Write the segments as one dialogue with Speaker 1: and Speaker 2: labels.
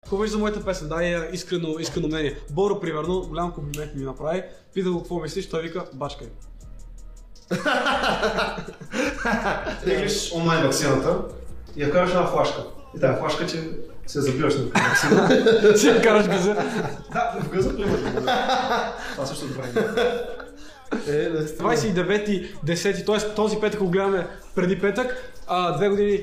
Speaker 1: какво беше за моята песен? Дай а, искрено, искрено мнение. Боро, примерно, голям комплимент ми направи. Питам го какво мислиш, той вика, е. бачкай.
Speaker 2: Теглиш онлайн вакцината и я кажеш една флашка. И тази флашка, че се забиваш на тази вакцина.
Speaker 1: Си я караш газа.
Speaker 2: Да, в гъза примерно. Това също добре.
Speaker 3: Е, да сте.
Speaker 1: 29.10, т.е. този петък го гледаме преди петък, а две години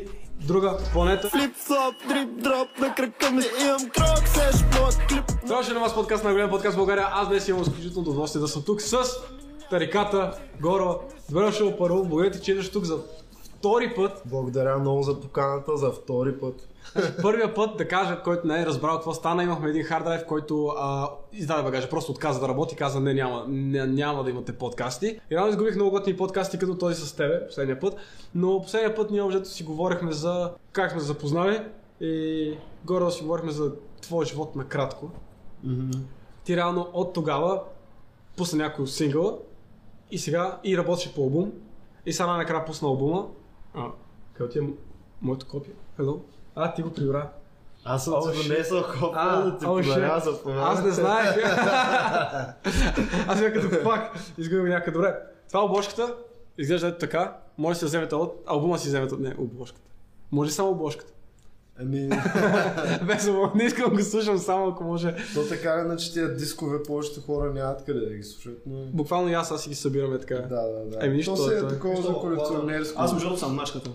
Speaker 1: друга планета.
Speaker 4: Флип-флоп, дрип-дроп на кръка ми Имам крок, сеш, блок, клип
Speaker 1: Здравейте на вас подкаст на голям подкаст в България. Аз днес имам изключително удоволствие да съм тук с Тариката, Горо. Добре дошъл първо. Благодаря ти, че идваш тук за втори път.
Speaker 3: Благодаря много за поканата за втори път.
Speaker 1: Първия път, да кажа, който не е разбрал какво стана, имахме един хард драйв, който а, издаде багажа, просто отказа да работи, каза не, няма, не, няма да имате подкасти. И рано изгубих много готини подкасти, като този с тебе, последния път. Но последния път ние обжето си говорихме за как сме се запознали и горе си говорихме за твоя живот накратко. Ти реално от тогава пусна някой сингъл и сега и работеше по албум. И сега накрая пусна албума. А, къде отива м- моето копие? Hello? А, ти го прибра.
Speaker 3: Аз съм
Speaker 1: ти
Speaker 3: донесъл
Speaker 1: А,
Speaker 3: хопа да ти
Speaker 1: о,
Speaker 3: подаря
Speaker 1: shit.
Speaker 3: за помена.
Speaker 1: Аз не знаех. Аз бях като пак. Изгубих го някъде. Добре. Това е обложката. Изглежда ето така. Може да си я вземете от... Албума си вземете от... Не, обложката. Може само обложката.
Speaker 3: Ами,
Speaker 1: Без обложка. Не искам да го слушам само ако може.
Speaker 3: то така или иначе тия дискове повечето хора нямат къде да ги слушат, но...
Speaker 1: Буквално и аз, аз си ги събираме така.
Speaker 3: Да, да, да.
Speaker 1: Еми, Ами нищо,
Speaker 3: то си е
Speaker 1: той-
Speaker 3: такова за колекционерско.
Speaker 2: Аз между другото съм мачката.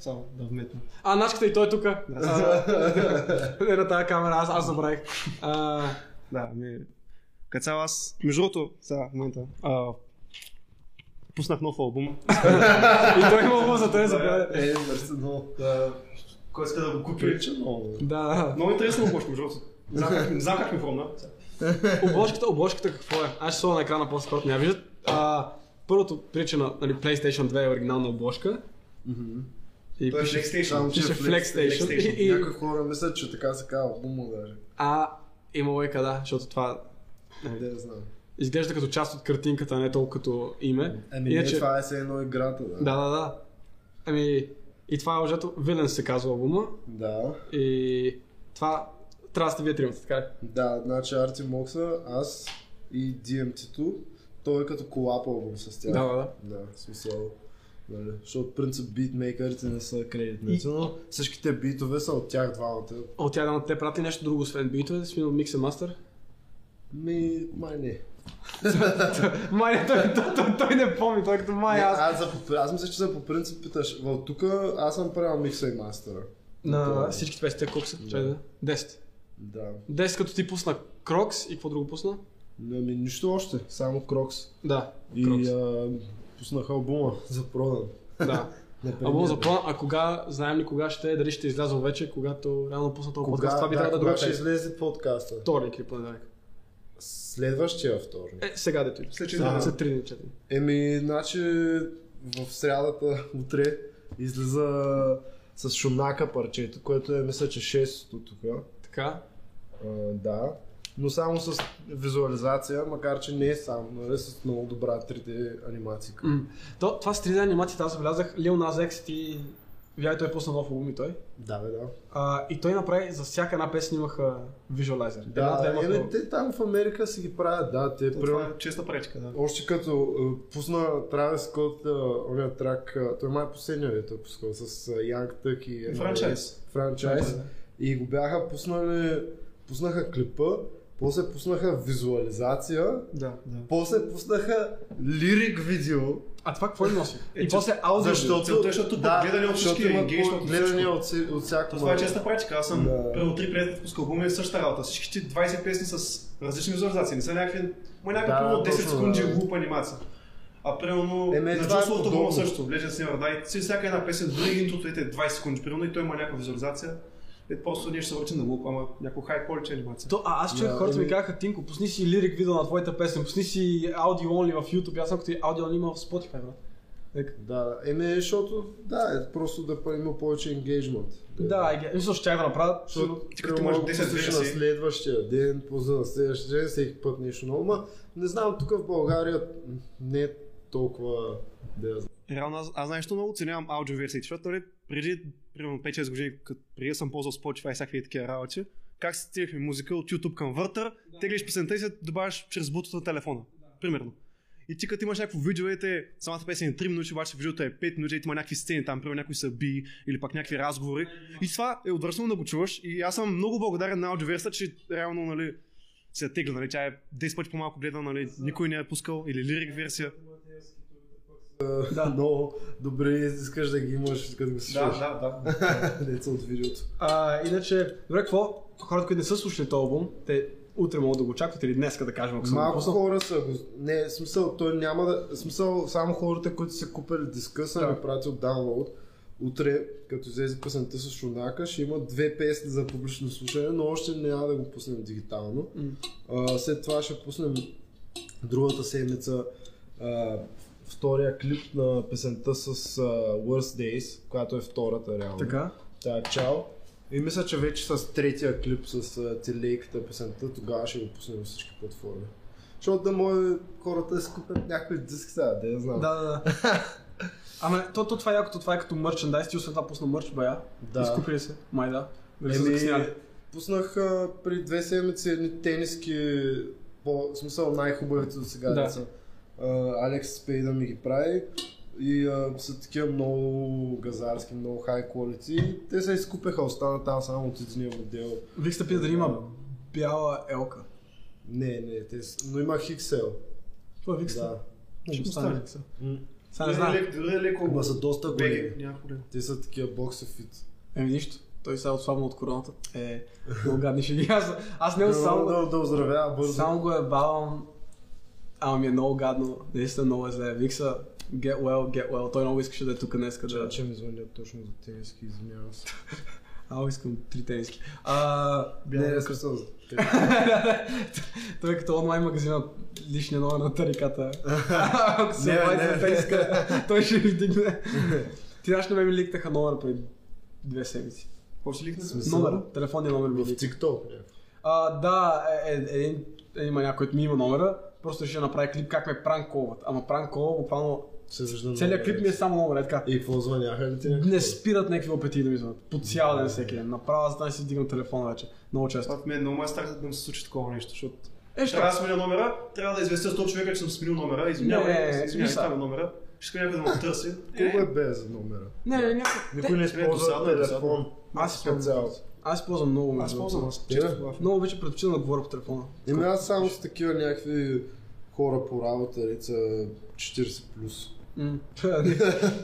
Speaker 2: Само да вметна.
Speaker 1: А, начката и той е тук. Е на тази камера, аз, аз забравих. А,
Speaker 2: Да, ми... Като цяло аз, между другото, сега в момента, а, пуснах нов албум.
Speaker 1: и той има луза, за той забрави.
Speaker 3: Е, мерси много. Да,
Speaker 2: Кой иска да го купи?
Speaker 3: прилича много.
Speaker 1: Да.
Speaker 2: Много интересно обложка, между другото. Не знам как- Не знам как ми хрумна.
Speaker 1: Обложката, обложката какво е? Аз ще сложа на екрана после, когато не я виждат. А, първото прилича на нали, PlayStation 2 е оригинална обложка. И
Speaker 3: Той е
Speaker 1: пише,
Speaker 3: Flex Station. Само, че
Speaker 1: пише
Speaker 3: е
Speaker 1: Flex Station.
Speaker 2: Flex
Speaker 1: И, и,
Speaker 3: Някои хора мислят, че така се казва бума даже.
Speaker 1: а, има лойка, да, защото това
Speaker 3: Де я знам.
Speaker 1: изглежда като част от картинката, а не толкова като име.
Speaker 3: Ами не, това е все едно играта, да.
Speaker 1: Да, да, да. Ами, и това е лъжето. Вилен се казва албума.
Speaker 3: Да.
Speaker 1: И това трябва да сте вие тримата, така ли?
Speaker 3: Да, значи Арти Мокса, аз и DMT-то, той е като колап албум с тях.
Speaker 1: Да, да, да.
Speaker 3: Да, в смисъл. Нали, защото принцип битмейкърите не са кредитници, но всичките битове са от тях двамата.
Speaker 1: От тя да те прати нещо друго, освен битове, смисъл микс и мастер.
Speaker 3: Ми, май не.
Speaker 1: Май, не, той, той, той, той, не помни, той е като май
Speaker 3: Не,
Speaker 1: аз.
Speaker 3: аз, за, по- аз мисля, че за по принцип питаш. В тук аз съм правил микса и мастера.
Speaker 1: На всичките песни, те колко са? Чай да. 10.
Speaker 3: Да.
Speaker 1: 10 като ти пусна Крокс и какво друго пусна?
Speaker 3: Но, Ами, нищо още, само Крокс.
Speaker 1: Да, Крокс.
Speaker 3: И а, пуснаха албума за продан.
Speaker 1: Да.
Speaker 3: На премиера.
Speaker 1: Або за план, а кога, знаем ли кога ще е, дали ще излязам вече, когато реално пусна този подкаст, това би трябвало да
Speaker 3: кога
Speaker 1: друга
Speaker 3: ще
Speaker 1: ще
Speaker 3: излезе подкаста?
Speaker 1: Вторник или понеделник.
Speaker 3: Следващия вторник.
Speaker 1: Е, сега дето идва.
Speaker 2: След
Speaker 1: След
Speaker 2: четири дни.
Speaker 1: 3 дни, 4
Speaker 3: Еми, значи в срядата утре излиза с шумнака парчето, което е мисля, че 6-то тук.
Speaker 1: Така.
Speaker 3: Да. Но само с визуализация, макар че не е сам, нали, с много добра 3D анимация.
Speaker 1: М. То, това с 3D анимацията, аз забелязах, Lil Nas X ти... Вярвай, той пусна нов албум и той.
Speaker 3: Да, бе, да.
Speaker 1: А, и той направи, за всяка една песен имаха визуалайзер.
Speaker 3: Да,
Speaker 1: една,
Speaker 3: е, те там в Америка си ги правят, да, те
Speaker 2: Това
Speaker 3: примерно
Speaker 2: е честа пречка, да.
Speaker 3: Още като е, пусна Травис Скот, ония трак, е, той май последния дето е пускал с е, Young Tuck и... е,
Speaker 2: Франчайз.
Speaker 3: Франчайз. И го бяха пуснали, пуснаха клипа, после пуснаха визуализация,
Speaker 1: да. да.
Speaker 3: после пуснаха лирик видео.
Speaker 1: А това какво ли носи?
Speaker 2: Е,
Speaker 1: и
Speaker 2: че-
Speaker 1: после аудио.
Speaker 2: Защото- Целта е, защото гледане от
Speaker 3: защото
Speaker 2: всички,
Speaker 3: има
Speaker 2: енгейджмент от
Speaker 3: гледане
Speaker 2: всичко.
Speaker 3: от, си- от всяко.
Speaker 2: То това е
Speaker 3: малко.
Speaker 2: честа практика. Аз съм
Speaker 3: Да.
Speaker 2: примерно три приятели пускал албуми и същата работа. Всичките 20 песни с различни визуализации. Не са някакви... Ма някакви
Speaker 3: Да,
Speaker 2: примерно 10
Speaker 3: точно,
Speaker 2: секунди
Speaker 3: да.
Speaker 2: глупа анимация. А примерно
Speaker 3: Еме,
Speaker 2: на
Speaker 3: това е
Speaker 2: Джусовото
Speaker 3: подобно.
Speaker 2: албум също. Legends Never Die. Си всяка една песен, дори интрото е 20 секунди. Примерно и той има някаква визуализация. Е, просто ние ще се върчим на глупа, ама някакво хай повече анимация.
Speaker 1: То, а аз чух
Speaker 3: Да,
Speaker 1: хората ми
Speaker 3: еми-
Speaker 1: казаха, Тинко, пусни си лирик видео на твоята песен, пусни си аудио онли в YouTube, аз съм като и аудио онли има в Spotify, брат. Ек.
Speaker 3: Да, еме, защото да, е просто да па- има повече енгейджмент.
Speaker 1: Да, и мисля, ще я го направя, защото...
Speaker 3: Защото
Speaker 2: Ти като
Speaker 3: примерно,
Speaker 2: имаш
Speaker 3: ако
Speaker 2: 10
Speaker 3: слушаш на
Speaker 2: версии.
Speaker 3: следващия ден, поза на следващия ден, всеки път нещо ново. Ма не знам, тук в България м, не е толкова да я знам.
Speaker 2: Реално аз, аз знаеш, много оценявам аудио версиите, защото нали, преди примерно 5-6 години, като преди съм ползвал Spotify и всякакви такива работи, как си теглихме музика от YouTube към въртър, теглиш песента и се добавяш чрез бутото на телефона. Примерно. И ти като имаш някакво видео, и те, самата песен е 3 минути, обаче видеото е 5 минути, и ти има някакви сцени там, примерно някои са би или пък някакви разговори. И това е отвършено да го чуваш. И аз съм много благодарен на аудиоверсията, че реално, нали, се е тегли, нали, тя е 10 пъти по-малко гледана, нали, никой не е пускал, или лирик версия.
Speaker 3: Да. Много добре искаш да ги имаш, като го слушаш.
Speaker 2: да, да.
Speaker 3: Деца от видеото.
Speaker 1: А, иначе, добре, какво? Хората, които не са слушали този албум, те утре могат да го очакват или днес, да кажем, ако са
Speaker 3: Малко
Speaker 1: пуснал.
Speaker 3: хора са го... Не, в смисъл, той няма да... в смисъл, само хората, които са купили диска, са ми пратил даунлоуд. Утре, като излезе песента с Шунака, ще има две песни за публично слушане, но още няма да го пуснем дигитално. А, след това ще пуснем другата седмица а, втория клип на песента с а, Worst Days, която е втората реално.
Speaker 1: Така.
Speaker 3: Та, чао. И мисля, че вече с третия клип с а, телейката песента, тогава ще го пуснем на всички платформи. Защото да може хората да си купят някакви диски сега, да я знам.
Speaker 1: Да, да, да. Ама то, то, това е якото, това е като мърчендайз, ти освен това пусна мърч, бая.
Speaker 3: Да.
Speaker 1: Изкупили се, май да. Дали са
Speaker 3: Еми,
Speaker 1: закъсняли.
Speaker 3: пуснах а, преди две седмици едни тениски, по в смисъл най-хубавите до сега
Speaker 1: Да.
Speaker 3: деца. А, Алекс Спей да ми ги прави. И а, са такива много газарски, много хай quality. Те се изкупеха, остана там само от единия модел.
Speaker 1: Вих се пита дали
Speaker 3: е,
Speaker 1: има бяла елка.
Speaker 3: Не, не, те, с- но има XL.
Speaker 1: Това Викс.
Speaker 3: Да.
Speaker 1: Ще
Speaker 2: остане.
Speaker 1: остане Викс. Сега не знам.
Speaker 2: Дори е леко.
Speaker 3: Ама са доста големи.
Speaker 2: Беги, няма проблем.
Speaker 3: Те са такива бокса фит.
Speaker 1: Еми нищо. Той сега отслабна от короната. Е, много гадни ще ги. Аз, аз не
Speaker 3: Само
Speaker 1: Е, само,
Speaker 3: да, да оздравява бързо.
Speaker 1: само го е бавам. Ама ми е много гадно. Наистина много е зле. Викса, get well, get well. Той много искаше да е тук днес. Да,
Speaker 3: Че ми звънят точно за тениски, извинявам се.
Speaker 1: Ало, искам три тениски. А,
Speaker 3: Не,
Speaker 1: не,
Speaker 3: не съм за
Speaker 1: Той е като онлайн магазина личния номер на тариката. Ако се
Speaker 3: Не,
Speaker 1: обади
Speaker 3: не.
Speaker 1: за тениска, той ще ви вдигне. Ти знаеш, на мен ми ликтаха номер преди две седмици.
Speaker 2: После лихна сме.
Speaker 3: Смисъл?
Speaker 1: Номер, телефонния номер ми
Speaker 3: В
Speaker 1: ликна.
Speaker 3: TikTok. някакво.
Speaker 1: А, да, е, е, един, един маняк, който ми има номера, просто ще направи клип как ме пранколват. Ама пранколва, буквално
Speaker 3: Се вижда
Speaker 1: целият
Speaker 3: много
Speaker 1: клип ми е
Speaker 3: добре.
Speaker 1: само номер, е така.
Speaker 3: И какво звъняха ли ти някакво?
Speaker 1: Не спират някакви опити да ми звънят. По цял ден всеки ден. Направо за да не си вдигам телефона вече. Много често.
Speaker 2: Това в мен много ме страх да ми се случи такова нещо, защото
Speaker 1: Е, що?
Speaker 2: трябва да сменя номера, трябва да известя 100 човека, че съм сменил номера, извинявай,
Speaker 1: Не,
Speaker 2: извинявай, извинявай,
Speaker 1: смисъл.
Speaker 2: там е номера, ще иска някой да му търси.
Speaker 3: Колко е бе за номера?
Speaker 1: Не, не, някакво.
Speaker 3: Никой не използва
Speaker 2: досадно,
Speaker 3: телефон.
Speaker 2: досадно.
Speaker 1: Аз използвам.
Speaker 3: цялото.
Speaker 1: Аз ползвам много между
Speaker 2: Аз
Speaker 1: другото.
Speaker 2: ползвам, аз
Speaker 3: Да.
Speaker 2: често
Speaker 1: Много обичам предпочитам да говоря по телефона.
Speaker 3: Еми аз само с такива някакви хора по работа, лица 40 плюс.
Speaker 1: М, не,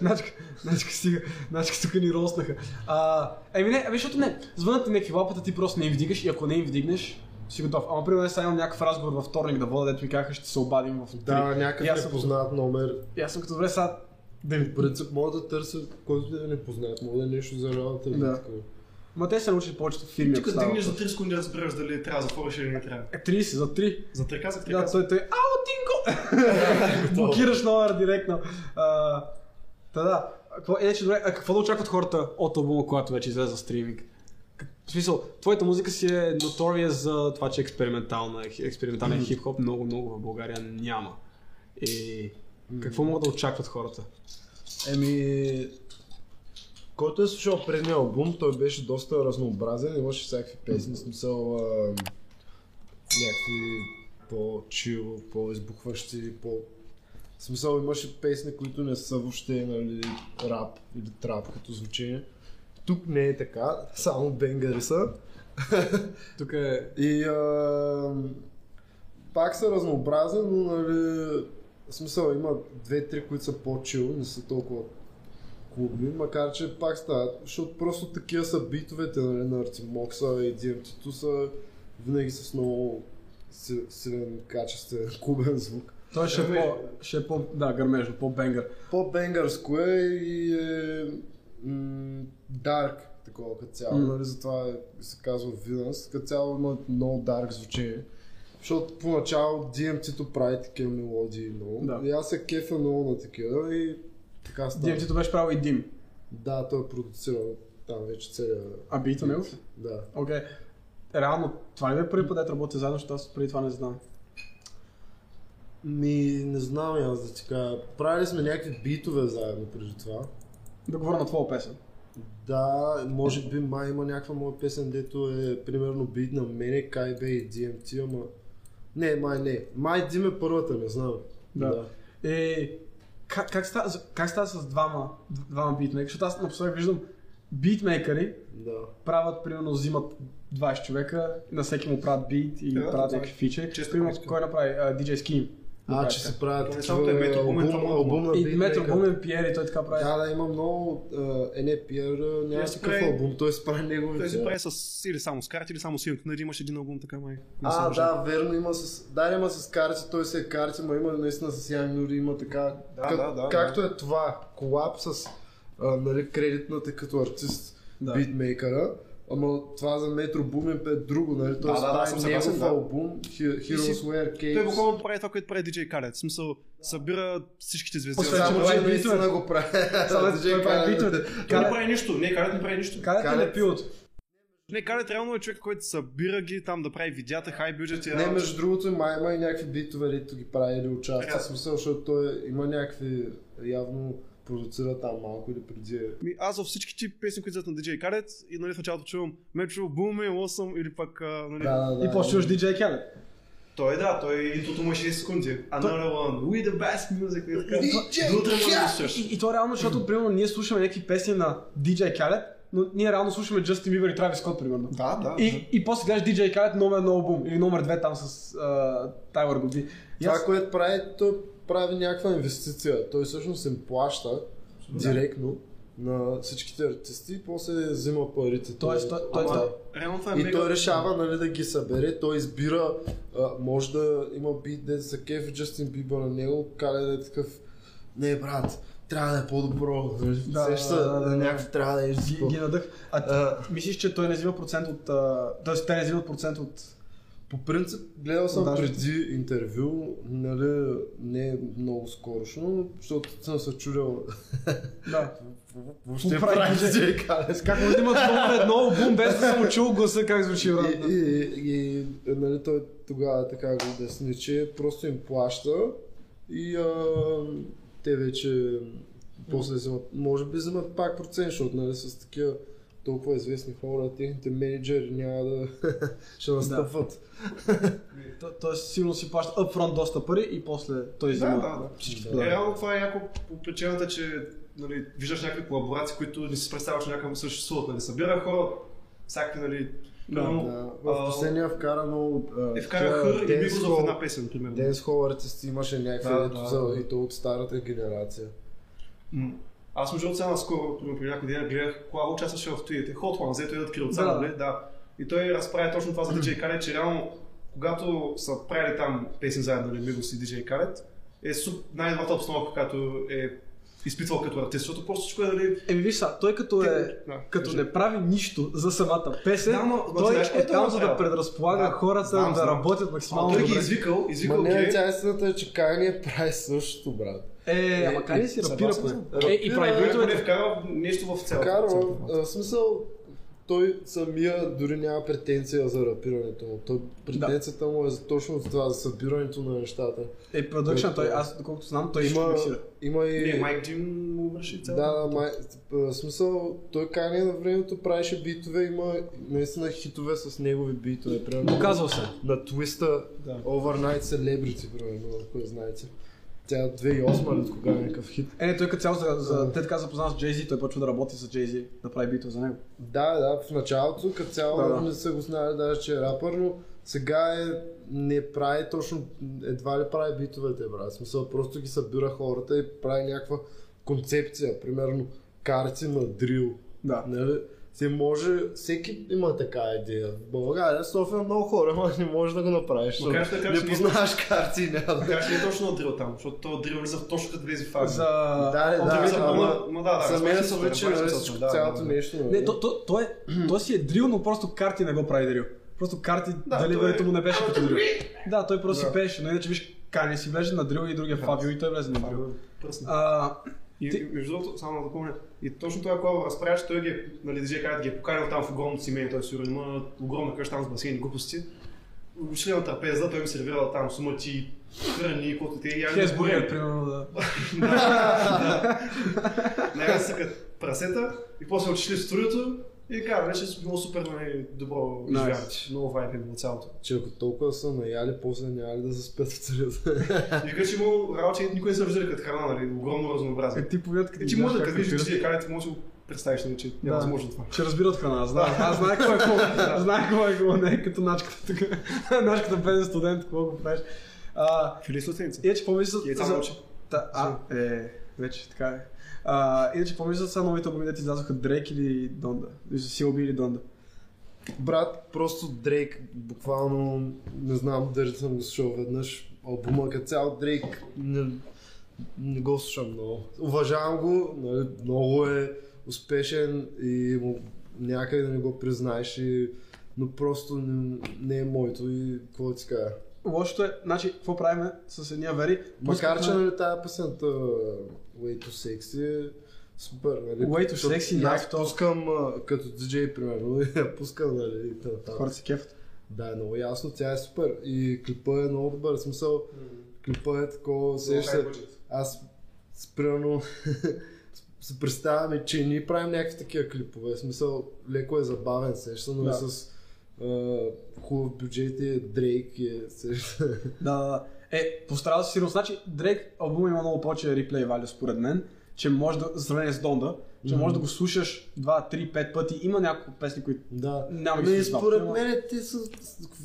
Speaker 1: Начка, начка стига, начка тук ни роснаха. А, еми не, ами защото не, звънят ти някакви лапата, ти просто не им вдигаш и ако не им вдигнеш, си готов. Ама примерно сега имам някакъв разговор във вторник да вода, дето ми казаха, ще се обадим в три.
Speaker 3: Да,
Speaker 1: И аз
Speaker 3: някакъв
Speaker 1: съм-
Speaker 3: непознат номер.
Speaker 1: И аз съм като добре сега, да ми
Speaker 3: В принцип мога да търся който да е непознат, мога да е нещо за работа или
Speaker 1: Да.
Speaker 3: такова.
Speaker 1: Ма те се научат повечето фирми.
Speaker 2: Ти
Speaker 1: ако
Speaker 2: като
Speaker 1: става
Speaker 2: дигнеш за
Speaker 1: въпрос.
Speaker 2: 3 секунди да разбереш дали трябва да затвориш или не трябва.
Speaker 1: Е, 30 за 3.
Speaker 2: За 3 казах, 3
Speaker 1: Да,
Speaker 2: казах.
Speaker 1: той, той, ау, Тинко! Блокираш номер директно. А, Та да. А, какво- Е, че добре, а какво да очакват хората от албума, когато вече излезе за стриминг? Как- В смисъл, твоята музика си е нотория за това, че е експериментална, е хи- експериментален хип-хоп много, много в България няма. И какво могат да очакват хората?
Speaker 3: Еми, който е слушал предния албум, той беше доста разнообразен, имаше всякакви песни, в смисъл а, някакви по-чил, по-избухващи, по... В смисъл имаше песни, които не са въобще нали, рап или трап като звучение. Тук не е така, само бенгари са.
Speaker 1: Тук е...
Speaker 3: И а, пак са разнообразни, но нали, в смисъл има две-три, които са по-чил, не са толкова клубни, макар че пак стават, защото просто такива са битовете нали, на Артимокса и DMT-то са винаги с много си- силен, качествен, клубен звук.
Speaker 1: Той ще е
Speaker 2: Гърмежно.
Speaker 1: по... Ще е по... Да, гърмежно, по-бенгър.
Speaker 3: По-бенгарско е и е, м- дарк, такова като цяло.
Speaker 1: М.
Speaker 3: Нали, затова е- се казва Винанс. Като цяло има много дарк звучение. Защото поначало DMT-то прави такива мелодии много.
Speaker 1: Да.
Speaker 3: И аз се кефя много на такива и така става.
Speaker 1: DMT-то беше правил и Дим.
Speaker 3: Да, той е продуцирал там вече целият...
Speaker 1: А бита него?
Speaker 3: Да.
Speaker 1: Окей. Реално, това ли е първи път, дето работя заедно, защото аз преди това не знам.
Speaker 3: Ми, не знам и аз да ти кажа. Правили сме някакви битове заедно преди това.
Speaker 1: Да говоря на твоя песен.
Speaker 3: Да, може би май има някаква моя песен, дето е примерно бит на мене, Кайбе и DMT, ама... Не, май не. Май Дим е първата, не знам.
Speaker 1: Да. Е, как, как, става, как става с двама, двама битмейкъри? Защото аз напоследък виждам битмейкъри
Speaker 3: Да.
Speaker 1: правят, примерно взимат 20 човека, на всеки му правят бит и
Speaker 2: Да,
Speaker 1: правят
Speaker 2: това е
Speaker 1: някакви фичи.
Speaker 2: често
Speaker 1: Примерно,
Speaker 2: практика.
Speaker 1: кой направи? А, DJ Skim.
Speaker 3: А, че се правят
Speaker 2: не само той,
Speaker 3: такива,
Speaker 2: Метро Бумен,
Speaker 3: албум,
Speaker 2: само
Speaker 3: албум на
Speaker 1: И Метро
Speaker 3: битмейкър.
Speaker 1: Бумен, Пиер и той така прави.
Speaker 3: Да, да, има много... а, Е, не, Пиер а, няма
Speaker 2: си
Speaker 3: такъв
Speaker 2: прави-
Speaker 3: албум, той си прави неговите.
Speaker 2: Той се прави с или само с карти, или само с Young Nudge, имаше един албум така май. Не се
Speaker 3: А,
Speaker 2: лъжа.
Speaker 3: да, верно, има с... Да, има с карти, той се е карти, ма има наистина с Ян Нюри, има така...
Speaker 2: Да,
Speaker 3: как-
Speaker 2: да, да,
Speaker 3: Както е това, колап с а, нали, кредитната като артист,
Speaker 1: Да.
Speaker 3: битмейкъра, ама това за Метро Бумин е друго, нали? Той
Speaker 2: Да,
Speaker 3: си
Speaker 2: да, да,
Speaker 3: прави
Speaker 2: съм съгласен,
Speaker 3: негов
Speaker 2: да.
Speaker 3: албум, He- Heroes
Speaker 2: си-
Speaker 3: Wear Capes.
Speaker 2: Той е буквално прави това, което прави DJ Khaled. В смисъл, събира всичките звезди.
Speaker 1: Освен,
Speaker 2: Само-
Speaker 1: че
Speaker 3: Само,
Speaker 1: прави
Speaker 3: че наистина
Speaker 1: битове.
Speaker 3: го прави.
Speaker 1: Само
Speaker 3: DJ
Speaker 1: той прави
Speaker 3: Khaled.
Speaker 1: битовете.
Speaker 2: Той не
Speaker 1: Кале,
Speaker 2: прави нищо. Не, Khaled не прави нищо.
Speaker 1: кале те
Speaker 3: Кале-
Speaker 1: не е пилот.
Speaker 2: Не, Khaled реално е човек, който събира ги там да прави видеята, хай бюджет и
Speaker 3: Не,
Speaker 2: реално-
Speaker 3: между другото, май има и някакви битове, дето ги прави или участва.
Speaker 2: Да.
Speaker 3: В смисъл, защото той има някакви, явно продуцира там малко или преди е
Speaker 2: Ми, аз във всичките песни, които излизат на DJ Khaled и нали в началото чувам Metro, Boom, е Awesome или пък а, нали...
Speaker 3: Да, да, да.
Speaker 1: И после чуваш DJ Khaled.
Speaker 2: Той да, той интрото му е 6 секунди. Another one, we the best music и е така.
Speaker 3: DJ
Speaker 2: До утре може да
Speaker 3: Khaled!
Speaker 2: слушаш.
Speaker 1: И, и то реално, защото примерно ние слушаме някакви песни на DJ Khaled, но ние реално слушаме Justin Bieber и Travis Scott, примерно.
Speaker 2: Да, да.
Speaker 1: И, и после гледаш DJ Khaled номер едно албум или номер две там с а, Тайлър Гоби. И
Speaker 3: Това,
Speaker 1: аз,
Speaker 3: което прави, той прави някаква инвестиция. Той всъщност им плаща директно на всичките артисти и после взима парите.
Speaker 1: Тоест, той- Ами той-
Speaker 3: Ама-
Speaker 2: Реално това е
Speaker 3: и
Speaker 2: мега...
Speaker 3: той решава нали, да ги събере, той избира, а, може да има бит, де са кеф, Джастин Бибър на него, кале да е такъв, не брат, трябва да е по-добро,
Speaker 1: Да,
Speaker 3: да, сеща,
Speaker 1: да, да,
Speaker 3: да,
Speaker 1: да,
Speaker 3: да,
Speaker 1: да.
Speaker 3: някакъв трябва да е
Speaker 1: ги,
Speaker 3: изисква.
Speaker 1: ги надъх. А
Speaker 3: А,
Speaker 1: мислиш, че той не взима процент от... а, Тоест, те не взимат процент от...
Speaker 3: По принцип, гледал съм
Speaker 1: Даже.
Speaker 3: преди интервю, нали, не много скорошно, защото съм се чудил
Speaker 1: Да.
Speaker 3: въобще
Speaker 1: Какво прави
Speaker 3: прави
Speaker 1: DJ?
Speaker 3: DJ Khaled.
Speaker 1: Как е може да имат номер едно албум, без да съм му чул гласа как звучи, брат?
Speaker 3: И, и, и, и нали, той тогава така го обясни, че просто им плаща и а, те вече после взимат, може би взимат пак процент, защото нали, с такива толкова известни хора, техните менеджери няма да ще настъпват.
Speaker 1: То- Тоест, сигурно си плаща upfront доста пари и после той
Speaker 2: Да,
Speaker 1: взима.
Speaker 2: да, да. Всички.
Speaker 3: Да.
Speaker 2: Е, Реално това е яко по причината, че нали, виждаш някакви колаборации, които не си представяш, че някъде съществуват. Нали. Събира хора, всякакви, нали...
Speaker 1: Да,
Speaker 2: примерно,
Speaker 3: Да,
Speaker 2: а,
Speaker 3: в последния вкара много...
Speaker 2: Е вкара хър и Бибозов в една песен, примерно.
Speaker 3: Денс Хол артисти имаше някакви
Speaker 2: Да,
Speaker 3: да,
Speaker 2: да,
Speaker 3: за,
Speaker 2: да.
Speaker 3: и то от старата генерация.
Speaker 2: М. Аз между другото сега наскоро, примерно, при някой ден гледах, Клава участваше в туите. Hot Ones, дето идват крилцата,
Speaker 1: Да.
Speaker 2: нали? Да. И той разправя точно това за DJ Khaled, че реално, когато са правили там песен заедно, нали, Мигос и DJ Khaled, е суп, най-добрата обстановка, която е изпитвал като артист, защото просто всичко е, нали,
Speaker 1: Еми виж са, той като е...
Speaker 2: Да,
Speaker 1: Като
Speaker 2: кажи.
Speaker 1: не прави нищо за самата песен,
Speaker 2: Да, но- но
Speaker 1: той
Speaker 2: знаеш кой
Speaker 1: е там
Speaker 2: това
Speaker 1: за да
Speaker 2: направи?
Speaker 1: предразполага
Speaker 2: Да,
Speaker 1: хората
Speaker 2: знам,
Speaker 1: да
Speaker 2: знам.
Speaker 1: работят максимално
Speaker 2: той ги е
Speaker 1: добре.
Speaker 2: извикал,
Speaker 3: Ма
Speaker 2: извикал ги.
Speaker 3: не,
Speaker 2: е-
Speaker 3: тя истината е, че Кайни прави същото, брат.
Speaker 1: Е, ама
Speaker 3: Е,
Speaker 1: Кани си рапира
Speaker 3: съгласен съм.
Speaker 1: поне. Е, и прави
Speaker 2: Ако не
Speaker 1: битовете.
Speaker 2: е вкарал нещо в цялата.
Speaker 3: Вкарва,
Speaker 2: цялата-
Speaker 3: а, в смисъл, той самия дори няма претенция за рапирането му. Той, претенцията му е за точно за това, за събирането на нещата.
Speaker 1: Е, продъкшн, той, аз доколкото знам, той ще
Speaker 3: Има,
Speaker 1: миксира.
Speaker 3: има и...
Speaker 2: Не, Майк Джим му върши
Speaker 3: да,
Speaker 2: цялата.
Speaker 3: да, май, в смисъл, той Кани на времето правеше битове, има наистина хитове с негови битове. Примерно,
Speaker 1: Доказал се.
Speaker 3: на твиста
Speaker 1: Да.
Speaker 3: Overnight Celebrity, примерно, ако я знаете. Тя 2008 ли кога е някакъв хит.
Speaker 1: Е, не, той като цяло, за, за, те така запознава с Jay-Z, той почва да работи с Jay-Z, да прави битове за него.
Speaker 3: Да, да, в началото, като цяло
Speaker 1: Да, да.
Speaker 3: не са го знали даже, че е рапър, но сега е, не прави точно, едва ли прави битовете, брат. В Смисъл, просто ги събира хората и прави някаква концепция, примерно карти на дрил.
Speaker 1: Да.
Speaker 3: Нали? Се може, всеки има така идея. В България, София много хора, ама не можеш да го направиш.
Speaker 2: Макар
Speaker 3: защото
Speaker 2: да кажа,
Speaker 3: не
Speaker 2: че-
Speaker 3: познаваш карти и няма да.
Speaker 2: Така че не е точно на дрил там, защото то дрил влиза точно като влезе в фаза.
Speaker 1: За...
Speaker 3: Да,
Speaker 2: да,
Speaker 3: да,
Speaker 2: за-
Speaker 3: ама,
Speaker 2: ама- да, да,
Speaker 3: за мен
Speaker 2: разбираш
Speaker 3: са
Speaker 2: се,
Speaker 3: вече
Speaker 2: разбираш
Speaker 3: нали,
Speaker 2: се,
Speaker 3: всичко,
Speaker 2: да,
Speaker 3: цялото
Speaker 2: да, да.
Speaker 3: нещо. нали?
Speaker 1: Не, то, то, то, е, то си е дрил, но просто карти не го прави дрил. Просто карти, да,
Speaker 2: Да,
Speaker 1: дали
Speaker 2: той
Speaker 1: времето
Speaker 2: е-
Speaker 1: му не беше като дрил. Да, той просто си пееше, но иначе виж, Кани си влезе на дрил и другия Фабио и той влезе на дрил.
Speaker 2: Пръсна.
Speaker 1: А,
Speaker 2: И,
Speaker 1: ти-
Speaker 2: и между другото, само да допълня, и точно това, когато разправя, че той ги, е, нали, диджей Карат ги е покарал там в огромното семейство, той сигурно има огромна къща там с басейн и глупости. Отишли на трапеза, той им сервирал там сумати, храни, каквото те и аз
Speaker 1: Хес бургер, примерно, да.
Speaker 2: Най-вече съкат прасета и после отишли в студиото и така, беше било супер нали, добро изживяване. Много вайб е било цялото.
Speaker 3: Че ако толкова са наяли, после няма ли да заспят в царята.
Speaker 2: И вика, че имало работи, които никой не са виждали като храна, нали, огромно разнообразие.
Speaker 1: Е, ти повият, като
Speaker 2: И ти
Speaker 1: видяш
Speaker 2: може да
Speaker 1: как
Speaker 2: като видиш
Speaker 1: разбират.
Speaker 2: чужия канет, може да го представиш, нали, че няма
Speaker 1: Да.
Speaker 2: възможно това.
Speaker 1: Ще разбират храна, аз знам. Аз знае какво е какво. Знае какво е какво. Не, като начката тук. Начката беден студент, какво го правиш. А,
Speaker 2: Фили сутеница.
Speaker 1: иначе помисля...
Speaker 2: Яйца
Speaker 1: за-
Speaker 2: мълчи.
Speaker 1: Та, а, е, вече така е. А, иначе помисля са новите албуми, дето излязоха Дрейк или Донда. Или Силби или Донда.
Speaker 3: Брат, просто Дрейк, буквално, не знам, дали съм го слушал веднъж. Албума като цял Дрейк, не, не го слушам много. Уважавам го, нали, много е успешен и му, някъде да не го признаеш, и, но просто не, не е моето и какво ти кажа.
Speaker 1: Лошото е, значи, какво правим с едния вери?
Speaker 3: Макар, че
Speaker 1: Пускаме-
Speaker 3: нали, тази песента Way to Sexy е супер, нали?
Speaker 1: Way to
Speaker 3: защото
Speaker 1: Sexy,
Speaker 3: и Аз
Speaker 1: яхто.
Speaker 3: пускам а, като диджей, примерно, и я пускам, нали, и тъна,
Speaker 1: Хората се кефат.
Speaker 3: Да, е много ясно, тя е супер. И клипа е много добър, в смисъл, клипа е такова, сеща се. Аз, с- примерно, се представяме, че ние правим някакви такива клипове. В смисъл, леко е забавен, сеща, но
Speaker 1: Да.
Speaker 3: е с а, хубав бюджет и е Дрейк и е, сеща.
Speaker 1: Да, да, да. Е, пострадал си сигурно. Значи, Дрейк албума има много повече реплей валю, според мен, че може да, в сравнение с Донда, че може да го слушаш 2, 3, 5 пъти. Има няколко песни, които...
Speaker 3: Да.
Speaker 1: Няма ги
Speaker 3: Ами,
Speaker 1: с това.
Speaker 3: според
Speaker 1: Няма.
Speaker 3: мен те са...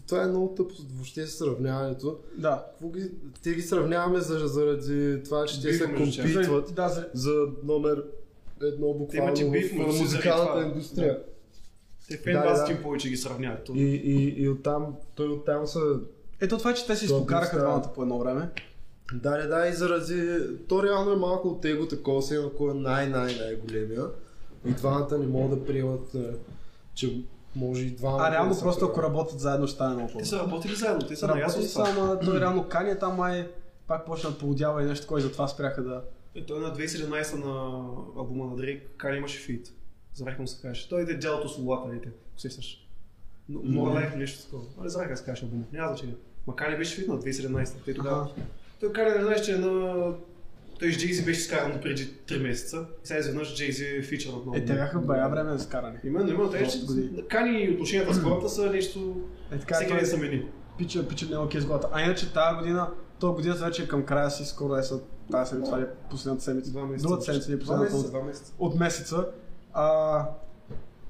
Speaker 3: Това е много тъпо въобще сравняването.
Speaker 1: Да.
Speaker 3: Какво ги- Те ги сравняваме за- заради това, че те
Speaker 2: Бива
Speaker 3: се
Speaker 2: между тях.
Speaker 3: компитват
Speaker 1: Да, за...
Speaker 3: за номер едно буквално
Speaker 2: че бив
Speaker 3: в
Speaker 2: между си
Speaker 3: музикалната
Speaker 2: заради това.
Speaker 3: индустрия.
Speaker 2: Те
Speaker 3: Да, да,
Speaker 2: фенбазите
Speaker 3: да.
Speaker 2: им повече ги сравняват.
Speaker 3: И, и, и оттам, той оттам са...
Speaker 1: Ето това, е, че те си
Speaker 3: Това
Speaker 1: изпокараха
Speaker 3: представя.
Speaker 1: двамата по едно време.
Speaker 3: Да, да, да, и заради... То реално е малко от его такова, се има кой е най-най-най-големия. И двамата не могат да приемат, е, че може и двамата...
Speaker 1: А
Speaker 3: да
Speaker 1: реално
Speaker 3: са
Speaker 1: просто ако
Speaker 3: правилни.
Speaker 1: работят заедно, ще стане много
Speaker 2: Те
Speaker 1: по-добре.
Speaker 2: са работили заедно, те са наясно
Speaker 1: Работи
Speaker 2: с това.
Speaker 1: само, той реално кани, там май пак почна да поудява и нещо такова и затова спряха да...
Speaker 2: Е, Той на 2017 на албума на Дрейк, Кани имаше фит. Забравих му се каже. Той иде дялото с лулата, нали те, ако се сещаш. Но More Life или нещо такова. Али забравих как се каже албума, няма значение. Ма Кани беше фит на 2017, те тогава.
Speaker 1: Аха.
Speaker 2: Той Кани не знаеш, че е на... Той с Джейзи беше скаран преди 3 месеца. И сега изведнъж Джейзи фичър отново.
Speaker 1: Е, те бяха бая време за скарани.
Speaker 2: Именно, именно. Те, че
Speaker 1: Господи.
Speaker 2: Кани и отношенията с хората са нещо...
Speaker 1: Е, така
Speaker 2: Всеки
Speaker 1: той-
Speaker 2: ден са мени.
Speaker 1: Пича, пича не е окей с главата. А иначе тази година, то годината вече е към края си, скоро е са тази седмица, това ли е последната седмица.
Speaker 2: Два месеца.
Speaker 1: Другата седмица ли е
Speaker 2: Два
Speaker 1: последната
Speaker 2: месеца,
Speaker 1: от,
Speaker 2: два месеца.
Speaker 1: от месеца. А,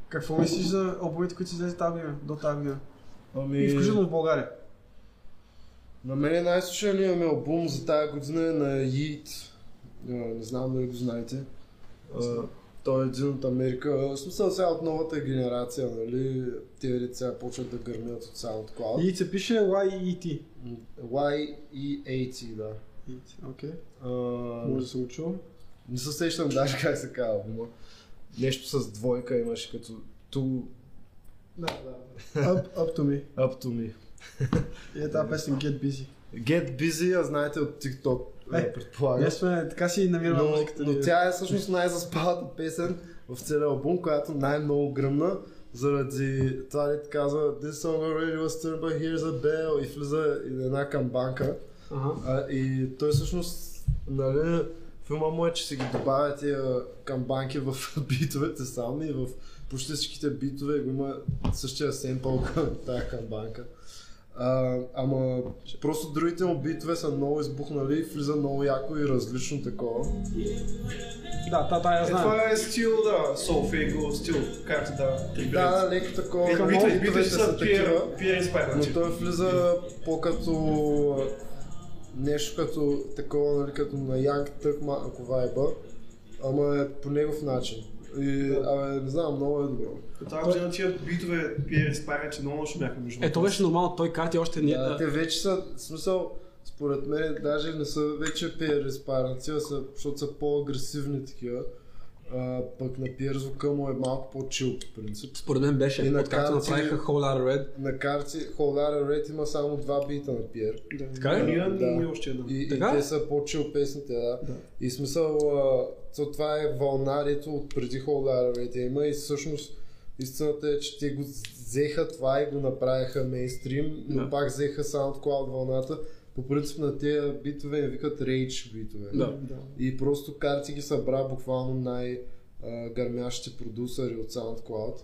Speaker 1: какво мислиш за албумите, които са излезли тази година, до тази година?
Speaker 3: Ами...
Speaker 1: И включително в България.
Speaker 3: На мен най-слушаният ми албум за тази година е на Yeet. А, Не знам дали го знаете. А, Той е един от Америка. В смисъл сега от новата генерация, нали? Те деца сега почват да гърмят от SoundCloud.
Speaker 1: И се пише YET.
Speaker 3: М, Y-E-A-T, E да.
Speaker 1: Yeet, Окей,
Speaker 3: А,
Speaker 1: може да съм го чувал.
Speaker 3: Не се сещам даже как се казва албума. Нещо с двойка имаше като Too
Speaker 1: Да, да. Up, up to me.
Speaker 3: Up To Me.
Speaker 1: И е тази песен Get Busy.
Speaker 3: Get Busy, а знаете от TikTok,
Speaker 1: Е,
Speaker 3: предполагам.
Speaker 1: Ние сме, така си намираме
Speaker 3: но,
Speaker 1: музиката
Speaker 3: но
Speaker 1: ни.
Speaker 3: тя е всъщност най-заспалата песен в целия албум, която най-много гръмна заради това ли казва This song already was turned by here's a bell и влиза и на една камбанка
Speaker 1: Аха.
Speaker 3: а, и той всъщност нали, филма му е, че си ги добавя тия камбанки в битовете сами и в почти всичките битове го има същия семпъл към тази камбанка. А, ама просто другите му битове са много избухнали и влиза много яко и различно такова.
Speaker 1: Да, та, та, я
Speaker 2: Е,
Speaker 1: знам.
Speaker 2: това е стил, да, Soul Fable, стил, както да,
Speaker 3: Да, леко такова.
Speaker 2: Е,
Speaker 3: Към
Speaker 2: битви, битви
Speaker 3: битовете
Speaker 2: са пиер, пиер
Speaker 3: Но
Speaker 2: инспайрнати.
Speaker 3: той влиза по-като нещо като такова, нали, като на Янг Тъкма, ако вайба, ама е по негов начин. И, абе, не знам, много е добро.
Speaker 2: Тази година тия битове пиер инспайрнати много лошо бяха между
Speaker 1: Е, то беше нормално, той карти още не...
Speaker 3: Да, те вече са, в смисъл, според мен, даже не са вече пиер респаранци, а са, защото са по-агресивни такива. А, пък на пиер звука му е малко по-чил по принцип.
Speaker 1: Според мен беше,
Speaker 3: И на
Speaker 1: откакто
Speaker 3: карти-
Speaker 1: направиха Whole Lotta Red,
Speaker 3: На карти Holdara Red има само два бита на пиер.
Speaker 1: Така
Speaker 5: е-
Speaker 1: ли?
Speaker 2: Ние
Speaker 3: Да.
Speaker 2: ние още една.
Speaker 3: И, и
Speaker 1: Така?
Speaker 3: те са по-чил песните, да. да. И смисъл, а, то това е вълна, дето от преди Hold Out of It я има и всъщност Истината е, че те го взеха това и го направиха мейнстрим, но
Speaker 5: Да.
Speaker 3: пак взеха SoundCloud вълната. По принцип на тези битове я викат Rage битове.
Speaker 5: Да.
Speaker 3: И просто Карти ги събра буквално най-гърмящите продусъри от SoundCloud.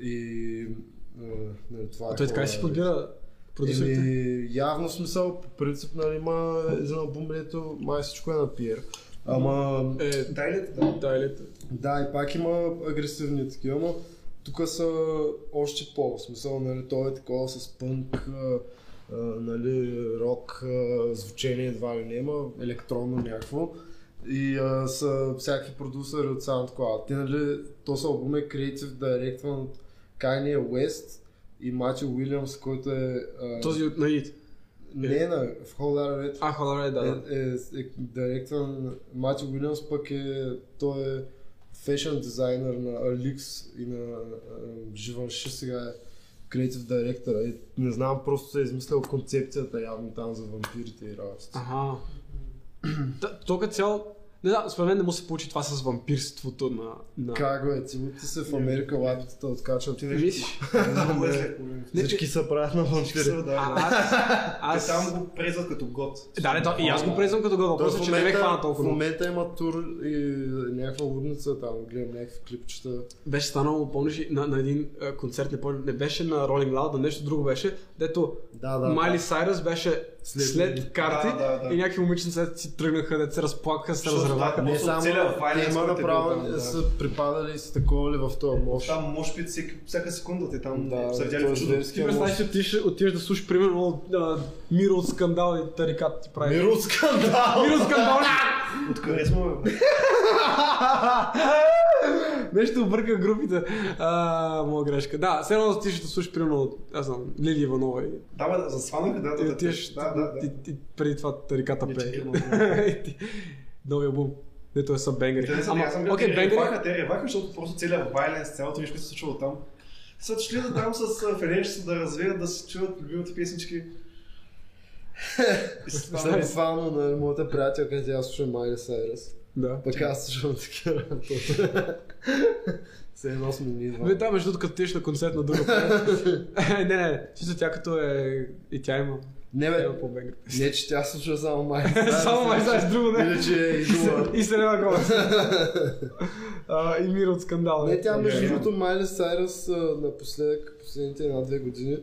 Speaker 3: И а, нали, това
Speaker 5: А той така
Speaker 3: какво
Speaker 5: ли си
Speaker 3: е.
Speaker 5: подбира продусерите?
Speaker 3: Еми, явно в смисъл, по принцип, нали, има за на бумбето, май всичко е на пиер. Ама,
Speaker 5: Е,
Speaker 2: Дай ли да?
Speaker 5: да, или...
Speaker 3: да, и пак има агресивни такива, но тук са още по, в смисъл, нали, то е такова с пънк, а, а, нали, рок, а, звучение едва ли не има, електронно някакво. И а, са всякакви продусъри от SoundCloud. Те, нали, то са албум е Creative Directman от Kanye West и Мати Уилямс, който е... а,
Speaker 5: Този от Наид.
Speaker 3: Не, на в Whole Red
Speaker 5: Е. А, хора, да, да.
Speaker 3: е, е, е директен Мати Уилямс, пък е, той е фешън дизайнер на Alix и на Живанши сега е креатив директор. Е, не знам, просто се е измислял концепцията явно там за вампирите и работата.
Speaker 5: Аха. Та- То като цяло, не знам, според мен не му се получи това с вампирството на... на...
Speaker 3: Как бе, ти ти се в Америка лапитата откачват. Ти
Speaker 5: Мислиш?
Speaker 2: Много е зле погледнете.
Speaker 5: Не,
Speaker 3: Всички
Speaker 5: че-
Speaker 3: са правят на вампири.
Speaker 2: Са,
Speaker 5: А,
Speaker 2: да.
Speaker 5: аз...
Speaker 2: Те Там
Speaker 5: аз...
Speaker 2: го презват като год.
Speaker 5: Да, не, то, и аз го презвам като го
Speaker 3: Е, Той в
Speaker 5: въпроса, че не ме
Speaker 3: момента-
Speaker 5: хвана
Speaker 3: В
Speaker 5: толкова. много.
Speaker 3: момента има тур и някаква лудница там, гледам някакви клипчета.
Speaker 5: Беше станало, помниш, ли, на, на един а, концерт, не помня, не беше на Rolling Loud, на нещо друго беше, дето
Speaker 3: Да, да.
Speaker 5: Майли Сайръс беше
Speaker 3: След-
Speaker 5: след, карти
Speaker 2: Да, да, да.
Speaker 5: и някакви момиченца си тръгнаха, дето се разплакаха, се
Speaker 2: Защото
Speaker 5: разреваха.
Speaker 2: да,
Speaker 3: Не
Speaker 2: Просто
Speaker 3: само,
Speaker 2: целият
Speaker 3: те
Speaker 2: вайнец,
Speaker 3: има
Speaker 2: който е бил
Speaker 3: направо,
Speaker 2: там, да.
Speaker 3: са припадали и са таковали в този мош.
Speaker 2: Там може би всеки, всяка секунда ти там
Speaker 3: Да,
Speaker 2: да, са
Speaker 3: това
Speaker 2: видяли
Speaker 3: е
Speaker 2: в чудо.
Speaker 3: зверски.
Speaker 5: Ти представиш, че отиш, отиваш да слушаш, примерно, а, Миро от скандал и тарикат ти прави.
Speaker 3: Миро скандал!
Speaker 5: Миро от скандал!
Speaker 2: Откъде сме? бе?
Speaker 5: Нещо обърка групите. А, моя грешка. Да, все едно отиш да слушаш, примерно, аз знам, Лили Иванова и,
Speaker 2: Да, бе, да, засванаха, да, да,
Speaker 5: и
Speaker 2: да,
Speaker 5: отиваш
Speaker 2: да, да, да.
Speaker 5: и- и преди това тариката
Speaker 2: Не,
Speaker 5: пее.
Speaker 2: чакай,
Speaker 5: И ти- Новия бум. Дето е са
Speaker 2: Те не
Speaker 5: бенгери.
Speaker 2: са,
Speaker 5: Ама,
Speaker 2: аз съм гледал,
Speaker 5: окей,
Speaker 2: те реваха,
Speaker 5: бенгери.
Speaker 2: те реваха, защото просто целият вайленс, цялото нещо, което се случва там. Са дошли да там с а, фенерчето да развият, да се чуят любимите песнички. И с това,
Speaker 3: Съм фана на нали, моята приятелка, тя слуша Майли Сайрес.
Speaker 5: Да.
Speaker 3: Пък аз слушам такива работи. Все едно сме ние
Speaker 5: Бе,
Speaker 3: два.
Speaker 5: да, между другото, като отидеш на концерт на друга не, не, не, чисто тя като е... И тя има.
Speaker 3: Не
Speaker 5: Тя
Speaker 3: бе,
Speaker 5: има по-бенгер.
Speaker 3: не че тя слуша само Майли Сайрес.
Speaker 5: Само май знаеш друго, не.
Speaker 3: Или че е идола.
Speaker 5: И се няма голос. А, И мир от скандал.
Speaker 3: Не, тя между
Speaker 2: Не,
Speaker 3: другото Майли Сайрес а, напоследък, последните една-две години,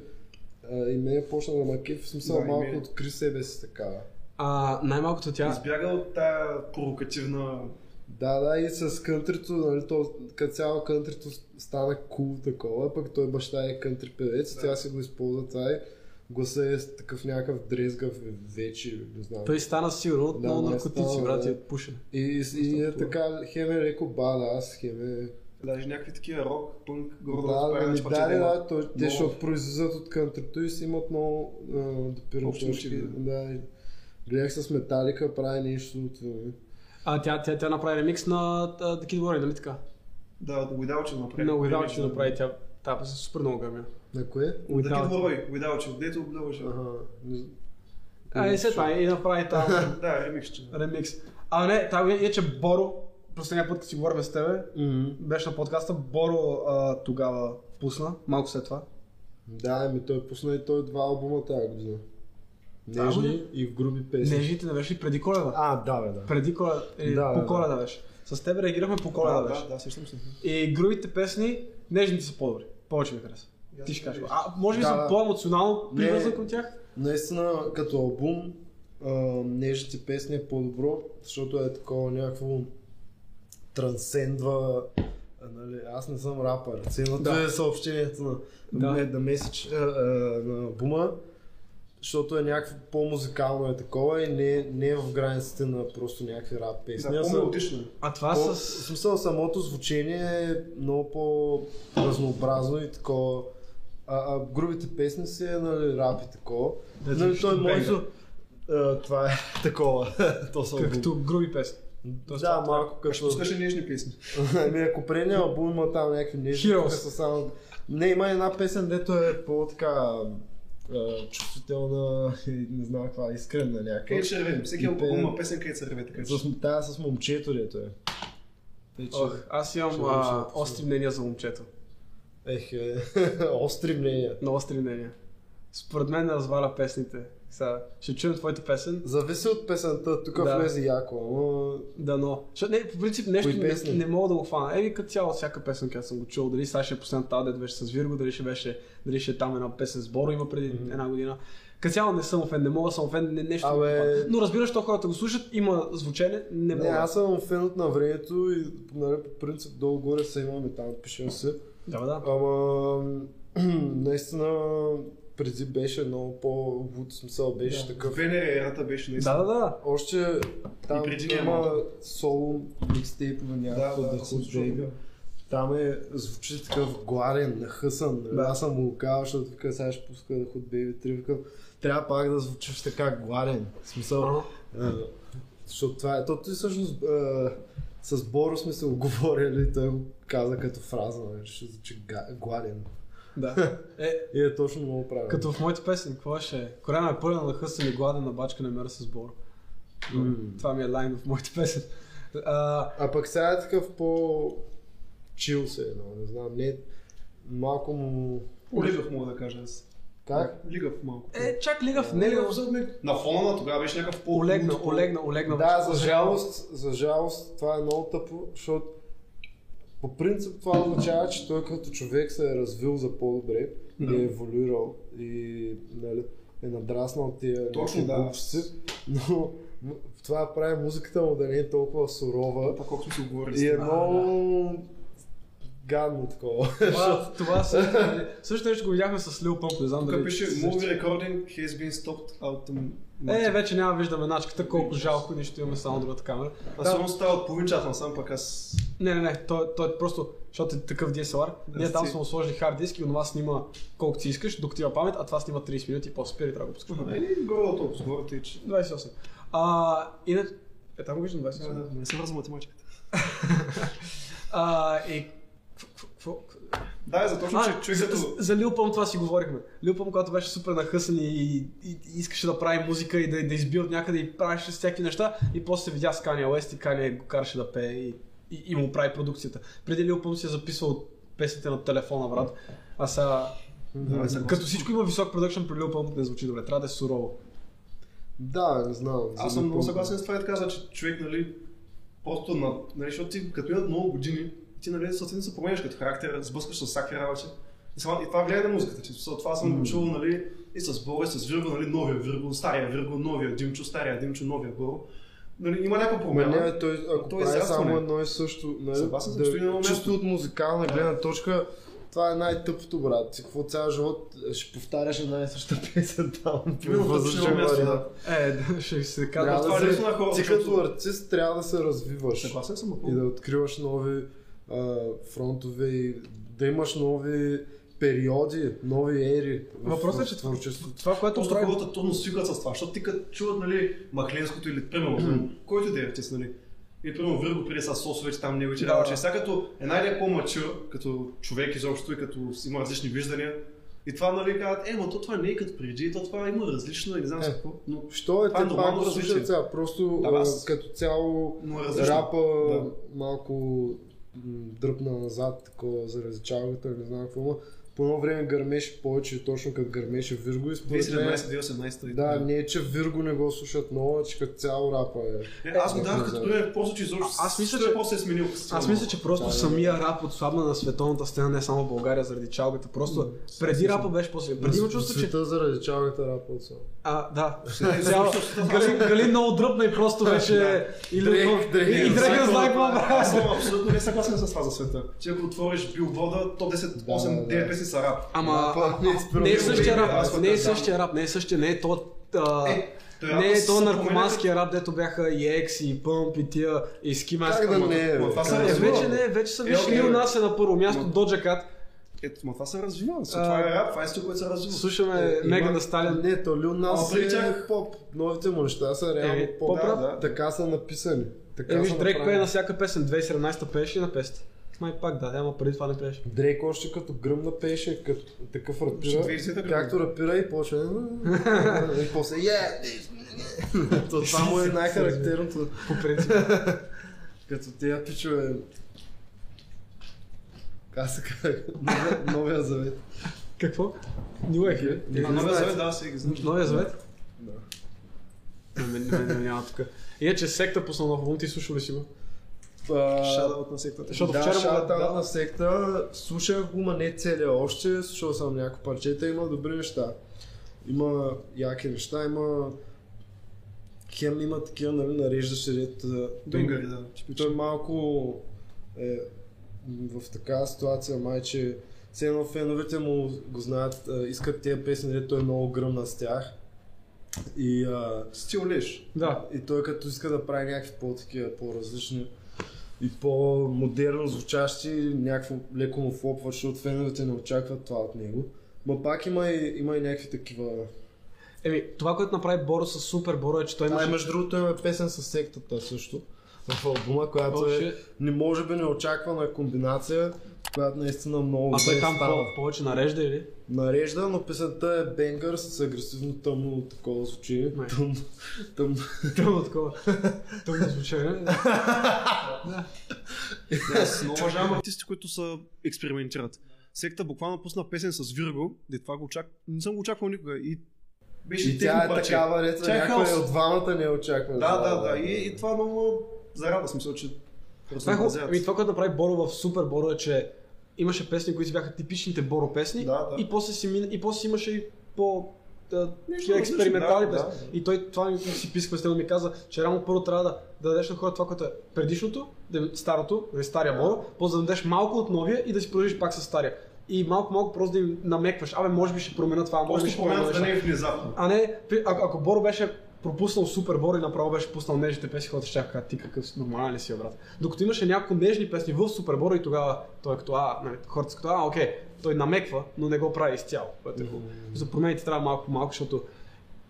Speaker 3: а, и мен почна да ма кефи, в смисъл
Speaker 2: Да, и
Speaker 3: малко
Speaker 2: мен.
Speaker 3: откри себе си такава.
Speaker 5: А, най-малкото тя...
Speaker 2: Избяга от тая провокативна...
Speaker 3: Да, да, и с кънтрито, нали, то, като цяло кънтрито стана кул такова, пък той баща е кънтри певец, да. тя си го използва това и гласа е с такъв някакъв дрезгав вече, не знам.
Speaker 5: Той стана сигурно от
Speaker 3: Да,
Speaker 5: много
Speaker 3: не
Speaker 5: наркотици,
Speaker 3: става,
Speaker 5: брат,
Speaker 3: да.
Speaker 5: и е пушен.
Speaker 3: И, и, и е така, хем е леко бада, аз хем е...
Speaker 2: Даже някакви такива рок, пънк, гордо
Speaker 3: Да, да,
Speaker 2: разпарени
Speaker 3: да,
Speaker 2: парчета
Speaker 3: да,
Speaker 2: има.
Speaker 3: да, той, те
Speaker 2: Много.
Speaker 3: ще произлизат от кънтрито и си имат много а, допирни
Speaker 2: Общи
Speaker 3: точки.
Speaker 2: мотиви,
Speaker 3: Да, и гледах с Металика, прави нещо от...
Speaker 5: А, тя, тя, тя направи ремикс на а, The Kid Warrior, нали така?
Speaker 2: Да, от Without You направи.
Speaker 5: На Without You направи тя. Та, супер много гърмя.
Speaker 3: На кое?
Speaker 2: Да, Кид
Speaker 5: Without You.
Speaker 2: Лорой, Without You, дето е обноваше.
Speaker 3: Ага, не-
Speaker 5: А, и след това е, и направи там
Speaker 2: Да, ремиксче.
Speaker 5: ремикс. А, не, това е, че Боро, последния път, като си говорим с тебе,
Speaker 3: Мгм.
Speaker 5: беше на подкаста, Боро а, тогава пусна, малко след това.
Speaker 3: Да, ами той пусна и той два албума тази година.
Speaker 5: Тази
Speaker 3: Нежни
Speaker 5: година?
Speaker 3: и в груби песни.
Speaker 5: Нежните не беше ли преди коледа?
Speaker 3: А, да, бе, да.
Speaker 5: Преди коледа, или
Speaker 3: Да,
Speaker 5: по
Speaker 3: да,
Speaker 5: коледа беше. С теб реагирахме по
Speaker 2: Да,
Speaker 5: коледа
Speaker 2: да,
Speaker 5: беше.
Speaker 2: да, сещам се.
Speaker 5: И грубите песни, нежните са по-добри. Повече ми харесва.
Speaker 2: Ясно.
Speaker 5: Ти ще кажеш. А, може би
Speaker 3: Да,
Speaker 5: съм
Speaker 3: да.
Speaker 5: по-емоционално
Speaker 3: Не.
Speaker 5: привързан към тях?
Speaker 3: Наистина, като албум, а, нежните песни е по-добро, защото е такова някакво трансендва а, Нали, аз не съм рапър. Цената
Speaker 5: Да.
Speaker 3: е съобщението на,
Speaker 5: Да.
Speaker 3: на, на, меседж, а, а, на албума, защото е някакво по-музикално е такова и не, не е в границите на просто някакви рап песни.
Speaker 2: Да,
Speaker 3: а са-
Speaker 2: по-мелодично. е.
Speaker 5: А това
Speaker 3: По,
Speaker 5: с...
Speaker 3: В смисъл, самото звучение е много по-разнообразно и такова. А, а грубите песни си е, нали, рап и такова.
Speaker 5: Да,
Speaker 3: нали,
Speaker 5: звучи
Speaker 3: той
Speaker 5: бега.
Speaker 3: може да... А, това е такова. То са албум.
Speaker 5: Както груби песни. Тоест,
Speaker 3: Да, малко
Speaker 2: Ще
Speaker 3: като...
Speaker 2: пускаш ли нежни песни.
Speaker 3: Ами ако предния албум има там някакви неща,
Speaker 5: Heroes.
Speaker 3: тук са само... Не, има една песен, дето е по-така а, чувствителна и не знам каква, искрена някаква.
Speaker 2: Къде ще ревем? Всеки
Speaker 3: И
Speaker 2: албум
Speaker 3: пеем.
Speaker 2: има песен, където се реве, така че.
Speaker 3: С, тази с момчето, дето е. Тъй, че-
Speaker 5: Ох, аз имам
Speaker 3: Ще
Speaker 5: а,
Speaker 3: обичам.
Speaker 5: остри мнения за момчето.
Speaker 3: Ех, е, остри мнения.
Speaker 5: Много стремление. Според мен не разваля песните. Сега ще чуем твоята песен.
Speaker 3: Зависи от песента, тук
Speaker 5: Да.
Speaker 3: влезе яко, ама...
Speaker 5: Да, но. Защото, не, по принцип нещо
Speaker 3: Кои
Speaker 5: не,
Speaker 3: песни?
Speaker 5: не, мога да го хвана. Еми, като цяло всяка песен, която съм го чул, дали сега ще е последната тази, дето беше с Вирго, дали ще беше, дали ще е там една песен с Боро има преди mm-hmm. една година. Като цяло не съм фен, не мога да съм фен, не, нещо.
Speaker 3: Абе-
Speaker 5: ми хвана. Но разбираш, то хората го слушат, има звучене,
Speaker 3: Не,
Speaker 5: не мога.
Speaker 3: аз съм фен от на времето и нали, по принцип долу-горе се имаме там, пишем се.
Speaker 5: Да, бе, да.
Speaker 3: Ама, наистина, преди беше много по-луд смисъл, беше такъв.
Speaker 2: ВНР ерата беше наистина.
Speaker 5: Да, да, да.
Speaker 3: Още там
Speaker 2: И преди
Speaker 3: има
Speaker 2: няма.
Speaker 3: соло микстейпове някакво да, да, Там е, звучи такъв гладен, нахъсан. Да. Аз съм му казал, защото вика, сега ще пуска да худ бейби три, викам, трябва пак да звучиш така гладен. В смисъл, а, защото това е, то ти всъщност а, с Боро сме се оговорили, той го каза като фраза, нали, ще звучи га- гладен.
Speaker 5: да. Е,
Speaker 3: И е точно много правилно.
Speaker 5: като в моите песен, какво ще е? Корема е пълен на хъсен и гладен на бачка на мера с Боро. Това ми е лайн в моите песен. А,
Speaker 3: А пък сега е такъв по... Чил се едно, не знам, не... Малко му...
Speaker 2: Лигав мога да кажа аз.
Speaker 3: Как?
Speaker 2: Лигав малко.
Speaker 5: е, чак лигав, не лигав, защото ми
Speaker 2: На фона на тогава беше някакъв по
Speaker 5: Олегна, олегна, олегна.
Speaker 3: Да, за жалост, за жалост, това е много тъпо, защото по принцип това означава, че той като човек се е развил за по-добре и е еволюирал и нали, е надраснал тия
Speaker 2: Точно, да.
Speaker 3: глупости, но м- това прави музиката му да не е толкова сурова
Speaker 2: Пак колко сме се оговорили.
Speaker 3: и е
Speaker 2: с теб.
Speaker 3: много гадно такова.
Speaker 5: Това, това е също, също нещо го видяхме с Lil Pump, не знам
Speaker 2: Тук
Speaker 5: дали...
Speaker 2: пише Movie recording has been stopped out the...
Speaker 5: Е, вече няма виждаме начката, колко жалко, нищо имаме само другата камера.
Speaker 2: Аз сигурно става от половин час насам, пък аз...
Speaker 5: Не, не, не, той, той е просто, защото е такъв DSLR,
Speaker 2: Да,
Speaker 5: ние там
Speaker 2: си.
Speaker 5: сме му сложили хард диск и онова снима колкото си искаш, докато има памет, а това снима 30 минути и после спира и трябва да го пускаш.
Speaker 2: Е, горе толкова с гората и че...
Speaker 5: 28. А, иначе... Е, там го виждам
Speaker 2: Да,
Speaker 5: 28.
Speaker 2: да, Не се връзва математиката.
Speaker 5: А, и... кво- кво- кво-
Speaker 2: Да, е за точно, че
Speaker 5: А,
Speaker 2: човек
Speaker 5: за,
Speaker 2: като...
Speaker 5: за Lil Pump това си говорихме. Lil Pump, когато беше супер нахъсан и, и, и искаше да прави музика и да, да избие от някъде и правеше всякакви неща и после се видя с Kanye West и Kanye го караше да пее и, и, и му прави продукцията. Преди Lil Pump си е записвал песните на телефона, брат. А сега...
Speaker 2: Да, за-
Speaker 5: Като всичко има висок продъкшн, при Lil Pump не звучи добре. Трябва да е сурово.
Speaker 3: Да, не знам.
Speaker 2: Аз съм много съгласен с това и така, че човек, нали, просто на... Нали, защото ти като имат много години, ти, нали, съответно се променяш като характер, сблъскаш с всякакви работи. И, сама, и това влияе на музиката, че смисъл, това съм го чувал, нали, и с Боро, и с Вирго, нали, новия Вирго, стария Вирго, новия Димчо, стария Димчо, новия Боро. Нали, има някаква
Speaker 3: Ме
Speaker 2: промяна.
Speaker 3: не, той,
Speaker 2: Той
Speaker 3: ако той прави
Speaker 2: израства,
Speaker 3: само
Speaker 2: не?
Speaker 3: едно и също, нали,
Speaker 2: Съгласен съм, че има момент.
Speaker 3: чисто от музикална гледна точка, това е най-тъпото, брат. Ти какво цял живот ще повтаряш една и съща песен там. по
Speaker 2: Именно
Speaker 3: възможен
Speaker 2: точно място,
Speaker 3: вариант.
Speaker 2: да.
Speaker 5: Е, да, ще се казва.
Speaker 3: Трябва
Speaker 2: това е
Speaker 3: да се,
Speaker 2: лесно на хората,
Speaker 3: ти
Speaker 2: защото-
Speaker 3: като артист трябва да се развиваш
Speaker 2: Съгласен съм
Speaker 3: и
Speaker 2: напълно.
Speaker 3: да откриваш нови а, фронтове и да имаш нови периоди, нови ери в-
Speaker 5: Въпросът е,
Speaker 3: в
Speaker 5: че това-
Speaker 3: творчеството.
Speaker 5: Това, което
Speaker 2: Просто
Speaker 5: прави...
Speaker 2: хората трудно свикват с това, защото ти като чуват, нали, Махленското или, примерно, който и да е артист, нали, и примерно Вирго прие с сосовете там неговите
Speaker 5: Да,
Speaker 2: работи.
Speaker 5: да.
Speaker 2: Сега като една идея е по-мачур, като човек изобщо и като си има различни виждания, и това, нали, казват, е, ма то това не е като преди, то това има различно и не знам си
Speaker 3: Е.
Speaker 2: какво, но,
Speaker 3: Що е,
Speaker 2: Това е
Speaker 3: те пак
Speaker 2: нормално
Speaker 3: го
Speaker 2: развитие.
Speaker 3: слушат сега, просто
Speaker 2: Да,
Speaker 3: а,
Speaker 2: аз-
Speaker 3: като цяло
Speaker 2: но е различно.
Speaker 3: Рапа
Speaker 2: Да.
Speaker 3: малко м, дръпна назад, такова заради чалгата, не знам какво има. По едно време гърмеше повече, точно като гърмеше Вирго и според мен...
Speaker 2: 2017-2018.
Speaker 3: Да, не е, че Вирго не го слушат много, а че като цяло рапа е.
Speaker 2: Е, аз го давах като пример, просто че изобщо.
Speaker 5: А- аз мисля,
Speaker 2: той
Speaker 5: че-
Speaker 2: После е сменил.
Speaker 5: Аз мисля, че просто самия рап отслабна на световната сцена, не само в България заради чалгата. Просто преди рапа беше после. Преди имам чувство, че...
Speaker 3: Света заради чалгата рапа от цяло.
Speaker 5: А, да. Цяло- Галин, Галин много дръпна и просто беше... И
Speaker 3: Дрейк,
Speaker 5: Лил-
Speaker 3: Дрейк.
Speaker 5: и- и Дрейк не знае какво
Speaker 2: Аз
Speaker 5: прави.
Speaker 2: съм абсолютно не съгласен с това за света. Че ако отвориш билборда, то 10, 8,
Speaker 3: да.
Speaker 2: 9 песни са рап.
Speaker 5: Ама
Speaker 3: Рапа не е спирал
Speaker 5: не е
Speaker 3: да
Speaker 5: същия
Speaker 2: го
Speaker 5: рап,
Speaker 2: прави,
Speaker 5: не е
Speaker 2: аз съм
Speaker 5: същия рап, не е същия, не е то... а,
Speaker 2: Е, той
Speaker 5: Не е
Speaker 2: рапът
Speaker 5: то
Speaker 2: с-
Speaker 5: наркоманския рап, дето бяха и Екс, и Пъмп, и тия, и Скимайс.
Speaker 3: Как да не е, бе?
Speaker 2: това са
Speaker 3: Как
Speaker 5: Е,
Speaker 3: да
Speaker 5: вече не, е, вече съм
Speaker 2: Е,
Speaker 5: виж
Speaker 2: окей,
Speaker 5: Лил
Speaker 2: бе.
Speaker 5: Нас е на първо място,
Speaker 2: Ма-
Speaker 5: Доджа Кат.
Speaker 2: Ето, ма това се развива. С-
Speaker 5: А,
Speaker 2: Това е рап, това е стил, което се развива.
Speaker 5: Слушаме Меган да Сталин.
Speaker 3: Не, то Лил Нас
Speaker 2: е Ама преди
Speaker 3: е
Speaker 2: тях-
Speaker 3: поп. Новите му неща са реално
Speaker 5: Е,
Speaker 3: поп.
Speaker 5: поп
Speaker 2: рап.
Speaker 3: Така са написани. Така
Speaker 5: Е, виж,
Speaker 3: са
Speaker 5: Дрейк пее
Speaker 3: направени.
Speaker 5: на всяка песен. 2017-та пееше и на песен. Май пак да, няма преди това не пееше.
Speaker 3: Дрейк още като гръмна пееше, като такъв рапира,
Speaker 2: 20-та гръмна.
Speaker 3: както рапира и почва и после "Е, yeah, this- То това му е най-характерното
Speaker 5: По принцип.
Speaker 3: като тия пичове Как се казва? Новия- Новия завет.
Speaker 5: Какво? New Age, ли?
Speaker 2: А, Новия завет, да, си ги знам.
Speaker 5: Новия завет? Да. Не, не, не, няма тук. Иначе секта по Слонов ти слушал ли си го?
Speaker 3: А,
Speaker 2: Шадаут на сектата.
Speaker 5: Защото
Speaker 3: да,
Speaker 5: вчера му-
Speaker 3: шаут
Speaker 5: да.
Speaker 3: на секта. Слушах го, ма не целия още. Слушал съм някои парчета. Има добри неща. Има яки неща. Има... Хем има такива, нали, нареждащи ред. а,
Speaker 2: Дунгари, да.
Speaker 3: Той малко е в такава ситуация, май, че все едно феновете му го знаят, а, искат тези песни, дето той е много гръмна с тях. И, а,
Speaker 2: Стил лиш.
Speaker 5: Да.
Speaker 3: и той като иска да прави някакви по-такива, по-различни и по-модерно звучащи, някакво леко му флопва, защото феновете не очакват това от него. Ма пак има и, има и някакви такива...
Speaker 5: Еми, това, което направи Боро с Супер Боро е, че той
Speaker 3: А, и
Speaker 5: имаше...
Speaker 3: между другото има песен с сектата също в албума, която
Speaker 5: Oh,
Speaker 3: е
Speaker 5: shit.
Speaker 3: не може би неочаквана комбинация, която наистина много
Speaker 5: А той
Speaker 3: добре
Speaker 5: там
Speaker 3: стана.
Speaker 5: по- повече нарежда или?
Speaker 3: нарежда, но песента е бенгър с агресивно тъмно такова звучи.
Speaker 5: Май.
Speaker 3: Тъмно, тъмно.
Speaker 5: Тъмно такова. Тъмно звучение.
Speaker 2: Аз много
Speaker 1: Уважавам
Speaker 2: уважавам.
Speaker 1: артисти, които са експериментират. Секта буквално пусна песен с Вирго, де това го очак... не съм го очаквал никога. И
Speaker 2: Беше
Speaker 3: И тя е
Speaker 2: техно парче.
Speaker 3: такава, дето
Speaker 2: Тя е
Speaker 3: някой
Speaker 2: хаос.
Speaker 3: от двамата не очаква.
Speaker 2: Да, да, да. И, и това много зарада смисъл, че
Speaker 5: Това е хубаво.
Speaker 2: разнообразяват.
Speaker 5: Ами, това, което направи Боро в Супер Боро е, че имаше песни, които си бяха типичните Боро песни
Speaker 2: Да, да.
Speaker 5: и после си мина, и после си имаше и по да,
Speaker 2: Нещо
Speaker 5: такива експериментални
Speaker 2: различно, да,
Speaker 5: песни. И той това ми си писахме с него ми каза, че реално първо трябва да, да дадеш на хората това, което е предишното, да- старото, нали, стария Боро, после да им дадеш малко от новия и да си продължиш пак с стария. И малко-малко просто да им намекваш, абе може би ще променя това, може би
Speaker 2: Просто
Speaker 5: ще променя
Speaker 2: спомената да
Speaker 5: това.
Speaker 2: не е внезапно.
Speaker 5: А не, при- а, ако Боро беше пропуснал супер Боро и направо беше пуснал нежните песни, хората ще кажат, ти какъв си, нормален ли си, бе, брат? Докато имаше няколко нежни песни в супер Боро и тогава той е като, а, нали, хората са като, а, окей, той намеква, но не го прави изцяло. което е хубаво. За промените трябва малко по малко, защото...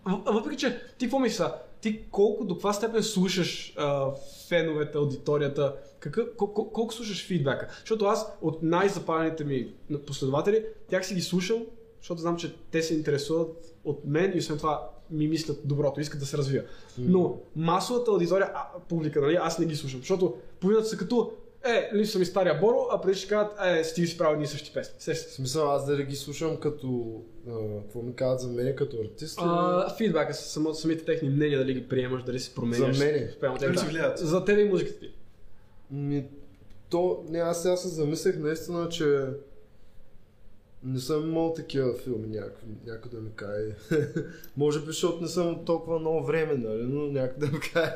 Speaker 5: В- а Въпреки, че ти какво мисля, ти колко, до каква степен слушаш а, феновете, аудиторията, какъв, кол, кол, колко слушаш фидбака? Защото аз от най-запалените ми последователи, тях си ги слушам, защото знам, че те се интересуват от мен и освен това ми мислят доброто, искат да се развия. Но масовата аудитория, а, публика, нали, аз не ги слушам, защото половината са като е, липсва ми стария Боро, а преди ще кажат, е, стиги си прави едни и същи песни. Сещате
Speaker 3: В
Speaker 5: се.
Speaker 3: смисъл аз да не ги слушам като... а, Какво ми казват за мен като артист? или-
Speaker 5: А, фидбака са само, самите техни мнения, дали ги приемаш, дали се променяш.
Speaker 3: За мене?
Speaker 5: Спрямо тях,
Speaker 2: Дали ти
Speaker 5: да.
Speaker 2: влияят?
Speaker 5: За тебе и музиката ти.
Speaker 3: Ми, то, не, аз сега се замислих наистина, че не съм имал такива филми, някой, някой да ми кае. Може би, защото не съм от толкова много време, нали, но някой да ми кае.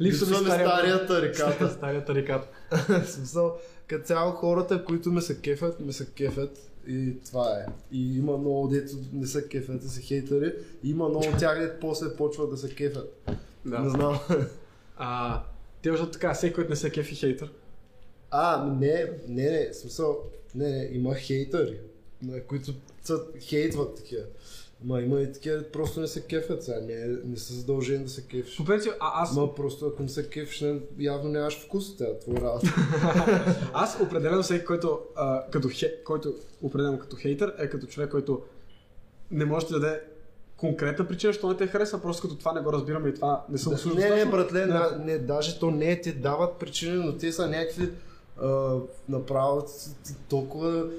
Speaker 5: Липсва ми стария-
Speaker 3: старията реката.
Speaker 5: Старията реката.
Speaker 3: В смисъл, като цяло хората, които ме се кефят, ме се кефят и това е. И има много дето не се кефят и са хейтери, и има много от тях, дето после почват да се кефят. Не знам.
Speaker 5: А, те защото така, всеки, който не се кефи хейтър.
Speaker 3: А, ми не, не, не, в смисъл, не, не, има хейтъри, на които са, хейтват такива. Ма има и такива, дето просто не се кефят сега, не, не са задължени да се кефиш.
Speaker 5: По принцип, а, аз,
Speaker 3: Ма просто ако не се кефиш, не, явно нямаш вкус, тя е твоя работа.
Speaker 5: аз определено всеки, който, а, като хе, който определям като хейтър, е като човек, който не може да ти даде конкретна причина, що не те харесва, просто като това не го разбираме и това не съм обслужил.
Speaker 3: не, не,
Speaker 5: достатъчно.
Speaker 3: братле,
Speaker 5: Да.
Speaker 3: на, не, даже то не е, те дават причини, но те са някакви а, направят с- т- толкова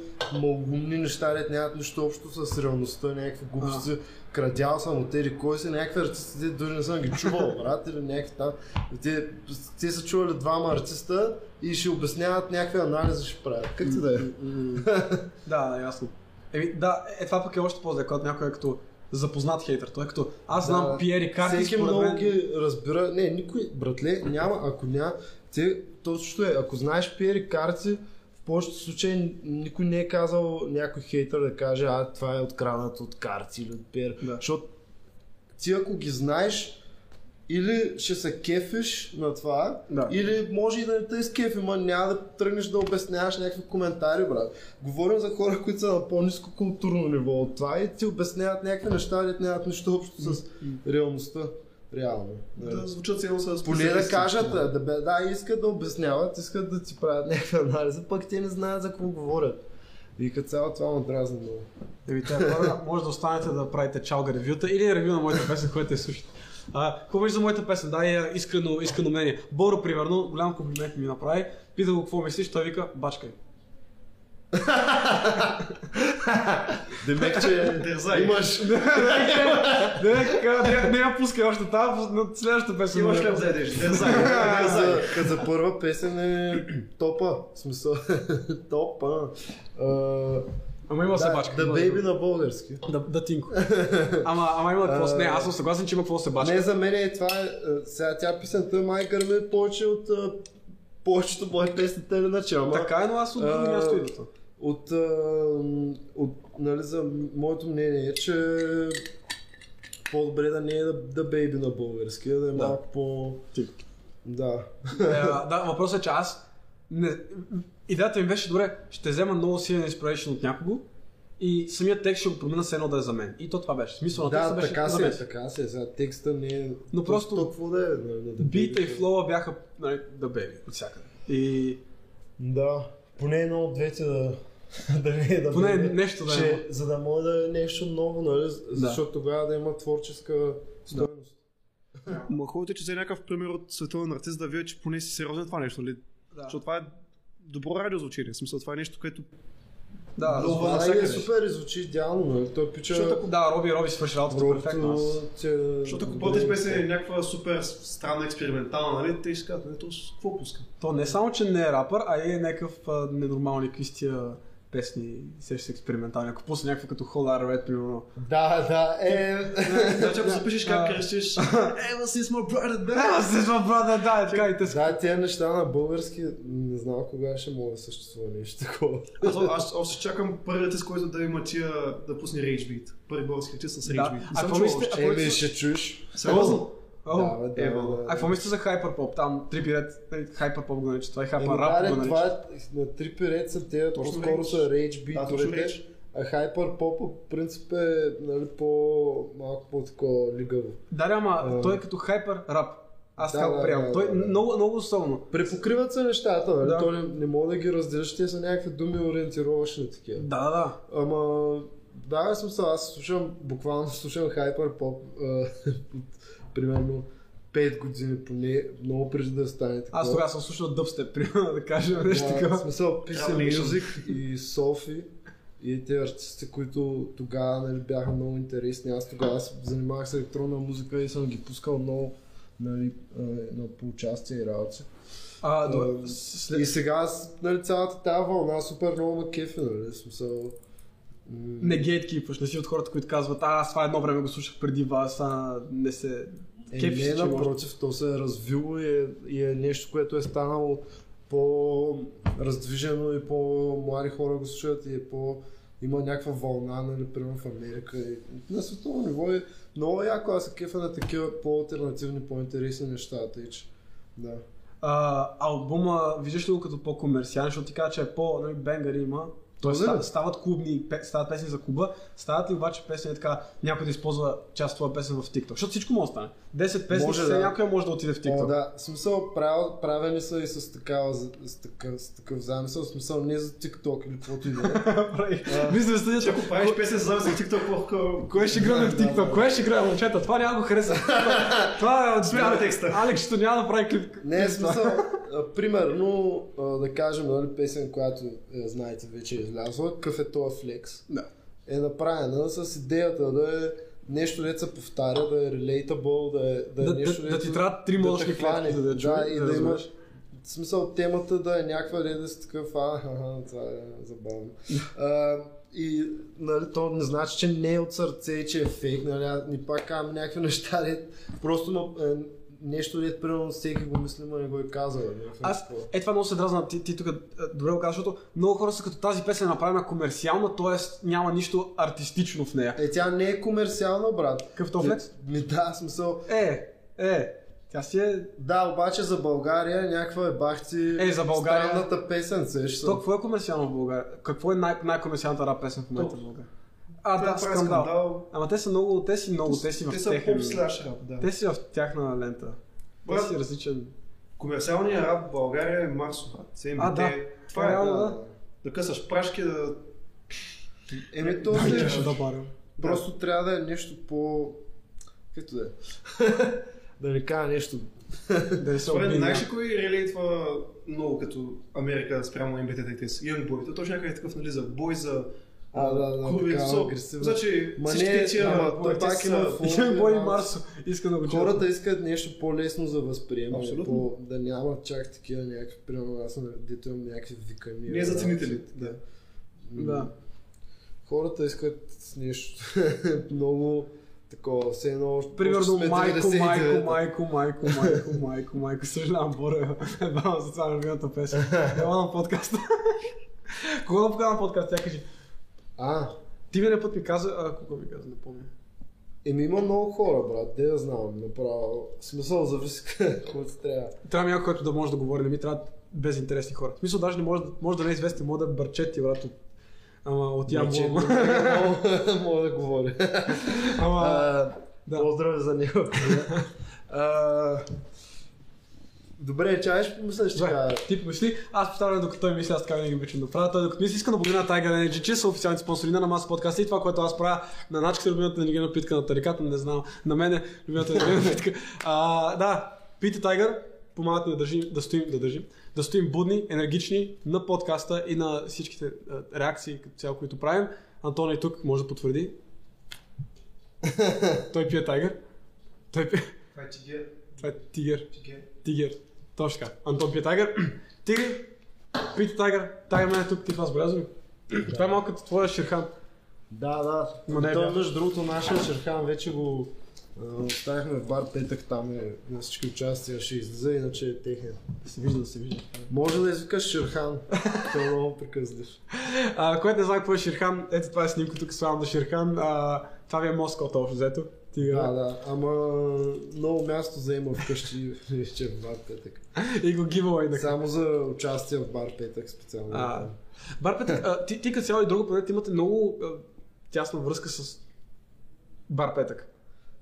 Speaker 3: малумни неща, дет нямат нищо общо с реалността, някакви глупости. Крадял съм от тези кой си, някакви артисти, те дори не съм ги чувал, брат, или някакви там. Те, те са чували двама артиста и ще обясняват някакви анализи, ще правят. Как ти да е?
Speaker 5: Да, ясно. Еми, да, е, това пък е още по-зле, когато някой е като запознат хейтър. Той е като, аз знам
Speaker 3: Да,
Speaker 5: Пиери Карти,
Speaker 3: Всеки
Speaker 5: според
Speaker 3: много
Speaker 5: мен...
Speaker 3: Е, ги разбира. Не, никой, братле, няма, ако няма. Те, точно е, ако знаеш Пиери Карти, в повечето случаи никой не е казал някой хейтър да каже, а това е откраднато от Карти или от Пиери.
Speaker 5: Да.
Speaker 3: Защото ти ако ги знаеш, или ще се кефиш на това,
Speaker 5: Да.
Speaker 3: или може и да не те изкефи, ма няма да тръгнеш да обясняваш някакви коментари, брат. Говорим за хора, които са на по-низко културно ниво от това и ти обясняват някакви неща, които нямат нищо общо с реалността. Реално. Да.
Speaker 2: Да звучат цяло с
Speaker 3: Поне да кажат, а, да, бе, да, искат да обясняват, искат да ти правят някакви анализа, пък те не знаят за какво говорят. И като цяло това ме дразни много.
Speaker 5: Еми, тя хора, може да останете да правите чалга ревюта или ревю на моята песен, която я слушате. А, какво беше за моята песен? Дай я искрено, искрено мнение. Боро, примерно, голям комплимент ми направи. Питах го какво мислиш, той вика, бачкай.
Speaker 3: Демек, че
Speaker 2: Дерзай.
Speaker 3: имаш...
Speaker 5: Не, не, не я пускай още там, на следващата песен.
Speaker 2: Имаш ли обзедеш? Дерзай.
Speaker 3: за,
Speaker 2: Дерзай.
Speaker 3: за първа песен е топа. В смисъл, топа. А,
Speaker 5: Ама има събачка.
Speaker 3: да,
Speaker 5: има
Speaker 3: Baby на български.
Speaker 5: Да, да тинко. Ама, ама има какво. Не, аз съм съгласен, че има какво се бачка.
Speaker 3: Не, за мен е това. е, а, Сега тя песента май гърми е повече от а, повечето мои песни, те не начи, ама...
Speaker 5: Така е, но аз от друго
Speaker 3: А,
Speaker 5: място идвам.
Speaker 3: От, а, от, нали, за моето мнение е, че по-добре да не е да, да бейби на български, а да е да. малко по...
Speaker 5: Тихо.
Speaker 3: Да.
Speaker 5: Е, да, въпросът е, че аз... Не, идеята ми беше, добре, ще взема много силен inspiration от някого и самият текст ще го променя с едно да е за мен. И то това беше. Смисъл на текста
Speaker 3: Да,
Speaker 5: беше
Speaker 3: така
Speaker 5: за
Speaker 3: се е,
Speaker 5: мен.
Speaker 3: така се е. Сега текста не е...
Speaker 5: Но просто-
Speaker 3: Толкова да е. нали, да- да
Speaker 5: Бита
Speaker 3: бейби.
Speaker 5: и флоа бяха нали, да беби от всякъде. И
Speaker 3: Да. Поне едно от двете да... да не е да
Speaker 5: Поне
Speaker 3: бейби.
Speaker 5: нещо да
Speaker 3: Че,
Speaker 5: има.
Speaker 3: За да може да е нещо ново, нали? Защото тогава да има творческа стойност.
Speaker 1: Ма хубавото е, че за някакъв пример от световен артист да вие, че поне си сериозен това нещо. Ли?
Speaker 5: Да.
Speaker 1: Защото това е добро радиозвучение. В смисъл, това е нещо, което
Speaker 5: да,
Speaker 3: Да,
Speaker 5: да,
Speaker 3: да, е супер и звучи идеално, нали? Той пича...
Speaker 5: защото ако да, Роби Роби свърши работата перфектно.
Speaker 3: Робто,
Speaker 5: Аз...
Speaker 3: че...
Speaker 2: Защото ако Потич песен е някаква супер странна, експериментална, нали, те ще кажат, не, то с- какво пуска?
Speaker 5: То не само, че не е рапър, а е някакъв а, ненормални кистия песни, сеща се експериментални. Ако пусне някаква като Whole Lotta Red, примерно.
Speaker 3: Да, да, е...
Speaker 2: Значи ако запишеш
Speaker 5: Да.
Speaker 2: как крещиш, Ева си с my brother, да!
Speaker 5: Ема се сма, брат, да, е така и те с-
Speaker 3: Да, тези неща на български не знам кога ще мога да съществува нещо такова.
Speaker 2: Аз, аз още чакам първият с който да има тия, да пусне Rage Beat. Първи български артист с Rage
Speaker 5: Да.
Speaker 2: Beat. Не
Speaker 5: А
Speaker 2: съм
Speaker 5: какво
Speaker 2: чувал
Speaker 5: мислите-
Speaker 2: още.
Speaker 5: а какво
Speaker 3: Еми,
Speaker 5: мислите-
Speaker 3: ще чуеш.
Speaker 2: Сериозно?
Speaker 5: О,
Speaker 3: Да, бе, да,
Speaker 2: Ева.
Speaker 3: да, да.
Speaker 5: А какво мислите за хайперпоп? Там трипи ред, нали, хайперпоп го наричат, това е
Speaker 3: Еми,
Speaker 5: хайпер
Speaker 3: да,
Speaker 5: рап го
Speaker 3: бе,
Speaker 1: нали?
Speaker 5: наричат.
Speaker 3: това е на трипи ред са те,
Speaker 2: Точно Rage.
Speaker 3: по-скоро са рейдж
Speaker 2: Да, точно
Speaker 3: битовете.
Speaker 2: Rage.
Speaker 3: А хайпер поп по принцип е нали, по малко по-такова лигаво.
Speaker 5: Да, да, ама
Speaker 3: Ам.
Speaker 5: той е като хайпер рап. Аз
Speaker 3: Да,
Speaker 5: така
Speaker 3: да,
Speaker 5: го приемам.
Speaker 3: да,
Speaker 5: Той
Speaker 3: да,
Speaker 5: е
Speaker 3: да.
Speaker 5: много, много особено.
Speaker 3: Препокриват се нещата, нали?
Speaker 5: Да.
Speaker 3: То не, не мога да ги разделиш, те са някакви думи ориентировъчни такива.
Speaker 5: Да, да, да.
Speaker 3: Ама, да, съм се, аз слушам, буквално слушам хайпер поп примерно 5 години поне, много преди да стане така.
Speaker 5: Аз тогава съм слушал дъбстеп, примерно, да кажем нещо
Speaker 3: В
Speaker 5: такова.
Speaker 3: смисъл, PC
Speaker 2: Revolution.
Speaker 3: Music и Софи и те артисти, които тогава нали, бяха много интересни. Аз тогава се занимавах с електронна музика и съм ги пускал много нали, а, на поучастие и работи.
Speaker 5: А,
Speaker 3: Ам,
Speaker 5: добре.
Speaker 3: И
Speaker 5: След...
Speaker 3: сега аз, нали, цялата тази вълна супер много ме кефи, нали, в смисъл. м,
Speaker 5: Не гейткипваш, не си от хората, които казват, а, аз това едно време го слушах преди вас, а не се...
Speaker 3: Е,
Speaker 5: Кефиш,
Speaker 3: не,
Speaker 5: че може.
Speaker 3: напротив, то се е развило и е, и е нещо, което е станало по-раздвижено и по-млади хора го слушат и е по... Има някаква вълна, нали, примерно в Америка. И... На световно ниво е много яко, аз се кефа на такива по-алтернативни, по-интересни неща, тъй че. Да.
Speaker 5: А, албума, виждаш ли го като по-комерциален, защото ти кажа, че е по, нали, бенгър има. Тоест,
Speaker 3: Да,
Speaker 5: ста-
Speaker 3: да.
Speaker 5: стават клубни, пе- стават песни за клуба, стават ли обаче песни така, някой да използва част от твоя песен в TikTok, защото всичко може да стане. 10 песни,
Speaker 3: Може,
Speaker 5: може, да.
Speaker 3: да.
Speaker 5: някоя може да отиде в TikTok.
Speaker 3: О, да, в смисъл прав, правени са и с, такава, за- с, такъв, с такъв замисъл, в смисъл не за TikTok или каквото и да е.
Speaker 5: Мисля, да следят,
Speaker 2: Че ако правиш песен за за TikTok, по-хубаво.
Speaker 5: Кое ще играе в TikTok? Кое ще играе момчета? Това няма го хареса. Това е от
Speaker 2: Спрямо текста.
Speaker 5: Алекс ще няма да прави клип.
Speaker 3: Не, в смисъл, а, примерно, а, да кажем, нали, песен, която е, знаете вече е излязла, Кафето Флекс,
Speaker 5: Да.
Speaker 3: е направена с идеята да е нещо, дето се повтаря, да е relatable, да е, да е
Speaker 5: Да-
Speaker 3: нещо,
Speaker 5: да-
Speaker 3: дето
Speaker 5: да ти трябват три мозъчни
Speaker 3: те хване.
Speaker 5: клетки, за да я
Speaker 3: да,
Speaker 5: чуеш,
Speaker 3: и
Speaker 5: да
Speaker 3: да,
Speaker 5: разбереш.
Speaker 3: имаш в смисъл темата да е някаква ли да си такъв, а, ха-ха, това е забавно. а, и нали, то не значи, че не е от сърце, и че е фейк, нали, а ни пак казвам някакви неща, де, просто ма, е, нещо, дето примерно всеки го мисли, но не го е казал. някакво
Speaker 5: Аз,
Speaker 3: такова.
Speaker 5: е това много се дразна, ти, ти тук е, добре го казваш, защото много хора са като тази песен е направена комерциална, т.е. няма нищо артистично в нея.
Speaker 3: Е, тя не е комерциална, брат.
Speaker 5: Какъв то флекс?
Speaker 3: Ми да, в смисъл.
Speaker 5: Е, е, тя си е...
Speaker 3: Да, обаче за България някаква е бахти
Speaker 5: Е, за България-
Speaker 3: странната песен, сеш.
Speaker 5: То, какво е комерциално в България? Какво е най- най-комерциалната рап песен в момента в България? А, да,
Speaker 2: прави
Speaker 5: скандал. Ама те са много, те си много, те си в
Speaker 2: е Те са
Speaker 5: техен...
Speaker 2: поп слаш рап, да.
Speaker 5: Те си в тяхна лента. Те
Speaker 2: Брат.
Speaker 5: си е различен.
Speaker 2: Комерциалният рап в България е масов. брат. CMT,
Speaker 5: А, да.
Speaker 2: Това е
Speaker 5: Реално,
Speaker 2: да,
Speaker 5: да.
Speaker 2: да късаш прашки, да...
Speaker 3: Еми, то
Speaker 5: Ай,
Speaker 3: е-
Speaker 5: че ще добавя.
Speaker 3: Просто трябва да е нещо по... Както да е. да не кажа нещо. да не се
Speaker 2: Според мен,
Speaker 3: обидя.
Speaker 2: знаеш ли кой релейтва много като Америка спрямо МБТ и тези Young Boy? То точно някъде е такъв, нали, за бой, за
Speaker 3: А, да, да,
Speaker 2: клуби,
Speaker 3: такава
Speaker 2: за-
Speaker 3: агресивна.
Speaker 2: Значи
Speaker 3: Ма не,
Speaker 2: всички тия
Speaker 3: ама
Speaker 2: артисти
Speaker 3: той пак
Speaker 2: са-
Speaker 3: има фу-
Speaker 5: Ще Боли Марсо. Иска да го чуя.
Speaker 3: е Хората искат нещо по-лесно за възприемане,
Speaker 2: Абсолютно.
Speaker 3: по, да няма чак такива някакви, примерно аз на дето имам някакви викания.
Speaker 2: Не е за
Speaker 3: да.
Speaker 2: ценителите, да.
Speaker 3: М,
Speaker 5: Да.
Speaker 3: Хората искат с нещо много такова, все едно...
Speaker 5: Примерно
Speaker 3: още сме
Speaker 5: майко,
Speaker 3: 99-та.
Speaker 5: майко, майко, майко, майко, майко, майко. Съжалявам, Боре, едва за това е любимата песен. Ела на подкаста. Кога да покажа на подкаст? Тя кажи.
Speaker 3: А,
Speaker 5: Ти миналия път ми каза, а, кога ми каза, не помня.
Speaker 3: еми има много хора, брат, де да знам, направо. В Смисъл, зависи какво ти трябва.
Speaker 5: Трябва някой, който да може да говори, не ми трябва безинтересни хора. В смисъл, даже не може, да- може да не е известен, може да бърче ти, брат, от, ама, от
Speaker 3: Че
Speaker 5: ябло. ама-
Speaker 3: много- Мога да говоря.
Speaker 5: Ама,
Speaker 3: А,
Speaker 5: да.
Speaker 3: Поздрави за него. А, Добре, чай ще помисля, ще кажа.
Speaker 5: Добре, ти помисли, аз поставям докато той мисли, аз така винаги обичам да правя. Той докато мисли, искам да благодаря на Tiger Energy, че са официалните спонсори на Маса подкаста и това, което аз правя на начката, любимата енергийна напитка на тариката, не знам, на мене любимата енергийна напитка. А, да, пийте Tiger, помагат ни да държим, да стоим, да държим, да стоим будни, енергични на подкаста и на всичките а, реакции, като цяло, които правим. Антон е тук, може да потвърди. Той пие Tiger. Той пие...
Speaker 2: Това е тигер,
Speaker 5: Това е тигър.
Speaker 2: тигер.
Speaker 5: Тигър. Точно така. Антон пие Тайгър. Тигър. Пийте Тайгър. Тайгър мен е тук. Ти това забелязва ли? Това е малко като твоя Шерхан.
Speaker 3: Да, да.
Speaker 5: Ма не е
Speaker 3: Той,
Speaker 5: бял.
Speaker 3: между другото, нашия Шерхан вече го а, оставихме в бар петък, там е на всички участия, ще излиза, иначе е техен.
Speaker 5: Да се вижда, да се вижда.
Speaker 3: Може да извикаш Шерхан, той е много прекъслив.
Speaker 5: А, който не знае какво е Шерхан, ето това е снимка тук, славам на Шерхан. А, това ви е Моското общо взето. Тигър.
Speaker 3: Да, да, ама много място заема вкъщи вече в бар петък.
Speaker 5: И го гивалайнаха.
Speaker 3: Само за участие в бар петък специално.
Speaker 5: А, Бар Петък, а, ти, ти като цяло и друго планета имате много а, тясна връзка с Бар Петък.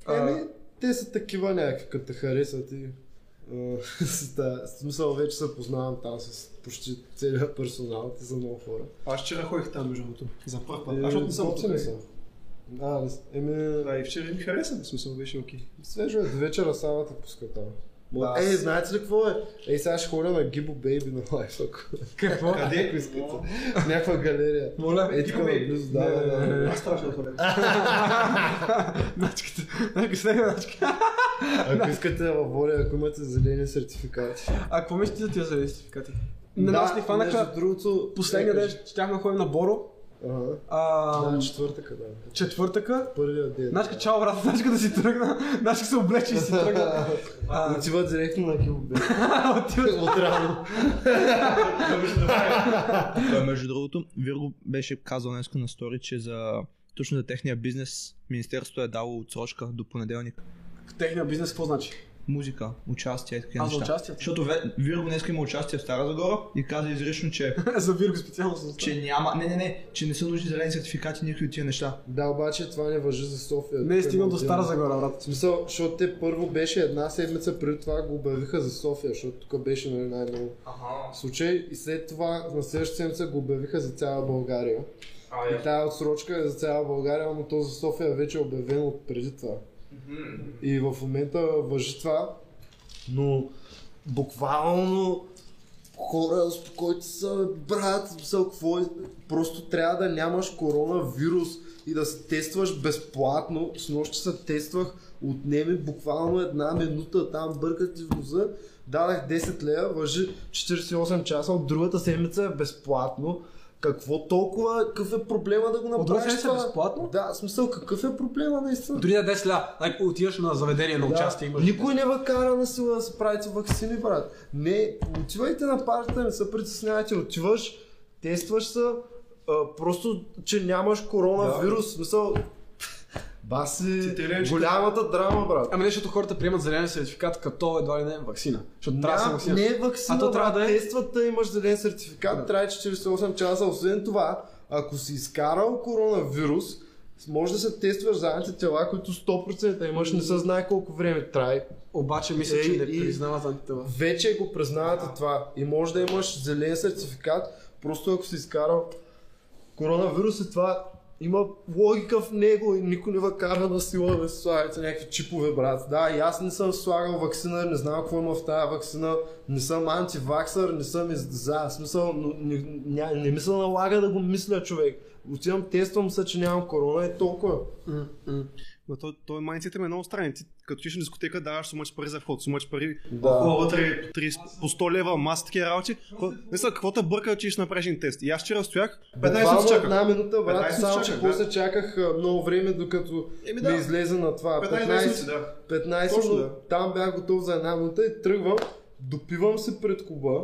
Speaker 5: А,
Speaker 3: Еми, те са такива някакви, като те харесват и... а, с та- в смисъл вече се познавам там с почти целият персонал, те са много хора.
Speaker 2: Аз вчера ходих там, между другото. За първ път.
Speaker 3: Е,
Speaker 2: Аз защото не съм от
Speaker 3: готин
Speaker 2: тук.
Speaker 3: съм. А, не с- еми,
Speaker 2: Да, и вчера ми хареса, в смисъл беше окей.
Speaker 3: свежо е, до вечера савата пуска там.
Speaker 2: Да,
Speaker 3: Ей,
Speaker 2: аз-
Speaker 3: знаете ли какво е? Ей, сега ще ходя на Гибо Бейби на лайф, ако
Speaker 5: Какво?
Speaker 2: Къде?
Speaker 3: ако искате. В Някаква галерия.
Speaker 5: Моля.
Speaker 3: Ей, тук
Speaker 2: Гибо Бейби.
Speaker 3: наблизо, да,
Speaker 5: Не, не,
Speaker 3: да,
Speaker 5: не, не.
Speaker 3: да.
Speaker 2: Аз страшно ходя.
Speaker 5: Начката. Нека се начка.
Speaker 3: Ако искате да воля, ако имате зелени сертификати.
Speaker 5: А какво мислите за тия сертификати? На нас
Speaker 3: Да,
Speaker 5: ни фанаха
Speaker 3: Между другото,
Speaker 5: Последния
Speaker 3: е,
Speaker 5: ден щяхме да ходим на Боро.
Speaker 3: Ага.
Speaker 5: А,
Speaker 3: Да, четвъртъка, да.
Speaker 5: четвъртъка.
Speaker 3: Първият ден.
Speaker 5: Нашка чао, брат, Нашка да си тръгна. Нашка се облече и си тръгна. А,
Speaker 3: Отива директно на Гилбе.
Speaker 5: отива.
Speaker 3: От рано.
Speaker 6: Той, между другото, Вирго беше казал днес на стори, че за точно за техния бизнес Министерството е дало отсрочка до понеделник.
Speaker 5: Техния бизнес какво значи?
Speaker 6: Музика, участие и такива
Speaker 5: А, за
Speaker 6: неща.
Speaker 5: участието?
Speaker 6: Защото Ве- Вирго днес има участие в Стара Загора и каза изрично, че,
Speaker 5: За Вирго специално съм.
Speaker 6: че няма, не, не, не, че не са нужни зелени сертификати, никакви от тия неща.
Speaker 3: Да, обаче това не въжи за София.
Speaker 5: Не е стигнал до
Speaker 3: Тук
Speaker 5: Стара
Speaker 3: отделно.
Speaker 5: Загора, брат.
Speaker 3: В смисъл, защото те първо беше една седмица преди това го обявиха за София, защото тук беше нали, най-много случай. И след това на следващата седмица го обявиха за цяла България. и тази отсрочка е за цяла България, но то за София вече е обявено от преди това. И в момента въжи това, но буквално хора, успокойте се, бе, брат, в смисъл, какво е? Просто трябва да нямаш коронавирус и да се тестваш безплатно. С нощи се тествах, отнеми буквално една минута, там бъркат ти в носа, дадах 10 лева, въжи 48 часа, от другата седмица е безплатно. Какво толкова, какъв е проблема да го направиш
Speaker 5: седмица
Speaker 3: това?
Speaker 5: е безплатно?
Speaker 3: Да, в смисъл, какъв е проблема наистина?
Speaker 5: Дори да 10 ля. Ай, отиваш на заведение на участие, имаш.
Speaker 3: Никой не ви кара на сила да се правите вакцини, брат. Не, отивайте на партията, не се притеснявайте, отиваш, тестваш се, а, просто, че нямаш коронавирус, да. смисъл, баси,
Speaker 2: Цитирам, че-
Speaker 3: голямата драма, брат.
Speaker 5: Ама Ами не, защото хората приемат зелен сертификат като едва ли не е вакцина. Защото трябва да се
Speaker 3: Ням,
Speaker 5: вакцина.
Speaker 3: не е вакцина,
Speaker 5: А то трябва
Speaker 3: брат,
Speaker 5: да е-
Speaker 3: тестват да имаш зелен сертификат,
Speaker 5: Да.
Speaker 3: да. трябва 48 часа. Освен това, ако си изкарал коронавирус, може да се тестваш за антитела, които 100% имаш, не се знае колко време трае.
Speaker 5: Обаче мисля, че
Speaker 3: Ей,
Speaker 5: не
Speaker 3: Е, и-
Speaker 5: признават антитела.
Speaker 3: вече го признават и това. И може да имаш зелен сертификат, просто ако си изкарал коронавирус и това има логика в него и никой не въкара на сила да се слагате някакви чипове, брат. Да, и аз не съм слагал вакцина, не знам какво има в тази вакцина, не съм антиваксър, не съм из... за, в смисъл, но не, не, не ми се налага да го мисля човек. Отивам, тествам се, че нямам корона и толкова.
Speaker 1: Но той, той майнците ми е много странен. Ти, като чиш на дискотека, даваш сумач пари за вход, сумач пари
Speaker 3: Да.
Speaker 1: Хора вътре 30, по 100 лева, маса такива работи. Хо- Не са, какво те бърка, че ще направиш един тест? И аз вчера стоях, 15
Speaker 3: Буквално
Speaker 1: минути чаках.
Speaker 3: Една минута, брат,
Speaker 2: 15
Speaker 3: само
Speaker 2: чаках,
Speaker 3: че
Speaker 2: да.
Speaker 3: после чаках а, много време, докато
Speaker 2: Еми
Speaker 3: ми
Speaker 2: да.
Speaker 3: излезе на това.
Speaker 2: 15 минути, да.
Speaker 3: 15,
Speaker 2: Точно,
Speaker 3: но
Speaker 2: да.
Speaker 3: там бях готов за една минута и тръгвам, допивам се пред клуба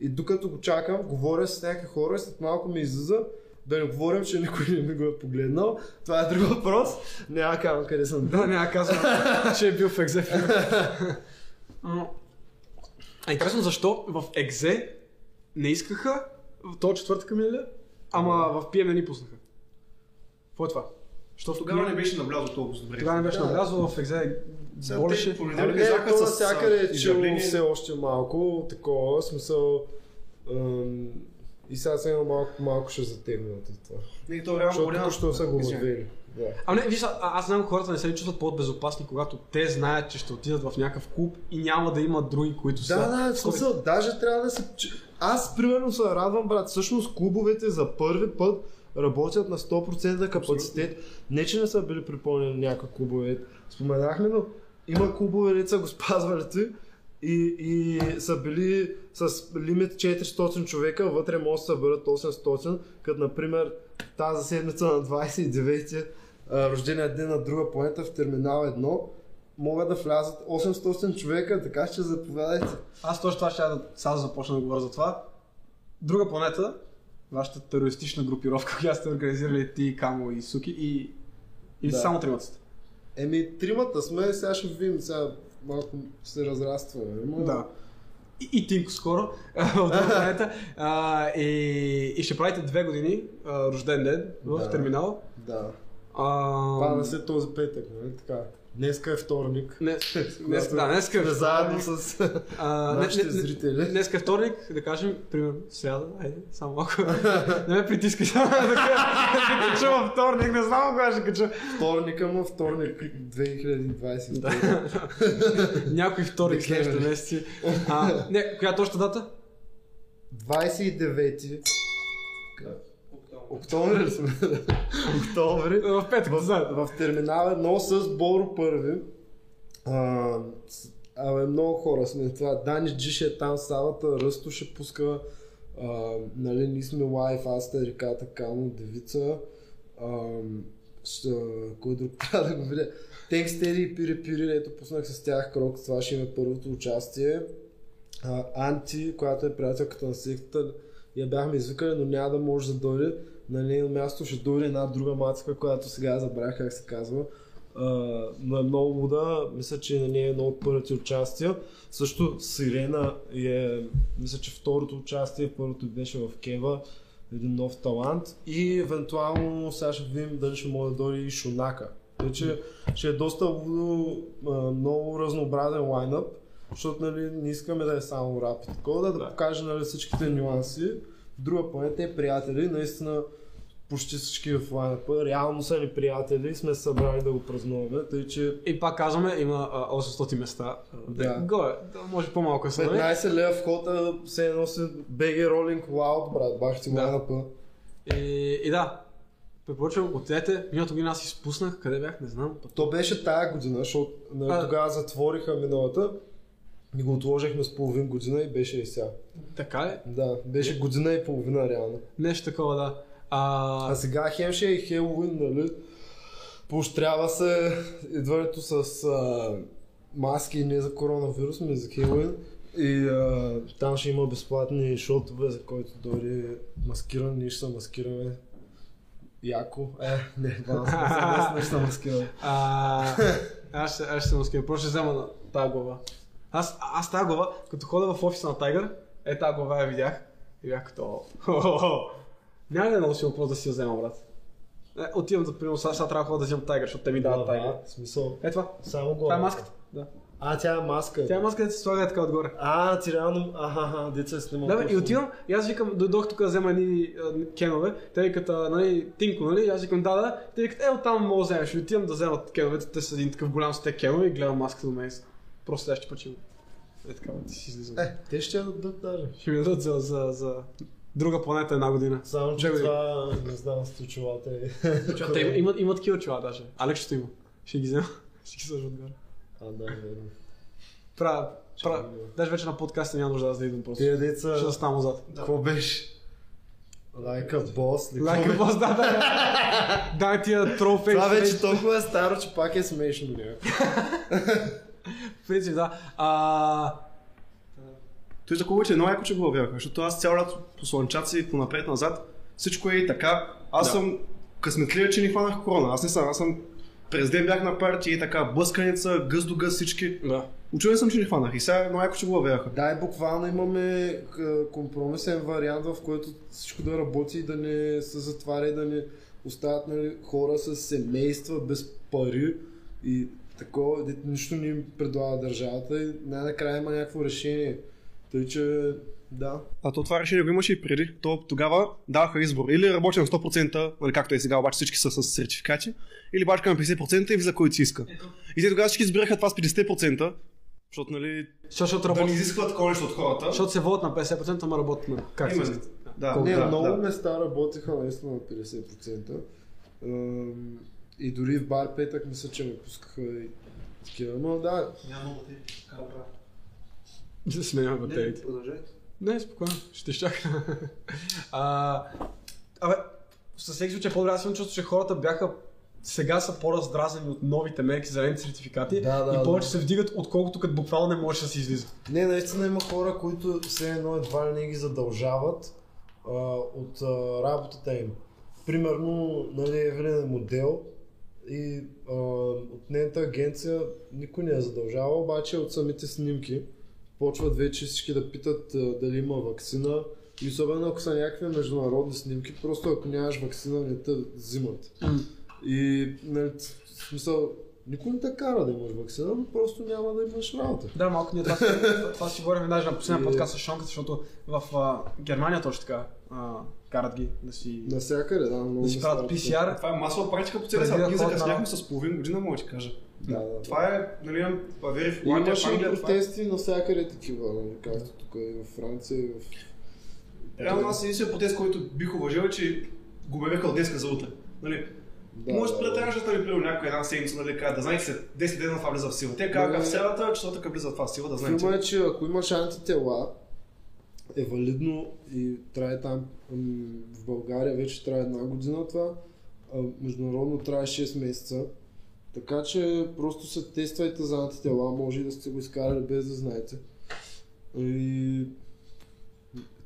Speaker 3: и докато го чакам, говоря с някакви хора и след малко ми излиза, да не говорим, че никой не ми го е погледнал. Това е друг въпрос. Няма да казвам къде съм.
Speaker 5: Да, няма казвам, че е бил в екзе. М. А интересно защо в екзе не искаха в този четвъртък миналия, ама в пием не ни пуснаха. Какво е това? Що
Speaker 2: Тогава не беше наблязо толкова добре.
Speaker 5: Тогава не беше
Speaker 3: Да.
Speaker 5: навлязло в екзе.
Speaker 2: Сега те
Speaker 5: Болеше.
Speaker 2: понеделник
Speaker 3: Ами не,
Speaker 2: излязаха
Speaker 3: то
Speaker 2: Нали с, а,
Speaker 3: навсякъде е чил
Speaker 2: изявление.
Speaker 3: все още малко, такова, в смисъл... ам, и сега сега малко, малко ще затегна от това.
Speaker 2: Не, то реално
Speaker 3: Защото
Speaker 2: голямо.
Speaker 3: току-що са го
Speaker 2: Извинявай.
Speaker 3: въвели. Да.
Speaker 5: А не, виж, а- аз знам хората не се ли чувстват по-безопасни, когато те знаят, че ще отидат в някакъв клуб и няма да има други, които са.
Speaker 3: Да, да, в смисъл, даже трябва да се... че- Аз примерно се радвам, брат. Всъщност клубовете за първи път работят на 100% капацитет. Не, че не са били припълнени някакви клубове. Споменахме, но има клубове, деца го спазвали ти. И, и са били с лимит 400 човека, вътре може да се съберат 800, като например тази седмица на 29-ти а, рождения ден на друга планета в терминал 1 могат да влязат 800 човека, така ще заповядайте.
Speaker 5: Аз точно това ще да, сега започна да говоря за това. Друга планета, вашата терористична групировка, която сте организирали ти, Камо и Суки и... Или
Speaker 3: Да.
Speaker 5: само тримата сте?
Speaker 3: Еми, тримата сме, сега ще видим, сега малко се разрастваме. Ама...
Speaker 5: И, и Тинко скоро от друга планета. А, и, и, ще правите две години а, рожден ден в
Speaker 3: Да.
Speaker 5: терминал.
Speaker 3: Да.
Speaker 5: А,
Speaker 3: Пада се този петък, нали така? Днеска е вторник.
Speaker 5: Не, днес, да, днес
Speaker 3: Сме заедно с...
Speaker 5: А,
Speaker 3: Нашите зрители.
Speaker 5: Днес е вторник, да кажем, примерно, сряда, айде, само малко. не ме притискай, само да кажа, ще кача във вторник, не знам кога ще кача.
Speaker 3: Вторника му, вторник 2020.
Speaker 5: Да. Някой вторник
Speaker 3: Декември.
Speaker 5: следващите месеци. А, не, коя точна дата?
Speaker 3: 29 Октомври ли сме? Октомври.
Speaker 5: Е, В петък, да знаете.
Speaker 3: в, в терминал едно с Боро първи. А, с- абе, много хора сме това. Дани Джи ще е там, Савата, Ръсто ще пуска. А, нали, ние сме лайф, аз та реката, Камо, Девица. А, ще, кой друг трябва да го видя? Текст Теди и Пири Пири, дето пуснах с тях крок, това ще им е първото участие. А, Анти, която е приятелката на сектата, я бяхме извикали, но няма да може да дойде. На нейно място ще дойде една друга мацка, която сега забравях как се казва. А, но е много луда, мисля, че на нея е едно от първите участия. Също Сирена е, мисля, че второто участие, първото беше в Кева, един нов талант. И евентуално сега ще видим дали ще може да дойде и Шунака. Вече ще е доста лудо, а, много разнообразен лайнъп. Защото нали, не искаме да е само рап и такова, да, да покаже нали, всичките нюанси. Друга планета е приятели, наистина почти всички в лайнъпа, реално са ни приятели и сме се събрали да го празнуваме, тъй че
Speaker 5: И пак казваме, има а, 800 места. Да.
Speaker 3: Да.
Speaker 5: Горе, да, може по-малко да се даде.
Speaker 3: 15 лева входа се едно си BG Rolling Loud, брат, бах ти
Speaker 5: Да.
Speaker 3: лайнъпа.
Speaker 5: Е, И, и да, препоръчвам, отидете. Миналата година аз изпуснах, къде бях, не знам. Път.
Speaker 3: То беше тая година, защото нали,
Speaker 5: А.
Speaker 3: тогава затвориха миналата и го отложихме с половин година и беше и сега.
Speaker 5: Така ли?
Speaker 3: Да, беше година и половина реално.
Speaker 5: Нещо такова, да. А,
Speaker 3: А сега хем ще е Хелоуин, нали? Поощрява се идването с а, маски не за коронавирус, но за Хелоуин. И а, там ще има безплатни шотове, за който дори маскиран, ние ще се маскираме. Яко. Е, не, да, не се маскираме, ние ще се маскираме.
Speaker 5: А, аз, ще- аз ще му ския. Просто ще взема на тази глава. Аз, аз тази глава, като хода в офиса на Тайгър, е тази глава я видях. И бях като... «О, о, о, о». Няма да е много силно просто да си я взема, брат. Е, отивам за примерно, сега, сега трябва да ходя да взимам тайгър, защото те ми дават тайгър.
Speaker 3: В смисъл.
Speaker 5: Е това.
Speaker 3: Само го.
Speaker 5: Това е маската. Да.
Speaker 3: А, тя е маска.
Speaker 5: Тя е маската, да се слага е така отгоре.
Speaker 3: А, ти реално. Аха, деца снима.
Speaker 5: Да, бе, и отивам, и аз викам, дойдох тук да взема едни а, кенове, те викат, а, нали, Тинко, нали, и аз викам, да, да, те викат, е, оттам мога да вземеш, и отивам да вземат кеновете, те са един такъв голям с те кенове и гледам маската до мен. Просто следващия път ще Е така, бе, ти си излизам.
Speaker 3: Е, те ще я дадат даже.
Speaker 5: Ще ми дадат за, за, за друга планета една година.
Speaker 3: Само, че
Speaker 5: Две години.
Speaker 3: това не знам с очилата е.
Speaker 5: Те има- имат, имат такива очила даже. Алекс ще има. Ще ги взема. Ще ги сложа отгоре.
Speaker 3: А, да, верно.
Speaker 5: Правя, правя. Даже вече на подкаста няма нужда аз да идвам просто.
Speaker 3: Тия
Speaker 5: Ще
Speaker 3: деца,
Speaker 5: застана отзад.
Speaker 3: какво беше? Лайка бос ли?
Speaker 5: Лайк какво да, да. Дай тия трофей.
Speaker 3: Това вече толкова е старо, че пак е смешно някакво.
Speaker 5: В принцип, да. А,
Speaker 2: Той за кого че е много яко, че го въвяваха, защото аз цял лято по слънчаци, по напред-назад, всичко е и така. Аз
Speaker 5: Да.
Speaker 2: съм късметлия, че не хванах корона. Аз не съм, аз съм през ден бях на парти и така, блъсканица, гъз до гъз всички.
Speaker 5: да.
Speaker 2: Учуден съм, че не хванах и сега е много яко, че го въвяваха.
Speaker 3: Дай буквално имаме к- компромисен вариант, в който всичко да работи и да не се затваря и да не остават нали, хора с семейства, без пари и такова, дето нищо не им предлага държавата и най-накрая има някакво решение. Тъй, че да.
Speaker 2: А то това решение го имаше и преди. То тогава даваха избор. Или работя на 100%, нали, както е сега, обаче всички са с сертификати, или бачка на 50% и влиза който си иска. И те тогава всички избираха това с 50%, защото нали,
Speaker 5: Защо- Защото
Speaker 2: да не
Speaker 5: работи.
Speaker 2: изискват такова нещо от хората.
Speaker 5: Защото се водят на 50%, ама работят на.
Speaker 3: Е,
Speaker 5: Как се
Speaker 2: Именно.
Speaker 5: иска?
Speaker 2: Да,
Speaker 3: не,
Speaker 2: да,
Speaker 3: много
Speaker 2: да.
Speaker 3: места работеха наистина на 50%. Ам, И дори в бар петък мисля, че ме пускаха и такива. Но да,
Speaker 5: Да сменяме батериите. Не, спокойно, ще изчакам. а, абе, със всеки случай е по-добре, аз имам чувство, че хората бяха сега са по-раздразени от новите мерки, зелените сертификати
Speaker 3: Да, да,
Speaker 5: и
Speaker 3: да.
Speaker 5: повече се вдигат, отколкото като буквално не можеше да се излиза.
Speaker 3: Не, наистина има хора, които все едно едва ли не ги задължават а, от а, работата им. Примерно, нали, Евелин е модел и а, от нейната агенция никой не я задължава, обаче от самите снимки почват вече всички да питат а, дали има вакцина. И особено ако са някакви международни снимки, просто ако нямаш вакцина, не те взимат. И, нали, в смисъл, никой не те кара да имаш вакцина, но просто няма да имаш работа.
Speaker 5: Да, малко ние това, си- това си говорим даже на последния
Speaker 3: И-
Speaker 5: подкаст с Шонката, защото в а, Германия точно така а, карат ги да си,
Speaker 3: Навсякъде, да,
Speaker 1: Значи,
Speaker 3: много.
Speaker 5: да си
Speaker 3: места
Speaker 5: правят PCR.
Speaker 2: Това е масова практика по целия
Speaker 5: Преди
Speaker 2: свят.
Speaker 5: да
Speaker 2: Ние
Speaker 5: ходят на-
Speaker 2: закъсняхме с половин година, мога да ти кажа.
Speaker 3: Да, да.
Speaker 2: Това е, нали, имам павери в
Speaker 3: И
Speaker 2: Латвия, в
Speaker 3: Имаше и
Speaker 2: Англия. това е-
Speaker 3: протести навсякъде такива, нали, както тук и във Франция, и в...
Speaker 2: Реално аз единствен протест, който бих уважил, е, че го обявиха от днеска за утре. Нали,
Speaker 3: Да,
Speaker 2: може
Speaker 3: да,
Speaker 2: да претраждат нали, примерно някоя една седмица, нали, кажа, да знаете след 10 дена това влиза в сила. Те
Speaker 3: Да,
Speaker 2: казаха
Speaker 3: да.
Speaker 2: в средата, числото така влиза в това в сила, да знаете.
Speaker 3: Филма е, че ако имаш антитела, е валидно и трябва там, м, в България вече трябва една година това, а международно трябва 6 месеца. Така че просто се тествайте за антитела, може и да сте го изкарали без да знаете. И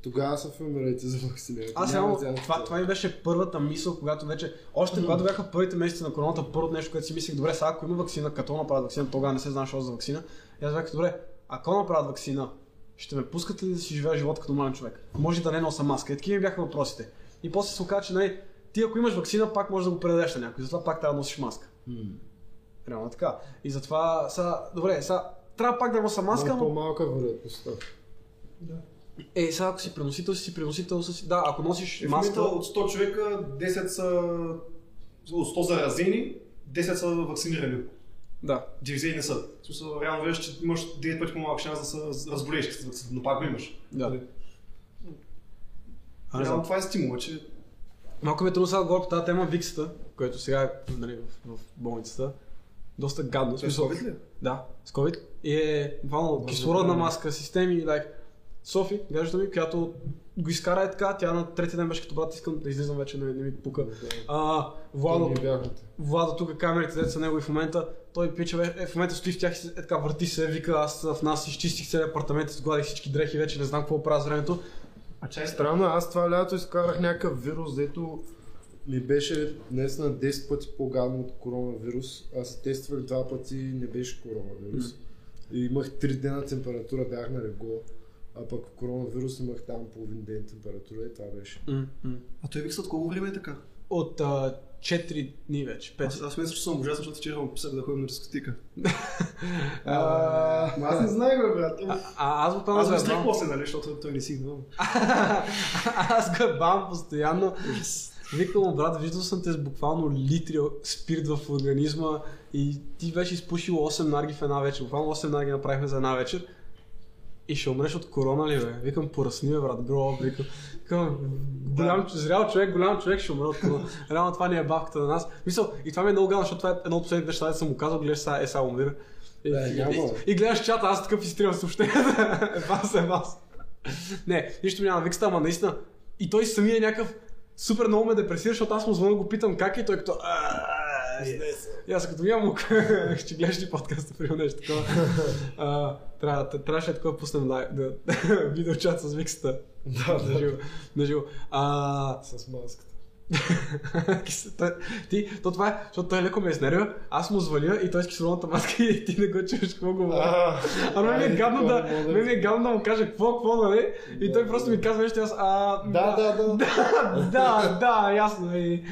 Speaker 3: тогава се филмирайте за вакцинирането.
Speaker 5: Аз
Speaker 3: Няма
Speaker 5: само,
Speaker 3: за антитела.
Speaker 5: това, това ми беше първата мисъл, когато вече, още когато бяха първите месеци на короната, първото нещо, което си мислех, добре, сега ако има вакцина, като направят вакцина, тогава не се знае, що за вакцина. И аз бях, добре, ако направят вакцина, ще ме пускат ли да си живея живота като нормален човек? Може да не носа маска. И такива ми бяха въпросите. И после се оказа, че нали, ти ако имаш вакцина, пак можеш да го предадеш на някой, затова пак трябва да носиш маска. Реално е така. И затова, сега, добре, сега, трябва пак да носа маска,
Speaker 3: Ма
Speaker 5: но
Speaker 3: по-малка вероятността.
Speaker 5: е, сега ако си преносител, си си преносител, си... да, ако носиш
Speaker 2: Е, в момента
Speaker 5: маска,
Speaker 2: от 100 човека, 10 са от 100 заразени, 10 са вакцинирани.
Speaker 5: да.
Speaker 2: 90 не са. В смисъл, реално виждаш, че имаш 9 пъти по-малък шанс да се разболееш, като се вакцина, но пак го имаш. Нали?
Speaker 5: Да. А, не знам.
Speaker 2: Реално това е стимула, че
Speaker 5: Малко ми е трудно сега да говоря по тази тема Виксата, което сега е нали, в, в болницата. Доста гадно. в
Speaker 2: Той е с
Speaker 5: смисъл-
Speaker 2: COVID ли?
Speaker 5: Да, с COVID. И е буквално кислородна маска, системи, like. Софи, гаджето ми, която го изкара е така, тя на третия ден беше като брат, искам да излизам вече, не, не ми пука. А, Владо,
Speaker 3: Ние бяхме.
Speaker 5: Владо тук е камерите, дете са него и в момента, той пича, бе- е, в момента стои в тях и се- е така върти се, вика, аз в нас изчистих целият апартамент, изгладих всички дрехи, вече не знам какво правя с времето.
Speaker 2: А
Speaker 5: Е.
Speaker 2: чай страх.
Speaker 3: Странно, аз това лято изкарах някакъв вирус, дето ми беше днес на 10 пъти по-гадно от коронавирус. Аз се тествах два пъти и не беше коронавирус. И имах 3 дена температура, бях на легло. А пък коронавирус имах там половин ден температура и това беше.
Speaker 5: М, м.
Speaker 2: А той викса от колко време е така?
Speaker 5: от а, 4 дни вече. 5.
Speaker 2: Аз, аз мисля, че съм ужасен, защото вчера му писах да ходим на дискотека.
Speaker 5: А,
Speaker 2: Ама аз не знаех, бе, брат. Уф.
Speaker 5: а, аз го
Speaker 2: Аз
Speaker 5: там
Speaker 2: го стрих
Speaker 5: заебам.
Speaker 2: после, нали, защото той не си идвал.
Speaker 5: Аз го бам постоянно. Викам му, брат, виждал съм те с буквално литри спирт в организма и ти беше изпушил 8 нарги в една вечер. Буквално 8 нарги направихме за една вечер. И ще умреш от корона ли, бе? Викам, поръсни, бе, брат, бро, викам. Викам, голям, зрял човек, голям човек ще умре от корона. Реално това ни е бавката на нас. Мисъл, и това ми е много гадно, защото това е едно от последните неща, да съм му казал, гледаш, сега е сега умира. И,
Speaker 3: Да, няма,
Speaker 5: и,
Speaker 3: бе.
Speaker 5: и, гледаш чата, аз такъв изтривам съобщенията. е вас, е вас. Не, нищо ми няма на викста, ама наистина. И той самия е някакъв супер много ме депресира, защото аз му звъня го питам как е и той като... «А, е». И аз като я му ще гледаш ли подкаста при нещо такова. А, трябва- тря- Трябваше да такова пуснем лай- да, видеочат с викста. Да, да. Живо, на живо. А,
Speaker 3: С маската.
Speaker 5: Кисата. ти, то това е, защото той леко ме изнервя, аз му звъня и той с кислородната маска и ти не го чуеш какво говоря. А мен ми е
Speaker 3: Ай,
Speaker 5: гадно
Speaker 3: такова
Speaker 5: да,
Speaker 3: не мога да
Speaker 5: мен ми е гадно да му кажа какво, какво, нали? И той просто ми казва нещо и аз, а...
Speaker 3: Да, да, да.
Speaker 5: да, да, да, ясно и,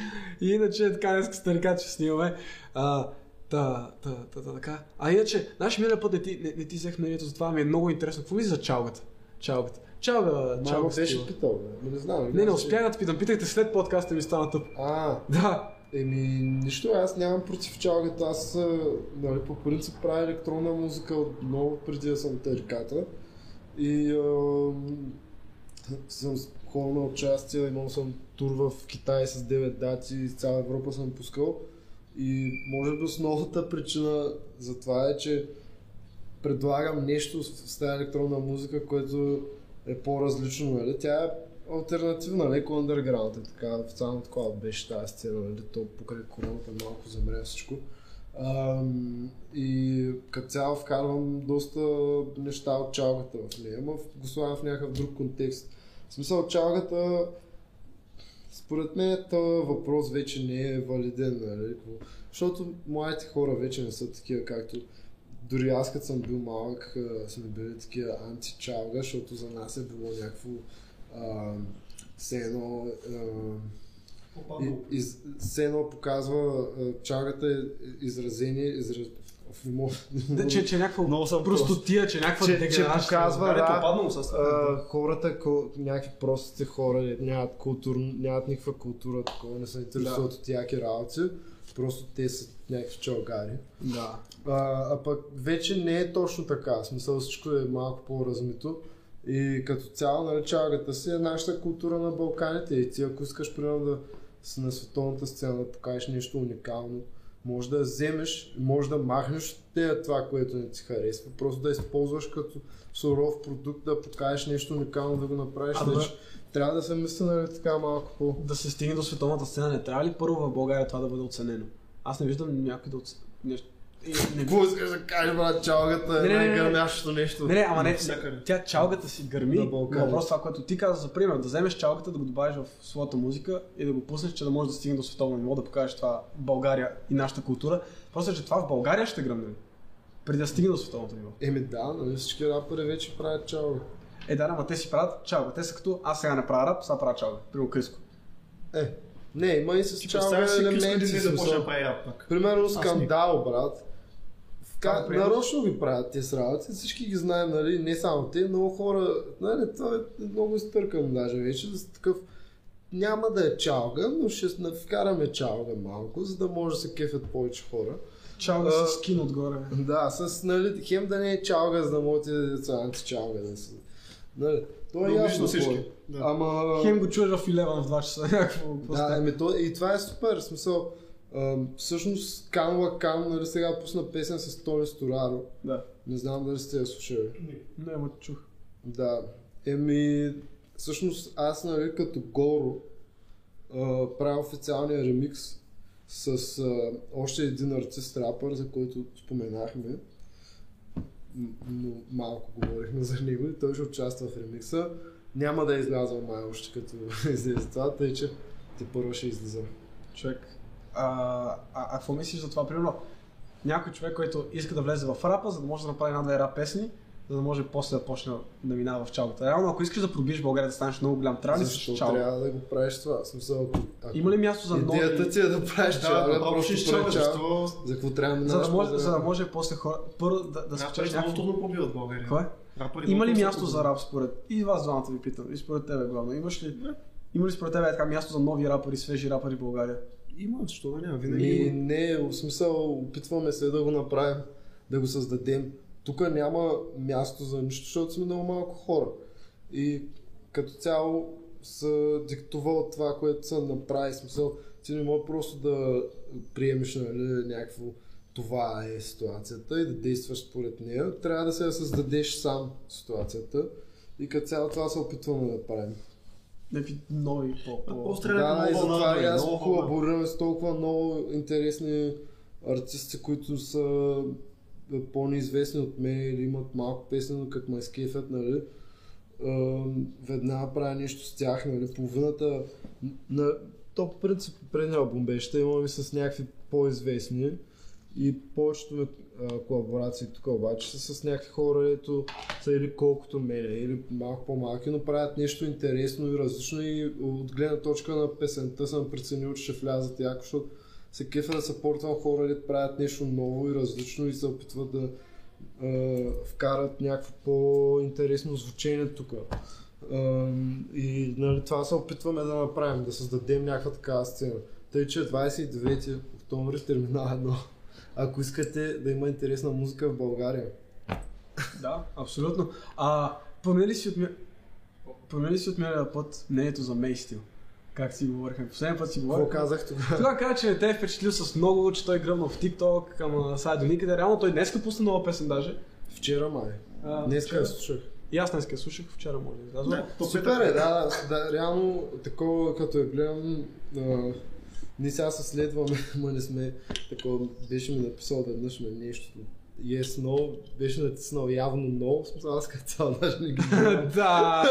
Speaker 5: и иначе така днес старика, че снимаме. А, та, та, та, та, така. А иначе, знаеш, миналия път не ти, не, не ти взех мнението за това, ми е много интересно. Какво мислиш за чалгата? Чалгата. Чалга,
Speaker 3: Мама
Speaker 5: чалга
Speaker 3: беше
Speaker 5: стила.
Speaker 3: питал, бе. Ма не знам.
Speaker 5: Не, не
Speaker 3: аз-
Speaker 5: успях да те питам. Питайте след подкаста ми стана тъп.
Speaker 3: А,
Speaker 5: Да,
Speaker 3: Еми, нищо, аз нямам против чалгата. Аз а, нали, по принцип правя електронна музика от много преди да съм териката. И а, съм с- ходил на участие, имал съм тур в Китай с 9 дати, из цяла Европа съм пускал. И може би основната причина за това е, че предлагам нещо с с тази електронна музика, което е по-различно, нали? Тя е альтернативна, леко underground е така, официално такова беше тази сцена, нали? То покрай короната малко замря всичко. Ам, и като цяло вкарвам доста неща от чалгата в нея, но го слагам в някакъв друг контекст. В смисъл, чалгата според мен този въпрос вече не е валиден, нали? какво- Защото младите хора вече не са такива, както дори аз като съм бил малък, а, сме били такива античалга, защото за нас е било някакво а, все едно а, и- из, все едно показва а, чалгата е изразение, израз... Оф, не мога- не мога
Speaker 5: Да,
Speaker 3: да-
Speaker 5: че, че някаква
Speaker 3: Много съм
Speaker 5: простотия, че някаква
Speaker 3: че, че
Speaker 5: деградация.
Speaker 3: показва
Speaker 2: Абе,
Speaker 3: да,
Speaker 2: попаднал му с-
Speaker 3: а, хората, ко- някакви простите хора, дето нямат, култур, нямат никаква култура, такова, не се интересуват от яки работи, е просто те са някакви чалгари.
Speaker 5: Да.
Speaker 3: А, а пък вече не е точно така. В смисъл всичко е малко по-размито. И като цяло, нали, чалгата си е нашата култура на Балканите. И ти, ако искаш, примерно, да си на световната сцена, да покажеш нещо уникално, може да я вземеш, може да махнеш от тея това, което не ти харесва. Просто да използваш като суров продукт, да покажеш нещо уникално, да го направиш.
Speaker 5: Ама-
Speaker 3: вече. Трябва да се мисли, нали, така малко по...
Speaker 5: Да се стигне до световната сцена, не трябва ли първо в България това да бъде оценено? Аз не виждам някой да оцени нещо. И- Не,
Speaker 3: Какво искаш да кажеш, брат, чалгата
Speaker 5: Не,
Speaker 3: е
Speaker 5: не, не, не.
Speaker 3: най-гърмящото нещо.
Speaker 5: не, не, ама не,
Speaker 2: Навсякъде.
Speaker 5: тя чалгата си гърми,
Speaker 3: На
Speaker 5: но
Speaker 3: Балканите.
Speaker 5: просто това, което ти каза за пример, да вземеш чалгата, да го добавиш в своята музика и да го пуснеш, че да може да стигне до световно ниво, да покажеш това България и нашата култура. Просто, че това в България ще гръмне, преди да стигне до световното ниво.
Speaker 3: Еми да, нали всички рапъри вече правят чалга.
Speaker 5: Е, да, ама те си правят чалга. Те са като аз сега не правя рап, сега правя чалга. Примерно Криско.
Speaker 3: Е, не, има и с чалга
Speaker 2: Представяш си, Криско
Speaker 3: елементи.
Speaker 2: един ден да
Speaker 3: смисъл.
Speaker 2: почне да прави рап пак.
Speaker 3: Примерно скандал, брат.
Speaker 5: Как
Speaker 3: Ка...
Speaker 5: да приемаш?
Speaker 3: Нарочно ги правят тези работи, всички ги знаем, нали, не само те, много хора, нали, това е много изтъркан даже вече, да са такъв, няма да е чалга, но ще с- вкараме чалга малко, за да може да се кефят повече хора.
Speaker 5: Чалга
Speaker 3: А,
Speaker 5: с скин отгоре.
Speaker 3: Да, с, нали, хем да не е чалга, за да могат и деца античалга да са. Нали, то е
Speaker 2: Да
Speaker 3: ясно.
Speaker 2: обижда всички.
Speaker 3: кой е. Ама...
Speaker 5: Хем го чуеш в 11 в 2 часа. Някакво,
Speaker 3: Да,
Speaker 5: да,
Speaker 3: ами то, и това е супер, в смисъл. ам, всъщност Кан Лакан, нали сега пусна песен с Тони Стораро.
Speaker 5: да.
Speaker 3: Не знам дали сте я слушали.
Speaker 5: Не, ма чух.
Speaker 3: Да. Еми, всъщност аз, нали, като Горо, а, правя официалния ремикс с а, още един артист рапър, за който споменахме. М- Но малко говорихме за него и той ще участва в ремикса. Няма да изляза май още като излезе това, тъй че те първо ще излиза.
Speaker 5: Човек. А, а, а какво мислиш за това? Примерно, някой човек, който иска да влезе в рапа, за да може да направи една-две рап песни, за да може после да почне да минава в чалката. Реално, ако искаш да пробиеш България да станеш много голям, трябва ли да си
Speaker 3: Защо
Speaker 5: чал?
Speaker 3: трябва да го правиш това? В Смисъл, ако... ако-
Speaker 5: Има ли място за нови?
Speaker 3: Идеята ти е да правиш чал, да, просто
Speaker 2: ще
Speaker 3: прави чал.
Speaker 2: защо
Speaker 3: За какво трябва да
Speaker 5: За да,
Speaker 3: минаваш
Speaker 5: може,
Speaker 3: през-
Speaker 5: за да може после хора... Първо да, да се
Speaker 2: Рапърите
Speaker 5: чуеш
Speaker 2: е много
Speaker 5: някакво...
Speaker 2: трудно пробиват в България.
Speaker 5: Какво е?
Speaker 2: Рапърите
Speaker 5: Има ли
Speaker 2: много трудно
Speaker 5: място
Speaker 2: се
Speaker 5: за
Speaker 2: пробиват.
Speaker 5: рап според... И вас двамата ви питам. И според тебе главно. Имаш ли... Има ли според тебе така място за нови рапъри, свежи рапъри в България?
Speaker 2: Има, защо да няма? Винаги
Speaker 3: Ми,
Speaker 2: има.
Speaker 3: Ами, не, в смисъл, опитваме се да го направим, да го създадем. Тук няма място за нищо, защото сме много малко хора. И като цяло се диктува от това, което се направи. В Смисъл, ти не може просто да приемеш нали, някакво това е ситуацията и да действаш според нея. Трябва да се я създадеш сам ситуацията. И като цяло това се опитваме да правим.
Speaker 5: Някакви нови по...
Speaker 2: А,
Speaker 5: по...
Speaker 2: Просто
Speaker 3: Да,
Speaker 2: трябва
Speaker 3: и
Speaker 2: да е много
Speaker 3: затова и
Speaker 2: вълна.
Speaker 3: аз
Speaker 2: много вълна.
Speaker 3: колаборирам с толкова много интересни артисти, които са е, по-неизвестни от мен или имат малко песни, но как ме скефят, нали? Е, Веднага правя нещо с тях, нали? Половината на то по принцип предния албум беше, ще имаме с някакви по-известни и повечето а, колаборации тук обаче са с някакви хора, ето са или колкото мене, или малко по-малки, но правят нещо интересно и различно и от гледна точка на песента съм преценил, че ще влязат яко, защото се кефа да съпортвам хора, които правят нещо ново и различно и се опитват да а, вкарат някакво по-интересно звучение тук. Ам, И нали, това се опитваме да направим, да създадем някаква такава сцена. Тъй, че 29 октомври в Терминал 1. Ако искате да има интересна музика в България.
Speaker 5: Да, абсолютно. А, промени си от ми... Промени си от миналия път мнението за мейстил. Как си говорихме? Последния път си
Speaker 3: Какво
Speaker 5: говорихме.
Speaker 3: казах тогава?
Speaker 5: Тогава каза, че не те е впечатлил с много, че той гръмна в TikTok, към сайт до никъде. Реално той днеска пусна нова песен даже.
Speaker 3: Вчера май.
Speaker 5: А,
Speaker 3: Днеска
Speaker 5: вчера.
Speaker 3: я слушах.
Speaker 5: И аз днеска я слушах, вчера може да излязва.
Speaker 2: Да, то
Speaker 3: Супер е, да, да, да, реално такова като я гледам, а, ние сега се следваме, ма не сме, такова беше ми написал веднъж на нещо. Yes, no, е беше натиснал явно no, в смисъл аз като цяло даже не ги гледам.
Speaker 5: да.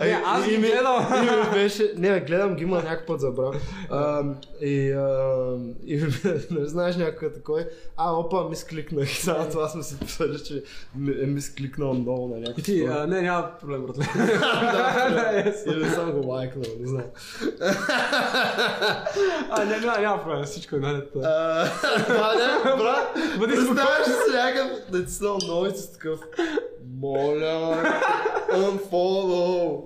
Speaker 5: Не, аз ги
Speaker 3: име-
Speaker 5: гледам.
Speaker 3: И ми беше, не, гледам ги, ма някакъв път забрав. А, и, а, и не знаеш някой такой, а, опа, мис кликнах. Само това сме се писали, че ми- е мис кликнал много на някакъв.
Speaker 5: И ти,
Speaker 3: такова.
Speaker 5: а, не, няма проблем, братле. Да,
Speaker 3: да,
Speaker 5: е,
Speaker 3: Или съм го лайкнал, не знам.
Speaker 5: А, не, няма, няма проблем, всичко е наред.
Speaker 3: А, да, да, брат,
Speaker 5: Бъди
Speaker 3: представяш се някакъв натиснал новите с такъв Моля, unfollow,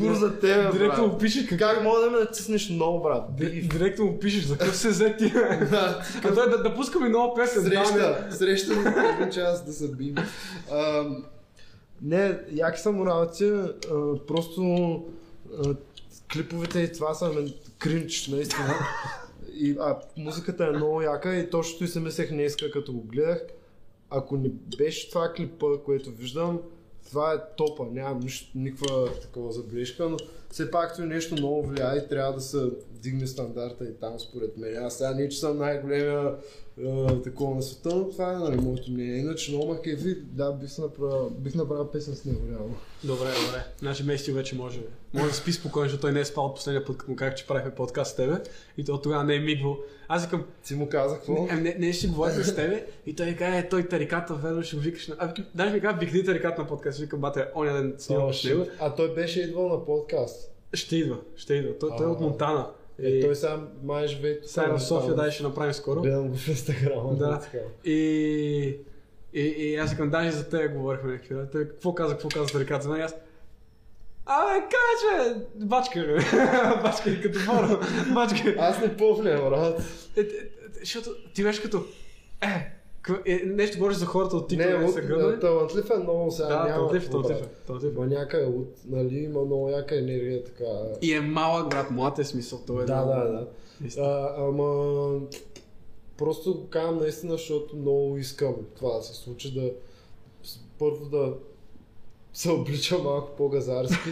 Speaker 3: кур за тебе,
Speaker 5: Директно
Speaker 3: брат.
Speaker 5: му пишеш как...
Speaker 3: Как мога да ме натиснеш много, брат? Бив.
Speaker 5: Директно му пишеш за какъв се взе ти.
Speaker 3: Да,
Speaker 5: А той е да, да пускаме нова песен. даваме.
Speaker 3: среща, среща за половин час да се бим. Ам, Не, яки са моралите, а, просто а, клиповете и това са мен кринч, наистина. И, а музиката е много яка и точно и се мислех днеска, като го гледах. Ако не беше това клипа, което виждам, това е топа, нямам нищо, никаква такова забележка, но все пак това нещо много влияе и трябва да се дигне стандарта и там според мен. Аз сега не, че съм най-големия е, такова на света, но това е нали, моето мнение. Иначе много ма кефи, да, бих, се направил, бих направил песен с него, реално.
Speaker 5: Добре, добре. Значи Мести вече може. Може да спи спокойно, защото той не е спал от последния път, като му казах, че правихме подкаст с тебе. И той от тогава не е мигвал. Аз викам,
Speaker 3: Ти му казах какво?
Speaker 5: Ами, не, не ще говорим с тебе и той каже, е, той тариката, верно ще го викаш на... А, викам, даже ми казва, викни тарикат на подкаст, викам, бате, оня ден снимам с него.
Speaker 3: А той беше идвал на подкаст.
Speaker 5: Ще идва, ще идва. Той, той е от
Speaker 3: А.
Speaker 5: Монтана.
Speaker 3: Е,
Speaker 5: И
Speaker 3: той сам май живее тук,
Speaker 5: сега е в София,
Speaker 3: там.
Speaker 5: дай ще направим скоро.
Speaker 3: Гледам го в Инстаграм.
Speaker 5: Да. И, и, и аз викам, даже за тея говорихме някакви. Да? Той какво каза, какво каза тариката за мен? И Аз... Абе, кажа, че бачка, бе. бачка и като хора. Бачка.
Speaker 3: Аз не помня, брат.
Speaker 5: Е, е, е, Защото ти беше като... Е, къ- е, нещо говориш за хората от
Speaker 3: Не,
Speaker 5: TikTok, не
Speaker 3: луд,
Speaker 5: са гъбани.
Speaker 3: талантлив е много сега.
Speaker 5: Да,
Speaker 3: няма
Speaker 5: тълтиф,
Speaker 3: какво, брат.
Speaker 5: тълтиф, тълтиф.
Speaker 3: Маняка е луд, нали, има много яка енергия, така.
Speaker 5: И е малък брат, млад е смисъл, той е
Speaker 3: Да,
Speaker 5: много-
Speaker 3: да, да.
Speaker 5: Наистина.
Speaker 3: А, ама, просто го казвам наистина, защото много искам това да се случи, да с- първо да се облича малко по-газарски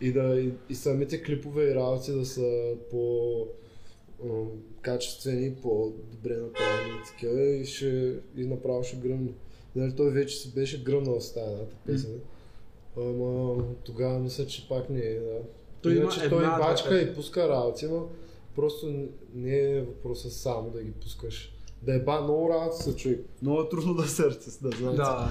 Speaker 3: и да и, и самите клипове и работи да са по м, качествени, по-добре направени и такива и, ще, и направо ще гръмне. Нали, той вече се беше гръмнал с тази едната песен. Ама тогава мисля, че пак не е. Да.
Speaker 5: Той има
Speaker 3: Иначе той
Speaker 5: една-
Speaker 3: бачка и пуска работи, но просто не е въпроса само да ги пускаш. Да е ба, много работа се човек. Много е трудно да сърце, да знаете.
Speaker 5: Да.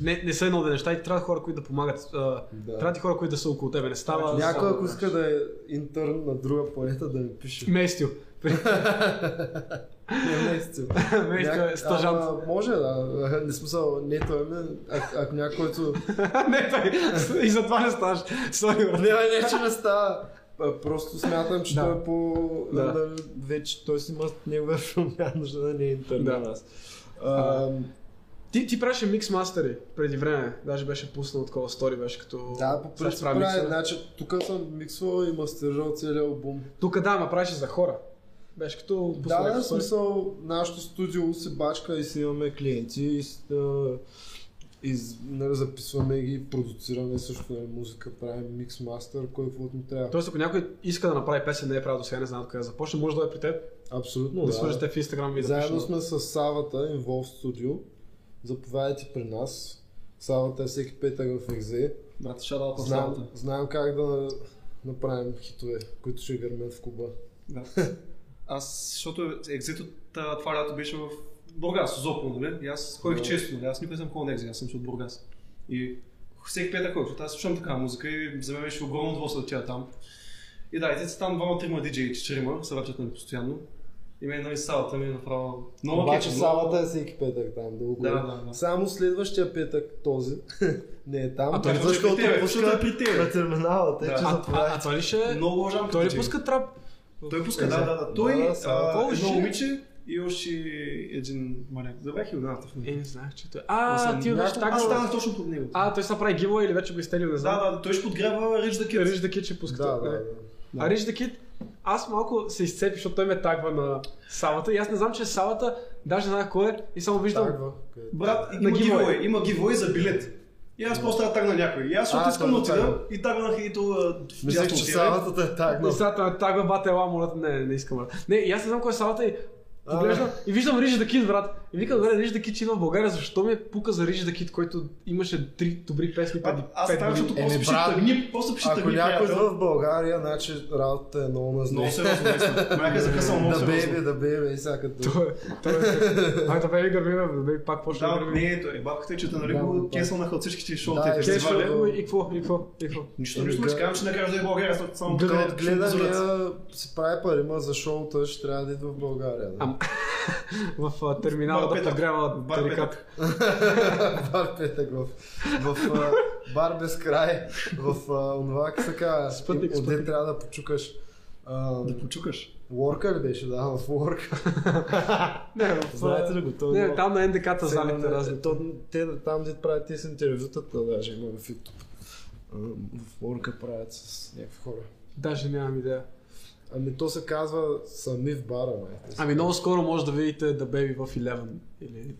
Speaker 5: не, не са едно две неща и ти трябва хора, които да помагат. А,
Speaker 3: Да.
Speaker 5: Трябва ти хора, които да са около тебе. Не става.
Speaker 3: Някой, ако иска да е интерн на друга планета, да ми пише.
Speaker 5: Местил.
Speaker 3: Не, е месеци.
Speaker 5: Местил е стажант.
Speaker 3: Ама, може, да. Не смисъл, не той ме. а- Ако някой, който...
Speaker 5: не, той. И затова не ставаш. Сори, брат.
Speaker 3: Не, бе, не, че не става. А, Просто смятам, че
Speaker 5: Да.
Speaker 3: той е по...
Speaker 5: Да.
Speaker 3: Да. Вече той си има негова шумя, нужда да не е интерн
Speaker 5: Да.
Speaker 3: на нас. Ам,
Speaker 5: Ти, ти правеше микс мастери преди време. Даже беше пуснал такова стори, беше като...
Speaker 3: Да, по
Speaker 5: Сега
Speaker 3: принцип
Speaker 5: ще правя
Speaker 3: прави.
Speaker 5: миксове.
Speaker 3: Значи, тук съм миксвал и мастерирал целия албум.
Speaker 5: Тук да, ма правеше за хора. Беше като пусна
Speaker 3: Да,
Speaker 5: някакво
Speaker 3: в
Speaker 5: стори.
Speaker 3: смисъл, нашето студио се бачка и си имаме клиенти и, с- а, из, нали, записваме ги, продуцираме също нали, музика, правим микс мастер, кой каквото му трябва.
Speaker 5: Тоест, ако някой иска да направи песен, не е правил до сега, не знам откъде да започне, може да е при теб,
Speaker 3: Абсолютно,
Speaker 5: да,
Speaker 3: да.
Speaker 5: свържете в Instagram и да
Speaker 3: Заедно
Speaker 5: пише.
Speaker 3: сме с Савата, Involve Studio. Заповядайте при нас. Савата е всеки петък в Екзе.
Speaker 2: Брат, шадаут на
Speaker 3: Знам,
Speaker 2: Славата.
Speaker 3: знам как да направим хитове, които ще гърмят в Куба.
Speaker 2: Аз, защото екзето та- това лято беше в Бургас, Зопол, нали? И аз ходих
Speaker 3: Да.
Speaker 2: често, нали? Аз никога не съм ходил на екзе, аз съм си от Бургас. И всеки петък ходих, защото аз слушам такава музика и за мен беше огромно удоволствие да отида там. И да, и те са там двама-трима диджеи, четирима, се въртят нали постоянно. И мен нали салата ми е направо много
Speaker 3: Обаче
Speaker 2: кеф, много-
Speaker 3: Савата е всеки петък там, дълго.
Speaker 2: Да, да, да.
Speaker 3: Само следващия пътък този не е там.
Speaker 5: А
Speaker 3: Той
Speaker 5: той ли
Speaker 3: пуска
Speaker 2: пуска при тебе?
Speaker 3: пуска
Speaker 2: Защото е при тебе.
Speaker 3: На терминала, тъй
Speaker 2: Да.
Speaker 3: че
Speaker 2: А,
Speaker 5: А,
Speaker 3: затова.
Speaker 5: а, а той ли ще...
Speaker 2: Много уважавам като
Speaker 5: Той ли
Speaker 2: диджей.
Speaker 5: пуска трап?
Speaker 2: Той пуска, да, да, да. Той,
Speaker 3: Да,
Speaker 2: а,
Speaker 3: Сава.
Speaker 5: О,
Speaker 2: едно
Speaker 5: shit.
Speaker 2: момиче и още един маняк. Забравих имената в
Speaker 5: Е,
Speaker 2: него.
Speaker 5: не знаех, че той... А,
Speaker 2: съм
Speaker 5: ти беше
Speaker 3: няколко-
Speaker 5: така.
Speaker 2: Аз станах точно под него.
Speaker 5: А, той са прави гиво или вече го изтеглил, не знам.
Speaker 2: Да, да, той ще подгрява Рич да Кит.
Speaker 5: Риж да кит ще пуска.
Speaker 3: Да,
Speaker 5: трап,
Speaker 3: да,
Speaker 5: не?
Speaker 3: да.
Speaker 5: А Рич the Kid, аз малко се изцепи, защото той ме тагва на салата и аз не знам, че е салата, даже не знам кой е и само виждам...
Speaker 3: Тагва. къде-
Speaker 2: Брат,
Speaker 5: На
Speaker 2: има
Speaker 5: giveaway.
Speaker 2: гивой, има гивой за билет. И аз просто трябва да тагна някой. И аз защото
Speaker 3: А,
Speaker 2: искам да
Speaker 3: той го
Speaker 2: отида
Speaker 3: тагна.
Speaker 2: и тагнах и то а, в
Speaker 3: Мислех,
Speaker 2: дясно
Speaker 3: че
Speaker 2: отиде.
Speaker 3: Савата те е
Speaker 5: И
Speaker 3: тагнал.
Speaker 5: сега той ме тагва, бате, ела, моля, те, не, не искам, брат. Не, и аз не знам кой е салата и поглеждам и виждам Риж да кит, брат. И викам, добре, Риж да кит, че идва в България, защо ми е пука за Риж да кит, който имаше три добри песни преди
Speaker 2: А, Аз
Speaker 5: 5
Speaker 2: ставам,
Speaker 5: години?
Speaker 2: защото
Speaker 3: Еми,
Speaker 2: просто пише
Speaker 3: Е, брат,
Speaker 2: тъгни, просто пише
Speaker 3: Ако
Speaker 2: тъгни,
Speaker 3: някой
Speaker 2: приятел.
Speaker 3: идва в България, значи работата е много
Speaker 2: Много
Speaker 3: назна.
Speaker 2: сериозно, наистина. Бях е закъсал много
Speaker 3: Да
Speaker 2: сериозно.
Speaker 3: бебе, да бебе и всяката.
Speaker 5: Той е- той е- Ай, да бе, гърми, бе, да бе, пак почна да
Speaker 2: Да,
Speaker 5: гърми.
Speaker 2: не, ето е бабката, че нали
Speaker 3: Да,
Speaker 2: го
Speaker 3: да.
Speaker 2: кеслнаха от всичките шоута
Speaker 3: Да,
Speaker 2: и
Speaker 3: кеш-
Speaker 2: фестивали.
Speaker 5: Кешва, и какво, и какво, и какво.
Speaker 2: Нищо,
Speaker 3: Еми,
Speaker 2: нищо,
Speaker 3: гъ-
Speaker 2: не казвам, че не кажа да е България, защото само
Speaker 3: Глед-
Speaker 2: ще
Speaker 3: Гледам
Speaker 2: позорят.
Speaker 3: я, си прави пари, ма за шоута ще трябва да идва в България. да.
Speaker 5: Ам. В а, терминала
Speaker 2: Бар
Speaker 5: да
Speaker 2: Петък.
Speaker 5: подгрява
Speaker 2: Бар
Speaker 5: тариката.
Speaker 3: Бар Петък в, в, а, бар без край, в а, онова, как се казва,
Speaker 5: Спътник,
Speaker 3: им- отде
Speaker 5: спътник.
Speaker 3: трябва да почукаш. А,
Speaker 2: Да почукаш.
Speaker 3: Лорка ли беше? Да, в Лорка.
Speaker 5: Не, в... а,
Speaker 3: Знаете ли го? Той
Speaker 5: Не,
Speaker 3: е
Speaker 5: там на НДК-та
Speaker 3: Сега
Speaker 5: залите
Speaker 3: на-
Speaker 5: разни.
Speaker 3: то- Те да- там, де правят тези с интервютата, даже има в YouTube. А, В Лорка правят с някакви хора.
Speaker 5: Даже нямам идея.
Speaker 3: Ами то се казва сами в бара, май.
Speaker 5: Ами много скоро може да видите да беби в Eleven или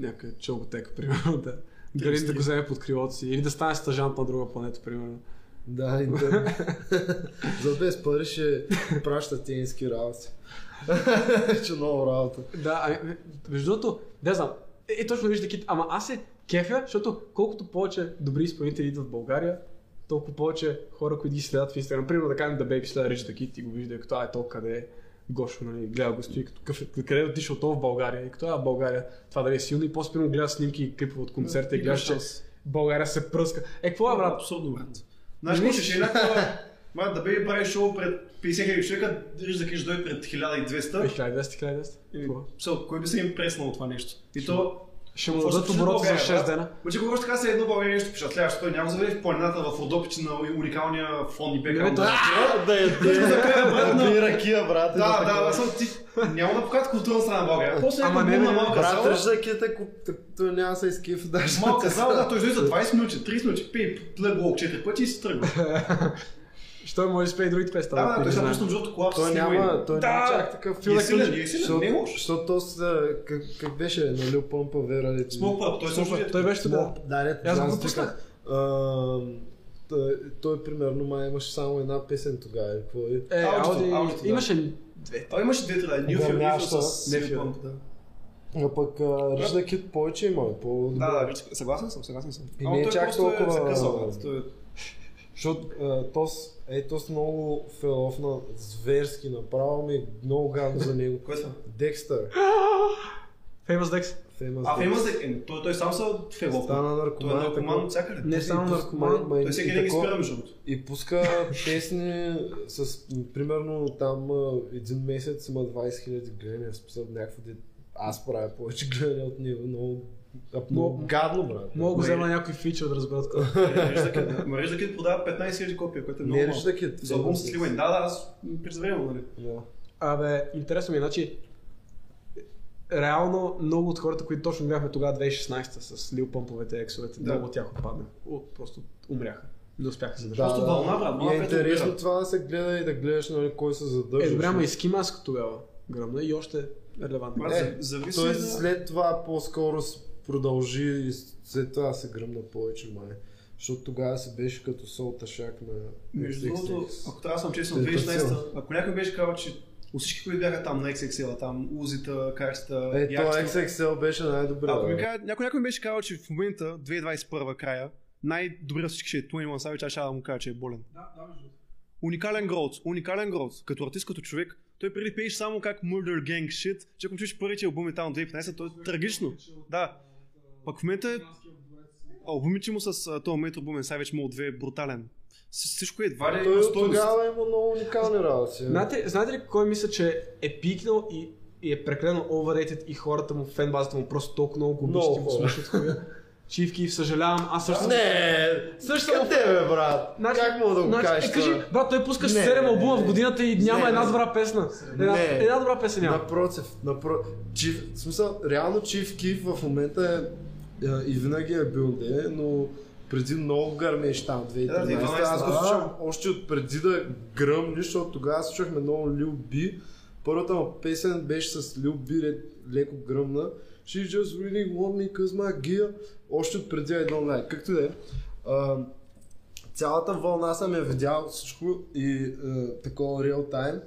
Speaker 5: някъде чолготека, примерно, да. Гарин да го вземе под крилото си или да стане стажант на друга планета, примерно.
Speaker 3: Да, интернет. За без пари ще праща тенски работи. Че много работа.
Speaker 5: Да, ами, между другото, да знам, е, е точно вижда кит, ама аз се кефя, защото колкото повече добри изпълнители идват в България, толкова повече хора, които ги следят в Instagram. Примерно да кажем да беби следва Рич да кит и го вижда, и като а е то къде е Гошо, нали, гледа го стои, като къв, къде е отишъл то в България и като а България, това дали е силно и после примерно гледа снимки и клипове от концерта и гледаш, че България се пръска. Е, какво е, брат?
Speaker 2: Абсурдно, брат. Знаеш, какво ще е някаква... Мат, да бе прави шоу пред 50 хиляди човека, Рич да киш дой пред 1200.
Speaker 5: 1200, 1200.
Speaker 2: Еми,
Speaker 5: Какво?
Speaker 2: Псо, кой би се им преснал това нещо? И то...
Speaker 5: Ще му
Speaker 2: какво ще
Speaker 5: дадат
Speaker 2: случи на
Speaker 5: оборот за
Speaker 2: България, брат?
Speaker 5: 6 дена.
Speaker 2: Ма че говориш така се едно България нещо впечатляващо. Той няма да заведе в планината в Родопите на уникалния фон и бекграунд.
Speaker 5: Ами,
Speaker 2: Да,
Speaker 3: Да е да е ракия, брат. и
Speaker 2: да, да,
Speaker 3: такова.
Speaker 2: само ти няма да покажат културна страна на България. После
Speaker 5: Ама
Speaker 2: една
Speaker 5: не,
Speaker 2: бумна
Speaker 5: не,
Speaker 2: малка
Speaker 3: Брат,
Speaker 2: зала.
Speaker 3: ръждакията, той няма да се изкиф даже.
Speaker 2: Малка зала, да, той ще дойде за 20 минути, 30 минути, пей, плъг лок 4 пъти и се тръгва.
Speaker 5: Що може да спее и другите песни?
Speaker 2: Да, да, той ще
Speaker 5: не
Speaker 2: пусне жълто колапс.
Speaker 3: Той
Speaker 2: сигурно.
Speaker 3: няма, той няма
Speaker 2: Да,
Speaker 3: чак такъв
Speaker 2: Е силен, е силен,
Speaker 3: Защото-
Speaker 2: не е лош.
Speaker 3: Защото то с- как, как беше на Лил Пъмпа Вера ли?
Speaker 2: Смок пъп, той също е
Speaker 5: знам. Той беше тук. да.
Speaker 3: Да, не,
Speaker 5: Аз го
Speaker 3: знам,
Speaker 5: пуснах.
Speaker 3: Ам, той- Той примерно май имаше само една песен тогава. или какво е?
Speaker 5: Е,
Speaker 2: Аудито,
Speaker 5: Ауди,
Speaker 2: аудито, да.
Speaker 5: имаше две.
Speaker 2: А имаше две да, New Fuel
Speaker 3: Гърмяща,
Speaker 2: Evil с
Speaker 5: не
Speaker 2: New
Speaker 5: Fuel.
Speaker 2: Pump, да.
Speaker 3: А пък а, Ръжда Кит повече има. По...
Speaker 2: Да, да, виж, съгласен съм, съгласен съм.
Speaker 3: И
Speaker 2: Ама
Speaker 3: не е
Speaker 2: той
Speaker 3: чак
Speaker 2: просто
Speaker 3: толкова-
Speaker 2: Е закъсал, брат. Той е-
Speaker 3: Защото а, Тос, е, Тос много фелофна, зверски направо ми, е много гадно за него.
Speaker 2: Кой съм?
Speaker 3: Декстър.
Speaker 5: Famous Dex.
Speaker 3: Famous
Speaker 2: А,
Speaker 3: Dexter.
Speaker 2: Famous Dex, е, той, той сам са фелоф.
Speaker 3: Стана
Speaker 2: Той е
Speaker 3: наркоман.
Speaker 2: наркоман
Speaker 3: такова.
Speaker 2: от всякъде.
Speaker 5: Не само
Speaker 3: И пус-
Speaker 5: наркоман.
Speaker 3: ма- ма-
Speaker 2: Той всеки
Speaker 3: и
Speaker 2: ден ги
Speaker 3: такова.
Speaker 2: спира, между другото.
Speaker 3: И пуска песни с, м, примерно, там а, един месец има 20 хиляди гледания. Списал някакво дет... Аз правя повече гледания от него. Много, а, много
Speaker 5: Мог-
Speaker 3: гадно, брат.
Speaker 5: Мога го взема някой фичър да разберат кой.
Speaker 2: Марежда Е, Кит продава 15 000 копия, което е много
Speaker 3: Не е
Speaker 2: малко.
Speaker 3: да кит. Е,
Speaker 2: За албум с Лимейн. Да, да, аз преждевременно, нали?
Speaker 3: Да.
Speaker 5: Абе, интересно ми е, значи реално много от хората, които точно бяхме тогава 2016 с Лил Пъмповете, ексовете,
Speaker 2: Да.
Speaker 5: много от тях отпадна. Просто умряха. Не успяха се държат.
Speaker 2: Просто вълна, брат, вълна,
Speaker 3: И е
Speaker 2: която
Speaker 3: интересно
Speaker 2: умира.
Speaker 3: това да се гледа и да гледаш нали, кой се задържа.
Speaker 5: Е, добре, ама и
Speaker 3: защото-
Speaker 5: скимаско тогава гръмна и още релевантно.
Speaker 2: Брат,
Speaker 3: Е,
Speaker 2: за- зависи
Speaker 3: Тоест
Speaker 2: да-
Speaker 3: след това по-скоро с- продължи и с- след това се гръмна повече май. Защото тогава се беше като сол тъшак на
Speaker 2: Между
Speaker 3: XXX.
Speaker 2: другото, ако трябва да съм честен,
Speaker 3: Е,
Speaker 2: 2016, ако някой беше казал, че от всички, които бяха там на XXL, там Узита, Карста,
Speaker 3: Е, то
Speaker 2: Якста,
Speaker 3: XXL беше най-добре.
Speaker 1: Ако ми
Speaker 3: бе.
Speaker 1: кажа, някой, някой ми беше казал, че в момента, 2021 края, най-добрият всички ще е 21 Savage, аз ще да му кажа, че е болен. Уникален гроуд, уникален гроуд. Като артист, като човек, той преди пееше само как Murder Gang Shit, че ако чуеш първи, че албум е там от 2015, то е трагично. Да. Пък в момента е... Албумите му с а, този Metro Boomin Savage Mode 2 е брутален. С- Всичко е едва ли
Speaker 3: Той
Speaker 1: има
Speaker 3: от
Speaker 1: стойност.
Speaker 3: тогава има много уникални работи.
Speaker 5: Знаете, знаете ли кой мисля, че е пикнал и, и е прекалено overrated и хората му, фенбазата му просто толкова много го обичат
Speaker 3: Много
Speaker 5: и го
Speaker 3: хора.
Speaker 5: слушат хуя? Чивки, съжалявам, аз също съм-
Speaker 3: Не, също към тебе, брат.
Speaker 5: Значи-
Speaker 3: как мога да го
Speaker 5: значи,
Speaker 3: кажеш?
Speaker 5: е, кажи,
Speaker 3: това?
Speaker 5: брат, той пускаш
Speaker 3: Не,
Speaker 5: 7
Speaker 3: не,
Speaker 5: албума
Speaker 3: не,
Speaker 5: в годината и няма
Speaker 3: не,
Speaker 5: една
Speaker 3: не.
Speaker 5: добра песна. Една,
Speaker 3: Не.
Speaker 5: една добра песен няма.
Speaker 3: Напротив, напротив. Чиф, в смисъл, реално Чиф Киф в момента е, е, и винаги е бил де, но преди много гърмеш там, 2013.
Speaker 2: Да, 2012,
Speaker 3: аз го
Speaker 2: да.
Speaker 3: слушам още от преди да гръмни, защото тогава слушахме много Лил Би. Първата му песен беше с Лил Би, ле- леко гръмна. She just really want me cause my gear. Още от преди I don't like. Както и да е. А, цялата вълна съм я видял всичко и е, такова реал тайм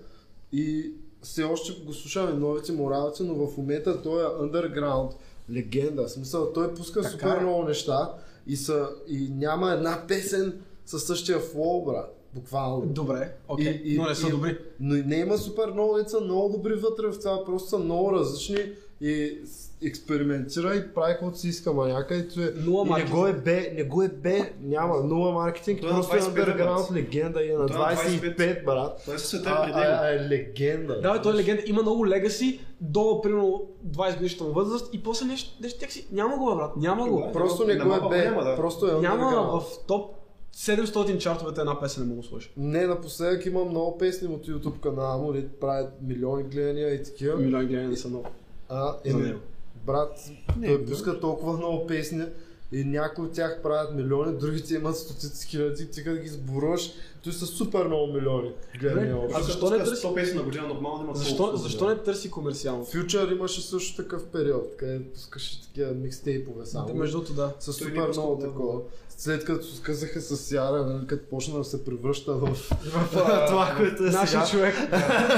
Speaker 3: и все още го слушаме новите му работи, но в момента той е underground легенда. В смисъл, той пуска така супер много неща и, са, и няма една песен със същия флоу, брат. Буквално.
Speaker 5: Добре, окей,
Speaker 3: И- и-
Speaker 5: но не са
Speaker 3: и-
Speaker 5: добри.
Speaker 3: Но и не има супер много деца, много добри вътре в това, просто са много различни и с- експериментира и прави каквото си иска маняка и, това,
Speaker 5: Нула
Speaker 3: и не
Speaker 5: маркетинг.
Speaker 3: го е бе, не го е бе, няма нула маркетинг,
Speaker 2: Той е на
Speaker 3: просто е
Speaker 2: 25 брат.
Speaker 3: underground легенда и е на
Speaker 2: Той е на 25.
Speaker 3: 25 брат.
Speaker 2: Той е със света
Speaker 3: А,
Speaker 2: преди него.
Speaker 3: а, а, е легенда.
Speaker 5: Да, бе, той е легенда. Има много легаси до примерно 20 годишна му възраст и после нещо, нещо тях си. Няма го, бе, брат. Няма го.
Speaker 3: Просто не го е
Speaker 2: Няма
Speaker 3: бе,
Speaker 2: проблема, да.
Speaker 3: просто е
Speaker 5: Няма
Speaker 3: underground.
Speaker 5: в топ 700 чартовете една песен не мога да слушаш.
Speaker 3: Не, напоследък има много песни от YouTube канала му, дето правят милиони гледания и такива.
Speaker 5: Милион гледания не са много.
Speaker 3: А,
Speaker 5: За
Speaker 3: еми,
Speaker 5: него.
Speaker 3: брат, той пуска толкова много песни и някои от тях правят милиони, другите имат стотици хиляди, ти като ги сборуваш, той са супер много милиони гледания.
Speaker 5: Добре,
Speaker 3: общо.
Speaker 5: а- защо
Speaker 2: Пуска
Speaker 5: не търси-
Speaker 2: 100 песни на година, нормално има
Speaker 5: Защо, защо не търси комерциално?
Speaker 3: Future имаше също такъв период, където пускаше такива микстейпове
Speaker 5: Да,
Speaker 3: само.
Speaker 5: между другото, да.
Speaker 3: С
Speaker 2: Той
Speaker 3: супер
Speaker 2: ни пуска
Speaker 3: много
Speaker 2: много.
Speaker 3: такова. След като сказаха с Яра, нали, като почна да се превръща в това, което е сега.
Speaker 5: Нашия човек.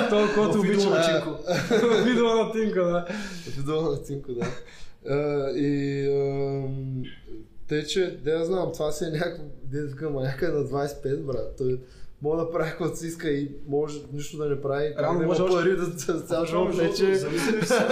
Speaker 5: Той,
Speaker 1: Е,
Speaker 5: който обича
Speaker 3: на
Speaker 5: Тинко. Видола на Тинко, да.
Speaker 3: Видола на Тинко, да. А, и ам, те, че, да я знам, това си е някакво, де да кажа, маняка е на 25, брат. Той може да прави каквото си иска и може нищо да не прави.
Speaker 5: Реално
Speaker 3: Реално може
Speaker 5: може още-
Speaker 3: пари да с цял живот
Speaker 2: Защото,
Speaker 3: вече.
Speaker 2: замислили се,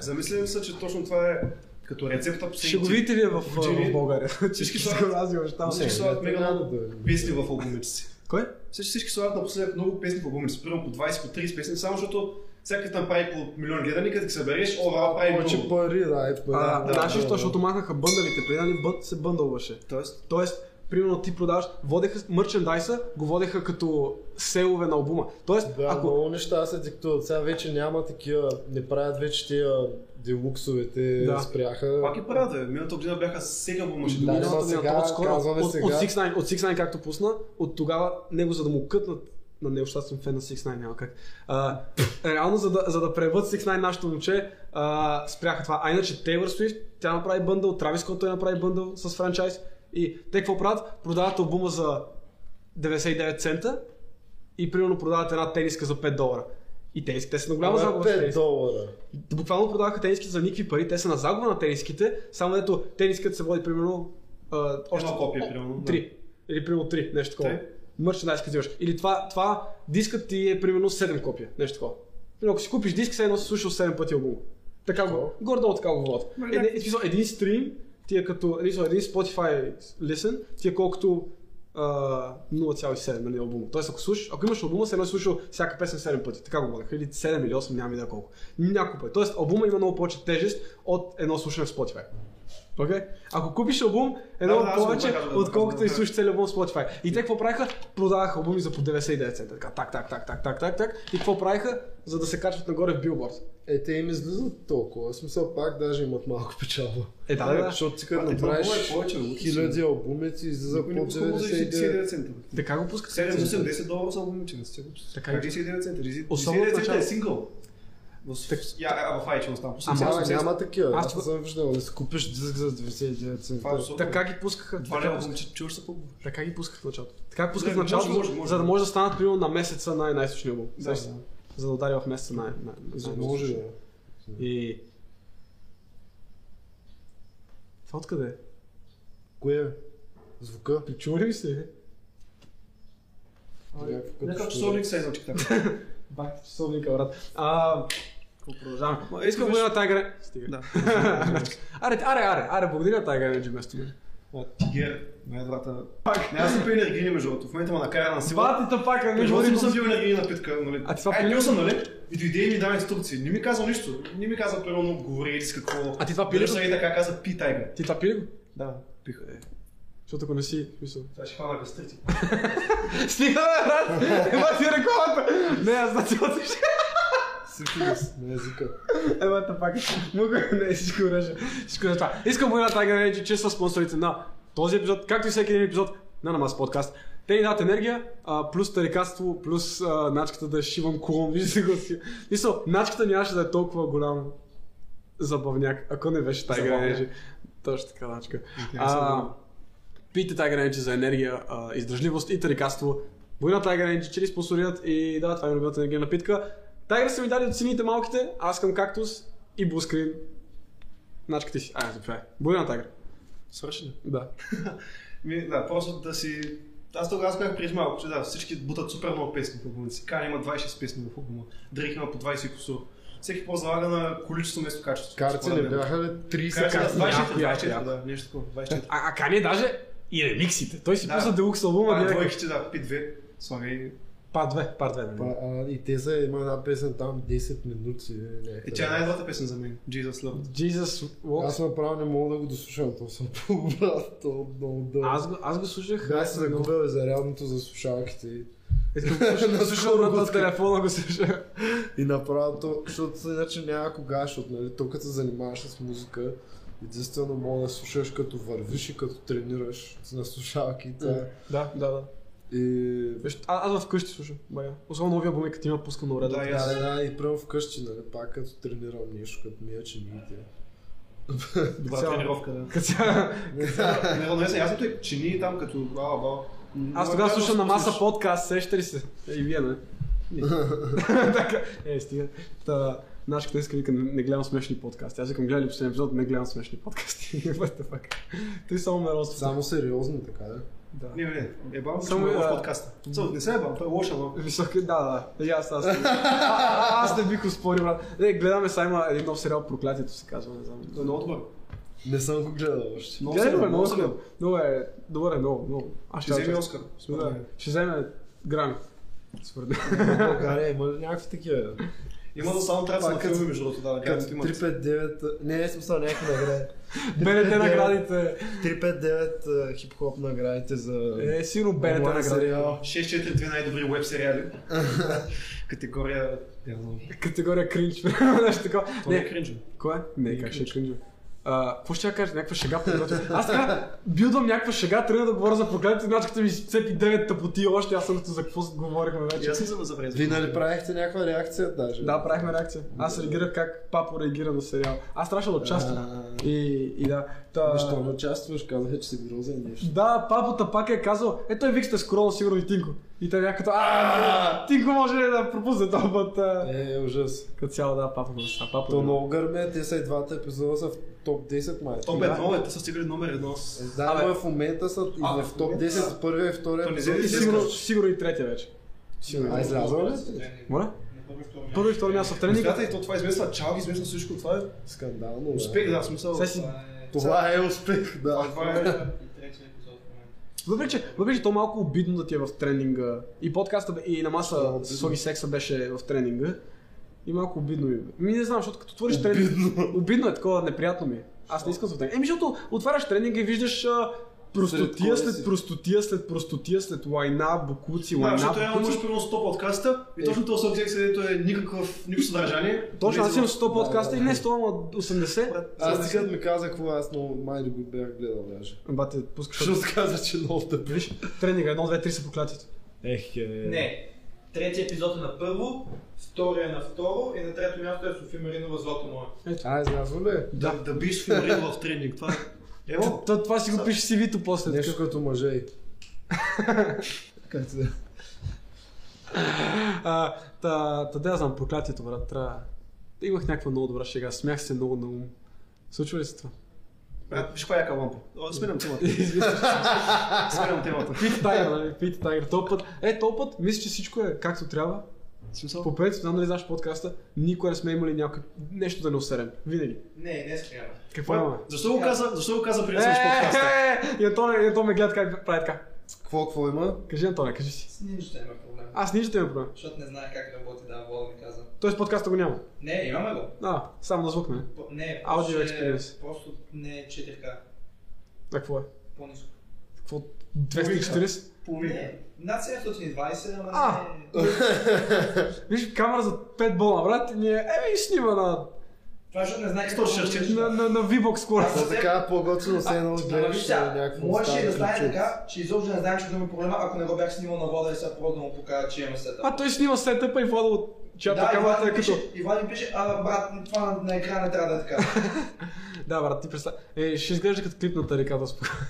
Speaker 2: замислили се, че точно това е като рецепта по
Speaker 5: Ще го видите вие в,
Speaker 2: Години.
Speaker 5: в България. Всички
Speaker 2: слагат-
Speaker 5: са разни неща.
Speaker 2: Всички слагат мега
Speaker 3: Няма да
Speaker 2: много
Speaker 3: дойде.
Speaker 2: песни в албумите си.
Speaker 5: Кой?
Speaker 2: Всички, всички слагат напоследък много песни в албумите си, примерно по 20, по 30 песни, само защото всяка там прави по милион гледани, като ги събереш, о, това прави
Speaker 3: Повече
Speaker 2: много.
Speaker 3: пари, да, е пари.
Speaker 5: А,
Speaker 3: да,
Speaker 5: да,
Speaker 3: да,
Speaker 5: защото,
Speaker 3: да.
Speaker 5: защото махнаха бъндалите, преди нали бън, се бъндълваше.
Speaker 2: Тоест,
Speaker 5: Тоест, примерно ти продаваш, водеха мерчендайса, го водеха като селове на албума. Тоест,
Speaker 3: Да,
Speaker 5: ако...
Speaker 3: много неща се диктуват. Сега вече няма такива, не правят вече тия делуксовете,
Speaker 5: Да.
Speaker 3: спряха.
Speaker 2: пак и правят, бе. миналата година бяха сега албума, ще
Speaker 3: Да,
Speaker 2: дойде.
Speaker 5: миналата
Speaker 3: ама
Speaker 5: година,
Speaker 3: сега,
Speaker 5: то отскоро,
Speaker 3: казваме
Speaker 5: от,
Speaker 3: сега.
Speaker 5: от, 6ix9ine, от 6ix9ine, както пусна, от тогава него за да му кътнат на него, защото аз съм фен на 6ix9ine, няма как. А, реално, за да, за да превът 6ix9ine нашето момче, а, спряха това. А иначе Тейлор Свифт, тя направи бъндъл, Травис Скот той направи бъндъл с франчайз. И те какво правят? Продават албума за 99 цента и примерно продават една тениска за 5 долара. И тениски, те са на голяма
Speaker 3: Ама
Speaker 5: загуба. с
Speaker 3: 5
Speaker 5: тениски.
Speaker 3: долара.
Speaker 5: Буквално продаваха тениски за никакви пари, те са на загуба на тениските, само дето тениската се води примерно а, още
Speaker 2: Едно копие, примерно, да.
Speaker 5: Три. Или примерно 3, нещо такова.
Speaker 2: Три.
Speaker 5: Мерчендайз като взимаш. Или това, това дискът ти е примерно 7 копия, нещо такова. Примерно, ако си купиш диск, все едно си слушал 7 пъти албума. Така го, горе-долу така го водят. Е, не, в смисъл, един стрим ти е като, един, един Spotify listen ти е колкото а, 0,7 нали, албума. Тоест, ако, слушаш, ако имаш албума, все едно си слушал всяка песен 7 пъти. Така го водеха. Или 7 или 8, нямам идея колко. Няколко пъти. Тоест, албума има много повече тежест от едно слушане в Spotify. Okay? Ако купиш албум, едно
Speaker 2: Да, да, аз го
Speaker 5: повече,
Speaker 2: така казвам, да,
Speaker 5: отколкото
Speaker 2: да,
Speaker 5: и
Speaker 2: да.
Speaker 5: слушаш целият албум в Spotify. И те какво правиха? Продаваха албуми за по 99 цента. Така, так, так, так, так, так, так, так. И какво правиха? За да се качват нагоре в билборд.
Speaker 3: Е, те им излизат толкова. В смисъл пак даже имат малко печалба.
Speaker 5: Е, да, да, да.
Speaker 3: Защото ти като
Speaker 2: А, е, това
Speaker 3: направиш
Speaker 2: е повече, луди си.
Speaker 3: хиляди албуми, ти излиза по
Speaker 2: Никой не го скупува за
Speaker 3: 99
Speaker 2: 99 цента.
Speaker 5: Така го пускат.
Speaker 2: 7, 8, 10 долара са момиче, не се глупости.
Speaker 5: Така
Speaker 2: Така
Speaker 5: е.
Speaker 2: 99 цента. 99
Speaker 5: Особено в
Speaker 2: цента е
Speaker 5: началото.
Speaker 2: сингъл. В,
Speaker 5: Так-
Speaker 2: я, а, в iTunes там. по
Speaker 5: Ама
Speaker 2: сигнал
Speaker 3: Няма,
Speaker 2: съм
Speaker 3: няма такива.
Speaker 5: Аз
Speaker 3: Аз не
Speaker 5: това-
Speaker 3: съм виждал да си купиш диск за 99 цента.
Speaker 2: Това е абсурдно.
Speaker 5: Така ги пускаха.
Speaker 2: Два
Speaker 5: Така
Speaker 2: лева,
Speaker 5: пускаха.
Speaker 2: момиче, чуваш се по-бързо.
Speaker 5: Така ги пусках в началото. Така ги пусках в
Speaker 2: Добре,
Speaker 5: началото,
Speaker 2: може, може, може.
Speaker 5: за да може да станат примерно на месеца най най-сочния албум.
Speaker 2: Да,
Speaker 5: Сещаш се?
Speaker 2: да.
Speaker 5: За да удари в месеца най най
Speaker 3: За
Speaker 5: най-
Speaker 3: може да.
Speaker 5: И... Това откъде е?
Speaker 3: Кое е? Звука?
Speaker 5: Причува ли ви се?
Speaker 3: Някакво като
Speaker 2: Някакъв
Speaker 3: ще-
Speaker 2: часовник се едно чекта.
Speaker 5: Бах, часовника, брат. А, какво продължаваме?
Speaker 1: Ма,
Speaker 5: Искам да
Speaker 1: искаш-
Speaker 5: бъда Tiger Energy. Стига.
Speaker 1: Да.
Speaker 5: аре, аре, аре, аре, благодаря Tiger Energy вместо мен.
Speaker 2: Тигер, най-добрата. Пак, не аз съм пил енергийни между другото. В момента ме накара на сила.
Speaker 5: Два ти пак, не
Speaker 2: Между другото
Speaker 5: говорим
Speaker 2: не съм
Speaker 5: за...
Speaker 2: бил енергийна напитка, нали?
Speaker 5: А ти това
Speaker 2: Ай,
Speaker 5: пили ли?
Speaker 2: пил съм, нали? И дойде и ми даде инструкции. Не ми казал нищо. Не ми каза, примерно, говори или с какво.
Speaker 5: А ти това пили ли?
Speaker 2: Държа и така каза, пи тайга.
Speaker 5: Ти това пи ли го?
Speaker 2: Да, пих. Е,
Speaker 5: Защото ако не си, мисъл.
Speaker 2: Това ще хвана гастрити.
Speaker 5: Стига, бе, брат! Ема ти е рекламата! Не, аз значи отиш.
Speaker 3: Сифилис на езика.
Speaker 5: Ема те Е, пак. е. Мука, не, всичко реже. Всичко за това. Искам да Tiger Energy, че са спонсорите на този епизод, както и всеки един епизод на Намаз подкаст. Те ни дадат енергия, а, плюс тарикатство, плюс а, начката да шивам кулон. Вижте го си. Мисъл, начката нямаше да е толкова голям забавняк, ако не беше Tiger
Speaker 2: Забавняк.
Speaker 5: Energy. Точно така, начка. А, пийте Tiger Energy за енергия, а, издръжливост и тарикатство. Благодаря на Tiger Energy, че ни спонсорират и да, това е любимата енергия напитка. Tiger са ми дали от сините малките, аз към кактус и блускрин. Начката си. Ай, добре. Благодаря на Tiger.
Speaker 2: Свърши ли?
Speaker 5: Да.
Speaker 2: Ми, да, просто да си... Аз тогава аз бях преди малко, че да, всички бутат супер много песни в албума си. Кан има 26 песни в албума. Дрейк има по 20 кусур. Всеки по-залага на количество вместо качество.
Speaker 3: Карти
Speaker 2: според
Speaker 3: не
Speaker 2: мен.
Speaker 3: бяха ли 30
Speaker 2: Карти, да,
Speaker 3: карти?
Speaker 2: 24,
Speaker 5: Яко, яко,
Speaker 2: 24,
Speaker 5: яко.
Speaker 2: да, нещо такова. 24.
Speaker 5: А, а Кани е даже и ремиксите. Той си
Speaker 2: Да.
Speaker 5: пусна делукс албума.
Speaker 2: А,
Speaker 5: директно.
Speaker 2: двойките, да, пи две. Е, Слага и...
Speaker 5: Пар 2, пар нали? 2.
Speaker 3: Па, а, И те са има една песен там 10 минути. не, не.
Speaker 2: Е, тя е най-добрата песен за мен. Jesus Love.
Speaker 5: Jesus
Speaker 3: Аз
Speaker 5: Walks.
Speaker 3: направо не мога да го дослушам, то съм по-брат, то е много дълго.
Speaker 5: Аз го, аз го слушах.
Speaker 3: Бях се загубил и зарядното за слушалките.
Speaker 5: Искам да слушам- слушам на телефона го слушах.
Speaker 3: И направо то, защото са иначе няма кога, защото нали, то като се занимаваш с музика, единствено мога да слушаш като вървиш и като тренираш на слушалките.
Speaker 5: Да, да, да.
Speaker 3: И
Speaker 5: Виж, а- аз вкъщи слушам. Бая. Особено новия албум, като има пускам на уреда.
Speaker 2: Да, и
Speaker 3: да,
Speaker 2: аз.
Speaker 3: да, да, и прямо вкъщи, нали, пак като тренирам нещо, като мия чините.
Speaker 2: Добра
Speaker 5: Цяла.
Speaker 2: тренировка, да.
Speaker 5: Като цяло-
Speaker 2: Не, не, не, ясното е чини там като бла, бла.
Speaker 5: Аз тогава слушам на маса подкаст, сеща ли се? Е, и вие, не? И. така, е, стига. Та, нашата иска вика, не, не гледам смешни подкасти. Аз викам, гледали ли последния епизод, не гледам смешни подкасти. What the fuck? Той само ме роства.
Speaker 3: Само сериозно, така е. да.
Speaker 5: Да.
Speaker 2: Не, не, не, ебам,
Speaker 5: Само,
Speaker 2: само в
Speaker 5: а,
Speaker 2: подкаста. Цъл, не се ебам, той е лош, ама.
Speaker 5: Висок, да, да, да. И аз, аз, а, а, аз не бих успорил, брат. Не, гледаме сега има един нов сериал, Проклятието се казва, не знам.
Speaker 2: Той е много добър.
Speaker 3: Не съм го гледал още.
Speaker 2: Много
Speaker 5: Гледай,
Speaker 2: съм,
Speaker 5: бе, много
Speaker 2: много
Speaker 5: съм.
Speaker 2: съм.
Speaker 5: Много е, добър е, много, много. Аз
Speaker 2: Ще вземе
Speaker 5: кажа-
Speaker 2: Оскар. според
Speaker 5: Да,
Speaker 2: мен.
Speaker 5: ще вземе грами. Според мен.
Speaker 3: България има ли някакви такива?
Speaker 2: Има за само трябва на
Speaker 3: Пак като-
Speaker 2: филми, между другото, да,
Speaker 3: Като
Speaker 2: гледат имат.
Speaker 3: 359, не е смисъл някакви награди.
Speaker 5: БНТ наградите.
Speaker 3: 359 а, хип-хоп наградите за
Speaker 5: Е, сигурно БНТ
Speaker 3: онлайн
Speaker 5: наградите.
Speaker 3: сериал.
Speaker 2: 6-4-2 най-добри веб сериали. Категория... Не знам.
Speaker 5: Категория кринч, примерно, нещо такова.
Speaker 2: Това е
Speaker 5: Не,
Speaker 2: кринжо.
Speaker 5: кое? Не, как ще е кринч? бе? А, какво ще я кажа? Някаква шега подготвя. Аз така билдам някаква шега, тръгна да говоря за проклятието, значи като ми цепи 9 тъпоти още, аз съм като за какво говорихме
Speaker 2: И
Speaker 5: вече.
Speaker 2: аз не съм забрел.
Speaker 3: Вие нали правихте някаква реакция даже?
Speaker 5: Да, правихме реакция. Аз реагирах как папо реагира на сериал. Аз трябваше да участвам.
Speaker 3: А,
Speaker 5: И, и да. Та-
Speaker 3: Защо не участваш? Казаха, че си грозен нещо.
Speaker 5: Да, папата пак е казал, е той виксте скрола сигурно и Тинко. И те бяха като, а, Тинко може ли да пропусне този път. а?»
Speaker 3: Е, е, ужас.
Speaker 5: Като цяло, да, папа го е а папа
Speaker 3: То
Speaker 5: го
Speaker 3: много гърме, те са и двата епизода са в топ 10 май.
Speaker 2: Топ едно е, те са стигали номер едно.
Speaker 3: Е, Да,
Speaker 5: Абе.
Speaker 3: но в момента са и
Speaker 2: А,
Speaker 3: в топ 10 първия и втория
Speaker 2: То не
Speaker 3: епизод.
Speaker 2: се
Speaker 5: И
Speaker 2: ли
Speaker 5: сигурно, сигурно и третия вече.
Speaker 3: А излязъл ли си?
Speaker 5: Моля? Първо и второ място в тренинг.
Speaker 2: Смятай, то това измесва чалги, измесва всичко. Това е
Speaker 3: Скандално, бе.
Speaker 2: успех, да, в смисъл.
Speaker 5: Сега си-
Speaker 3: Това е успех, да.
Speaker 2: Това е...
Speaker 5: Въпреки че, въпреки, че то е малко обидно да ти е в тренинга. И подкаста бе- и на маса с Соги Секса беше в тренинга. И малко обидно ми. е. Ми не знам, защото като отвориш тренинг. Обидно е такова, неприятно ми. е. Аз не искам да съм в тренинг. Еми, защото отваряш тренинга и виждаш а, простотия
Speaker 3: кой
Speaker 5: след
Speaker 3: си?
Speaker 5: простотия след простотия след лайна, букуци,
Speaker 2: Да,
Speaker 5: лайна,
Speaker 2: защото е реално имаш
Speaker 5: букуци.
Speaker 2: примерно 100 подкаста и точно този обект, където е никакъв, никакво съдържание.
Speaker 5: Точно, аз имам
Speaker 2: Влезе в-
Speaker 5: 100 подкаста и не 100, ама 80.
Speaker 3: Аз ти ми каза какво, аз много май не го бях гледал даже.
Speaker 5: Бате, пускаш.
Speaker 3: Защото каза, че много тъпи.
Speaker 5: Виж, тренинга, е едно, две, три са проклятието.
Speaker 3: Ех, е.
Speaker 7: Не. Третия епизод е на първо, втория е на второ и на трето място е Софи Маринова Злато мое.
Speaker 3: А, излязло ли? е?
Speaker 2: Да, да биш феномен в тренинг, това е... Ево,
Speaker 5: То, това си го пише си вито после.
Speaker 3: Нещо
Speaker 5: такъв.
Speaker 3: като мъже и. как се...
Speaker 5: А, та, та да я знам, проклятието, брат, трябва. Имах някаква много добра шега, смях се много на ум. Случва ли се това?
Speaker 2: брат, виж каква яка лампа. О, Сменям темата. Сменям темата.
Speaker 5: Пит Тайгър, нали? Пит Тайгър. Този път, е, този път, мисля, че всичко е както трябва.
Speaker 2: В Смисъл?
Speaker 5: По принцип, знам дали знаеш подкаста, никога не сме имали някакъв нещо да не усерем. Винаги.
Speaker 7: Не, е не спрямо.
Speaker 5: Какво имаме?
Speaker 2: Защо го каза, защо го каза при
Speaker 5: Е,
Speaker 2: да свършиш подкаста?
Speaker 5: е, е, и Антоне, и Антон ме гледа как прави така.
Speaker 3: Какво, какво има?
Speaker 5: Кажи, Антоне, кажи си.
Speaker 7: С нищо няма проблем.
Speaker 5: Аз нищо имам проблем.
Speaker 7: Защото не знаех как работи, да, Вол ми каза.
Speaker 5: Тоест подкаста го няма.
Speaker 7: Не, имаме го.
Speaker 5: А, само на звук, не.
Speaker 7: По- Не,
Speaker 5: Audio
Speaker 7: просто е-
Speaker 5: experience.
Speaker 7: Просто не е 4К.
Speaker 5: А какво е?
Speaker 7: По-низко.
Speaker 5: Какво? 240?
Speaker 7: Не, над 720, ама
Speaker 5: А.
Speaker 7: не... е.
Speaker 5: Виж, камера за 5 бона, брат, и ние, е, и снима на,
Speaker 7: Това защото не знаех...
Speaker 2: 160.
Speaker 5: на, на, на V-Box скоро.
Speaker 3: То така по-готино се едно гледаш а, някакво.
Speaker 7: Може и
Speaker 3: става
Speaker 7: да стане
Speaker 3: ключе.
Speaker 7: така, че изобщо не знаех, че да има проблема, ако не го бях снимал на вода и сега просто да му покажа, че имаме сета.
Speaker 5: А той снима сетъпа и вода от чата
Speaker 7: да, Иван
Speaker 5: камерата
Speaker 7: ми
Speaker 5: е като...
Speaker 7: пише, Иван ми пише, а брат, това на, на екрана трябва да е така.
Speaker 5: Да, брат, ти представя. Е, ще изглежда като клип на тариката спокойно.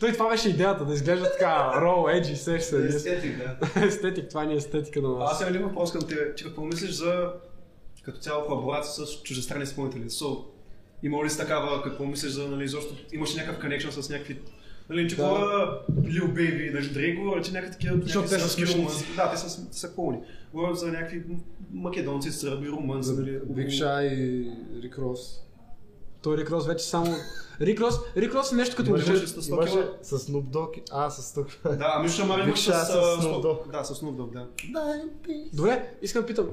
Speaker 5: той това беше идеята, да изглежда така, роу, еджи, сеш се.
Speaker 7: Естетик, да.
Speaker 5: Естетик, това ни е естетика на
Speaker 2: Аз
Speaker 5: нас.
Speaker 2: имам един въпрос към тебе. Ти какво мислиш за като цяло колаборация с чуждестранни изпълнители? So, има ли си такава, какво мислиш за, нали, защо имаш ли някакъв коннекшн с някакви Нали, че
Speaker 3: Да.
Speaker 2: хора, Lil Baby, нали, Дрейго, рече някакви такива...
Speaker 5: Защото
Speaker 2: някакви
Speaker 5: те са
Speaker 2: сръбски
Speaker 5: смешници.
Speaker 2: румънци. Да, те са, см- са клоуни. Говорят за някакви м- македонци, сърби, румънци, нали...
Speaker 3: Биг
Speaker 2: около-
Speaker 3: Шай и Рик Рос.
Speaker 5: Той Рик Рос вече само... Рик Рос, Рик Рос е нещо като...
Speaker 2: Имаше-
Speaker 5: джи-
Speaker 2: с 100
Speaker 3: Имаше
Speaker 2: кила.
Speaker 3: с Snoop Dogg. А, с Snoop
Speaker 2: Да, а Миша Марин
Speaker 3: Big
Speaker 2: с...
Speaker 3: Shai
Speaker 2: а,
Speaker 3: с
Speaker 2: Snoop-
Speaker 3: Snoop Dogg.
Speaker 2: Да, с Snoop Dogg, да.
Speaker 5: Добре, искам да питам.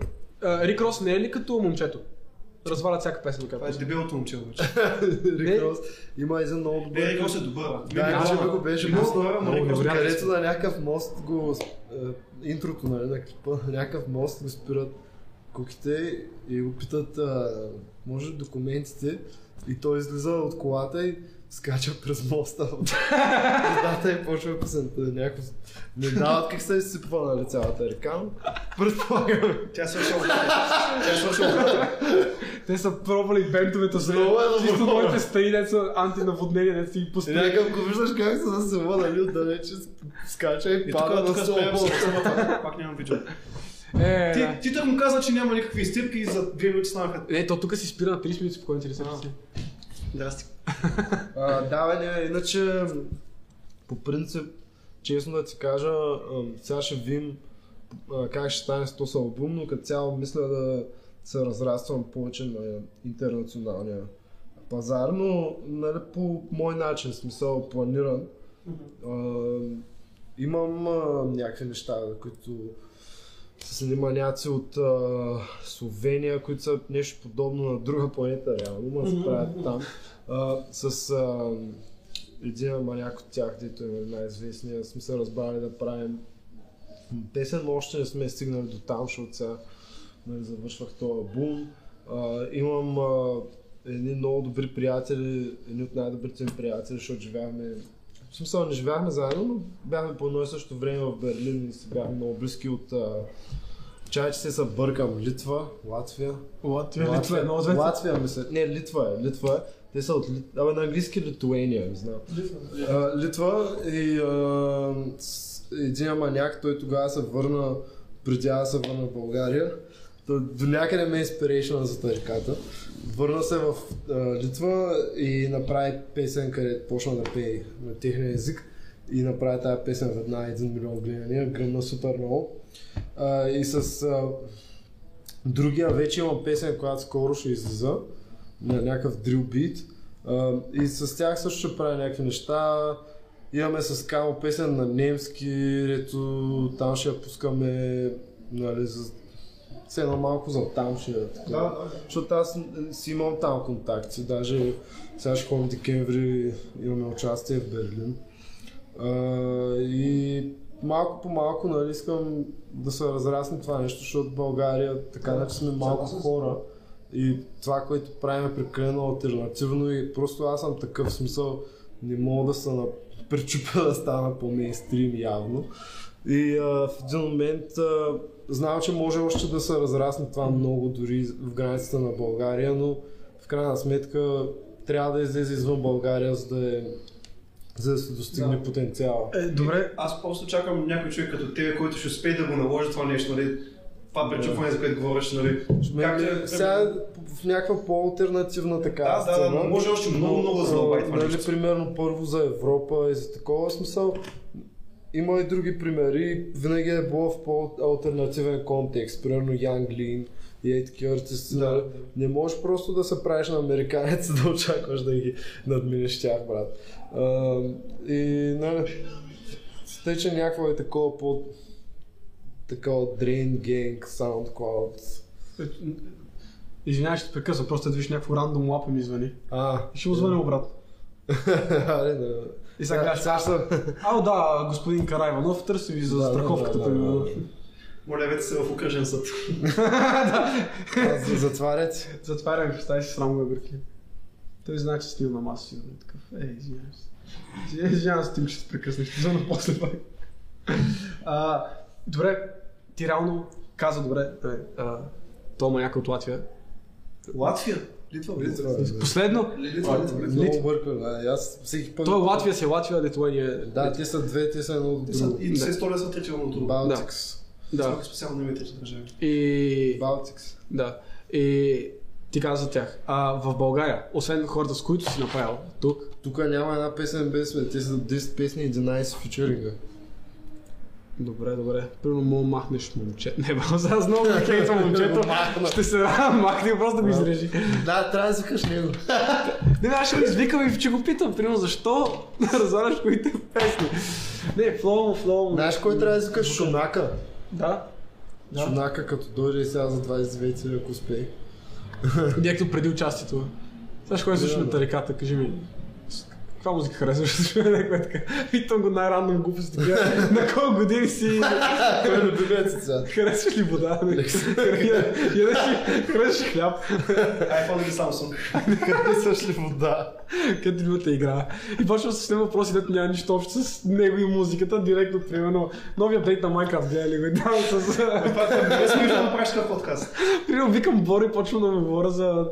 Speaker 5: а, Рик Рос не е ли като момчето? Развалят всяка песен,
Speaker 2: Това е
Speaker 5: като.
Speaker 2: дебелото момче обаче.
Speaker 5: Не.
Speaker 3: Рик Рос. Има един много добър.
Speaker 2: Не, Рикос е добър. бе.
Speaker 3: Да,
Speaker 2: Ми-
Speaker 3: иначе
Speaker 5: ама-
Speaker 3: би го беше
Speaker 2: Много
Speaker 3: пуснал.
Speaker 2: добре,
Speaker 5: много
Speaker 2: много
Speaker 5: добре. нали
Speaker 2: добре.
Speaker 3: Където на някакъв мост го... е, Интрото нали, на клипа, на някакъв мост го спират куките и го питат а, може ли документите и той излиза от колата и скача през моста. Водата и почва песента. Някакво... Не дават как се изсипва нали, цялата река. но Предполагам.
Speaker 2: Тя свърши обратно. Тя е свърши обратно.
Speaker 5: Те са пробвали бентовете с
Speaker 3: Много е добро.
Speaker 5: чисто моите стаи, деца антинаводнение, деца си ги
Speaker 3: И
Speaker 5: пустили.
Speaker 3: някакъв го виждаш как се засива, нали, отдалече скача и
Speaker 2: И тук,
Speaker 3: пада
Speaker 2: тук е
Speaker 3: на
Speaker 2: спрям
Speaker 3: стълба.
Speaker 2: с самата. Пак нямам видео.
Speaker 5: Е,
Speaker 2: Ти,
Speaker 5: да.
Speaker 2: ти так му каза, че няма никакви изтирки и за две минути станаха.
Speaker 5: Не, Е, то тук си спира на 30 минути, спокойно ти не се разсни.
Speaker 2: Здрасти.
Speaker 3: А, да, бе, не, иначе по принцип, честно да ти кажа, ам, сега ще видим а, как ще стане с този албум, но като цяло мисля да се разраствам повече на интернационалния пазар, но нали, по мой начин, в смисъл планиран. Ам, имам а, някакви неща, които с едни маняци от а, Словения, които са нещо подобно на друга планета, реално, ма се правят там. А, с а, един маняк от тях, дето е най-известния, сме се разбрали да правим песен, но още не сме стигнали до там, защото сега нали, завършвах този албум. А, имам а, едни много добри приятели, едни от най-добрите ми приятели, защото живяхме в смисъл не живяхме заедно, но бяхме по едно и също време в Берлин и си бяхме много близки от... А... Чай, че се събъркам. Литва, Латвия.
Speaker 5: Латвия, Литва е много
Speaker 3: Латвия, мисля. Не, Литва е. Литва е. Те са от... Лит- Абе, на английски Литуения, не знам. А, Литва и а, с- един маняк, той тогава се върна, преди аз се върна в България. Та До някъде ме е инспирейшън за тариката. Върна се в а, Литва и направи песен, където почна да пее на техния език. И направи тази песен веднага 1 милион гледания, гръмна супер много. А, и с а, другия вече има песен, която скоро ще излиза на някакъв drill бит. А, и с тях също ще правя някакви неща. Имаме с Камо песен на немски, рето там ще я пускаме, нали, за... все едно малко за там ще я така. Защото аз н- си имам там контакти, даже сега ще ходим в декември, имаме участие в Берлин. А, и малко по малко нали, искам да се разрасне това нещо, защото България така да, сме малко хора и това, което правим е прекалено альтернативно и просто аз съм такъв в смисъл, не мога да се на... причупя да стана по-мейнстрим явно. И а, в един момент а, знам, че може още да се разрасне това много дори в границата на България, но в крайна сметка трябва да излезе извън България, за да, е, за да се достигне да. потенциала.
Speaker 5: Е, добре,
Speaker 2: Аз просто чакам някой човек като тебе, който ще успее да го наложи това нещо, нали? Това пречупване, за което говориш, нали?
Speaker 3: Ме,
Speaker 2: Както е-
Speaker 3: сега в някаква по-алтернативна така
Speaker 2: Да, да, да,
Speaker 3: сцена.
Speaker 2: но може още много, много да задълбай това
Speaker 3: нали,
Speaker 2: нещо.
Speaker 3: примерно първо за Европа и за такова смисъл. Има и други примери. Винаги е било в по-алтернативен контекст. Примерно Янг Лин и ей такива артисти. Да. Не можеш просто да се правиш на американец да очакваш да ги надминеш тях, брат. А, и, нали, тъй, че някаква е такова по такова Drain Gang, SoundCloud.
Speaker 5: извинявай, ще те прекъсвам, просто да виж някакво рандом лапа ми звъни.
Speaker 3: А,
Speaker 5: Ще му звъня обратно.
Speaker 3: Аре, да.
Speaker 5: И сега кажеш,
Speaker 3: сега съм.
Speaker 5: ао да, господин Карайванов, търси ви за
Speaker 3: Да, да,
Speaker 5: страховката,
Speaker 3: да, да,
Speaker 5: примерно.
Speaker 3: да.
Speaker 2: Моля, явете се е в окръжен съд.
Speaker 3: Аз за- Затварят.
Speaker 5: Затварям, представи си срам го гърки. е, Той знае, че стил на маса сигурно е такъв. Е, извинявам се. Извинявам се, Извинявам се, Тим, ще те прекъснеш. Ще взема после пак. А, добре, ти реално каза добре. Е, а, Тома някой от Латвия.
Speaker 2: Латвия? Литва, бе.
Speaker 3: Литва, бе.
Speaker 5: Последно,
Speaker 2: Литва, Литва, Литва.
Speaker 3: Много бъркам, да. Аз всеки път...
Speaker 5: той Латвия си е Латвия, Литуания.
Speaker 3: Да, те са две, те са едно от
Speaker 2: Те са-
Speaker 3: друго.
Speaker 2: И се столя са трича на друго.
Speaker 3: Балтикс.
Speaker 5: да.
Speaker 2: Това е Специално име трича държави.
Speaker 5: И...
Speaker 3: Балтикс.
Speaker 5: Да. И ти каза за тях. А в България, освен хората, с които си направил тук,
Speaker 3: Тук няма една песен без мен. Те са 10 песни и 11 фичеринга.
Speaker 5: Добре, добре. Примерно мога да махнеш момче. Не, бе, сега аз много ги хейтвам момчето.
Speaker 3: Го махна.
Speaker 5: ще се радвам, махни го, просто да го изрежи.
Speaker 3: Да, трябва да викаш него.
Speaker 5: Не, бе, аз ще го извикам и ще го питам. Примерно защо разваляш коите песни. Не, флоу, флоу.
Speaker 3: Знаеш кой трябва да викаш? Шунака.
Speaker 5: Да. Да.
Speaker 3: Шунака като дойде и сега за 29, ако успее.
Speaker 5: Директно преди участието. Знаеш кой е също на тариката, кажи ми. С- Каква музика харесваш? Някой е така. Питам го най-рандом глупости. такива. На колко години си?
Speaker 3: Той е любимец сега.
Speaker 5: Харесваш ли вода? Ядеш ли- Харесваш ли хляб?
Speaker 2: iPhone или Samsung?
Speaker 3: Харесваш ли вода?
Speaker 5: където любимата игра. И почвам с тези въпроси, дето няма нищо общо с него и музиката, директно, примерно, новия апдейт на Minecraft, гледа ли го и там с...
Speaker 2: Без смешно да правиш такъв подкаст.
Speaker 5: Примерно, викам Бори, почвам да ми говоря за...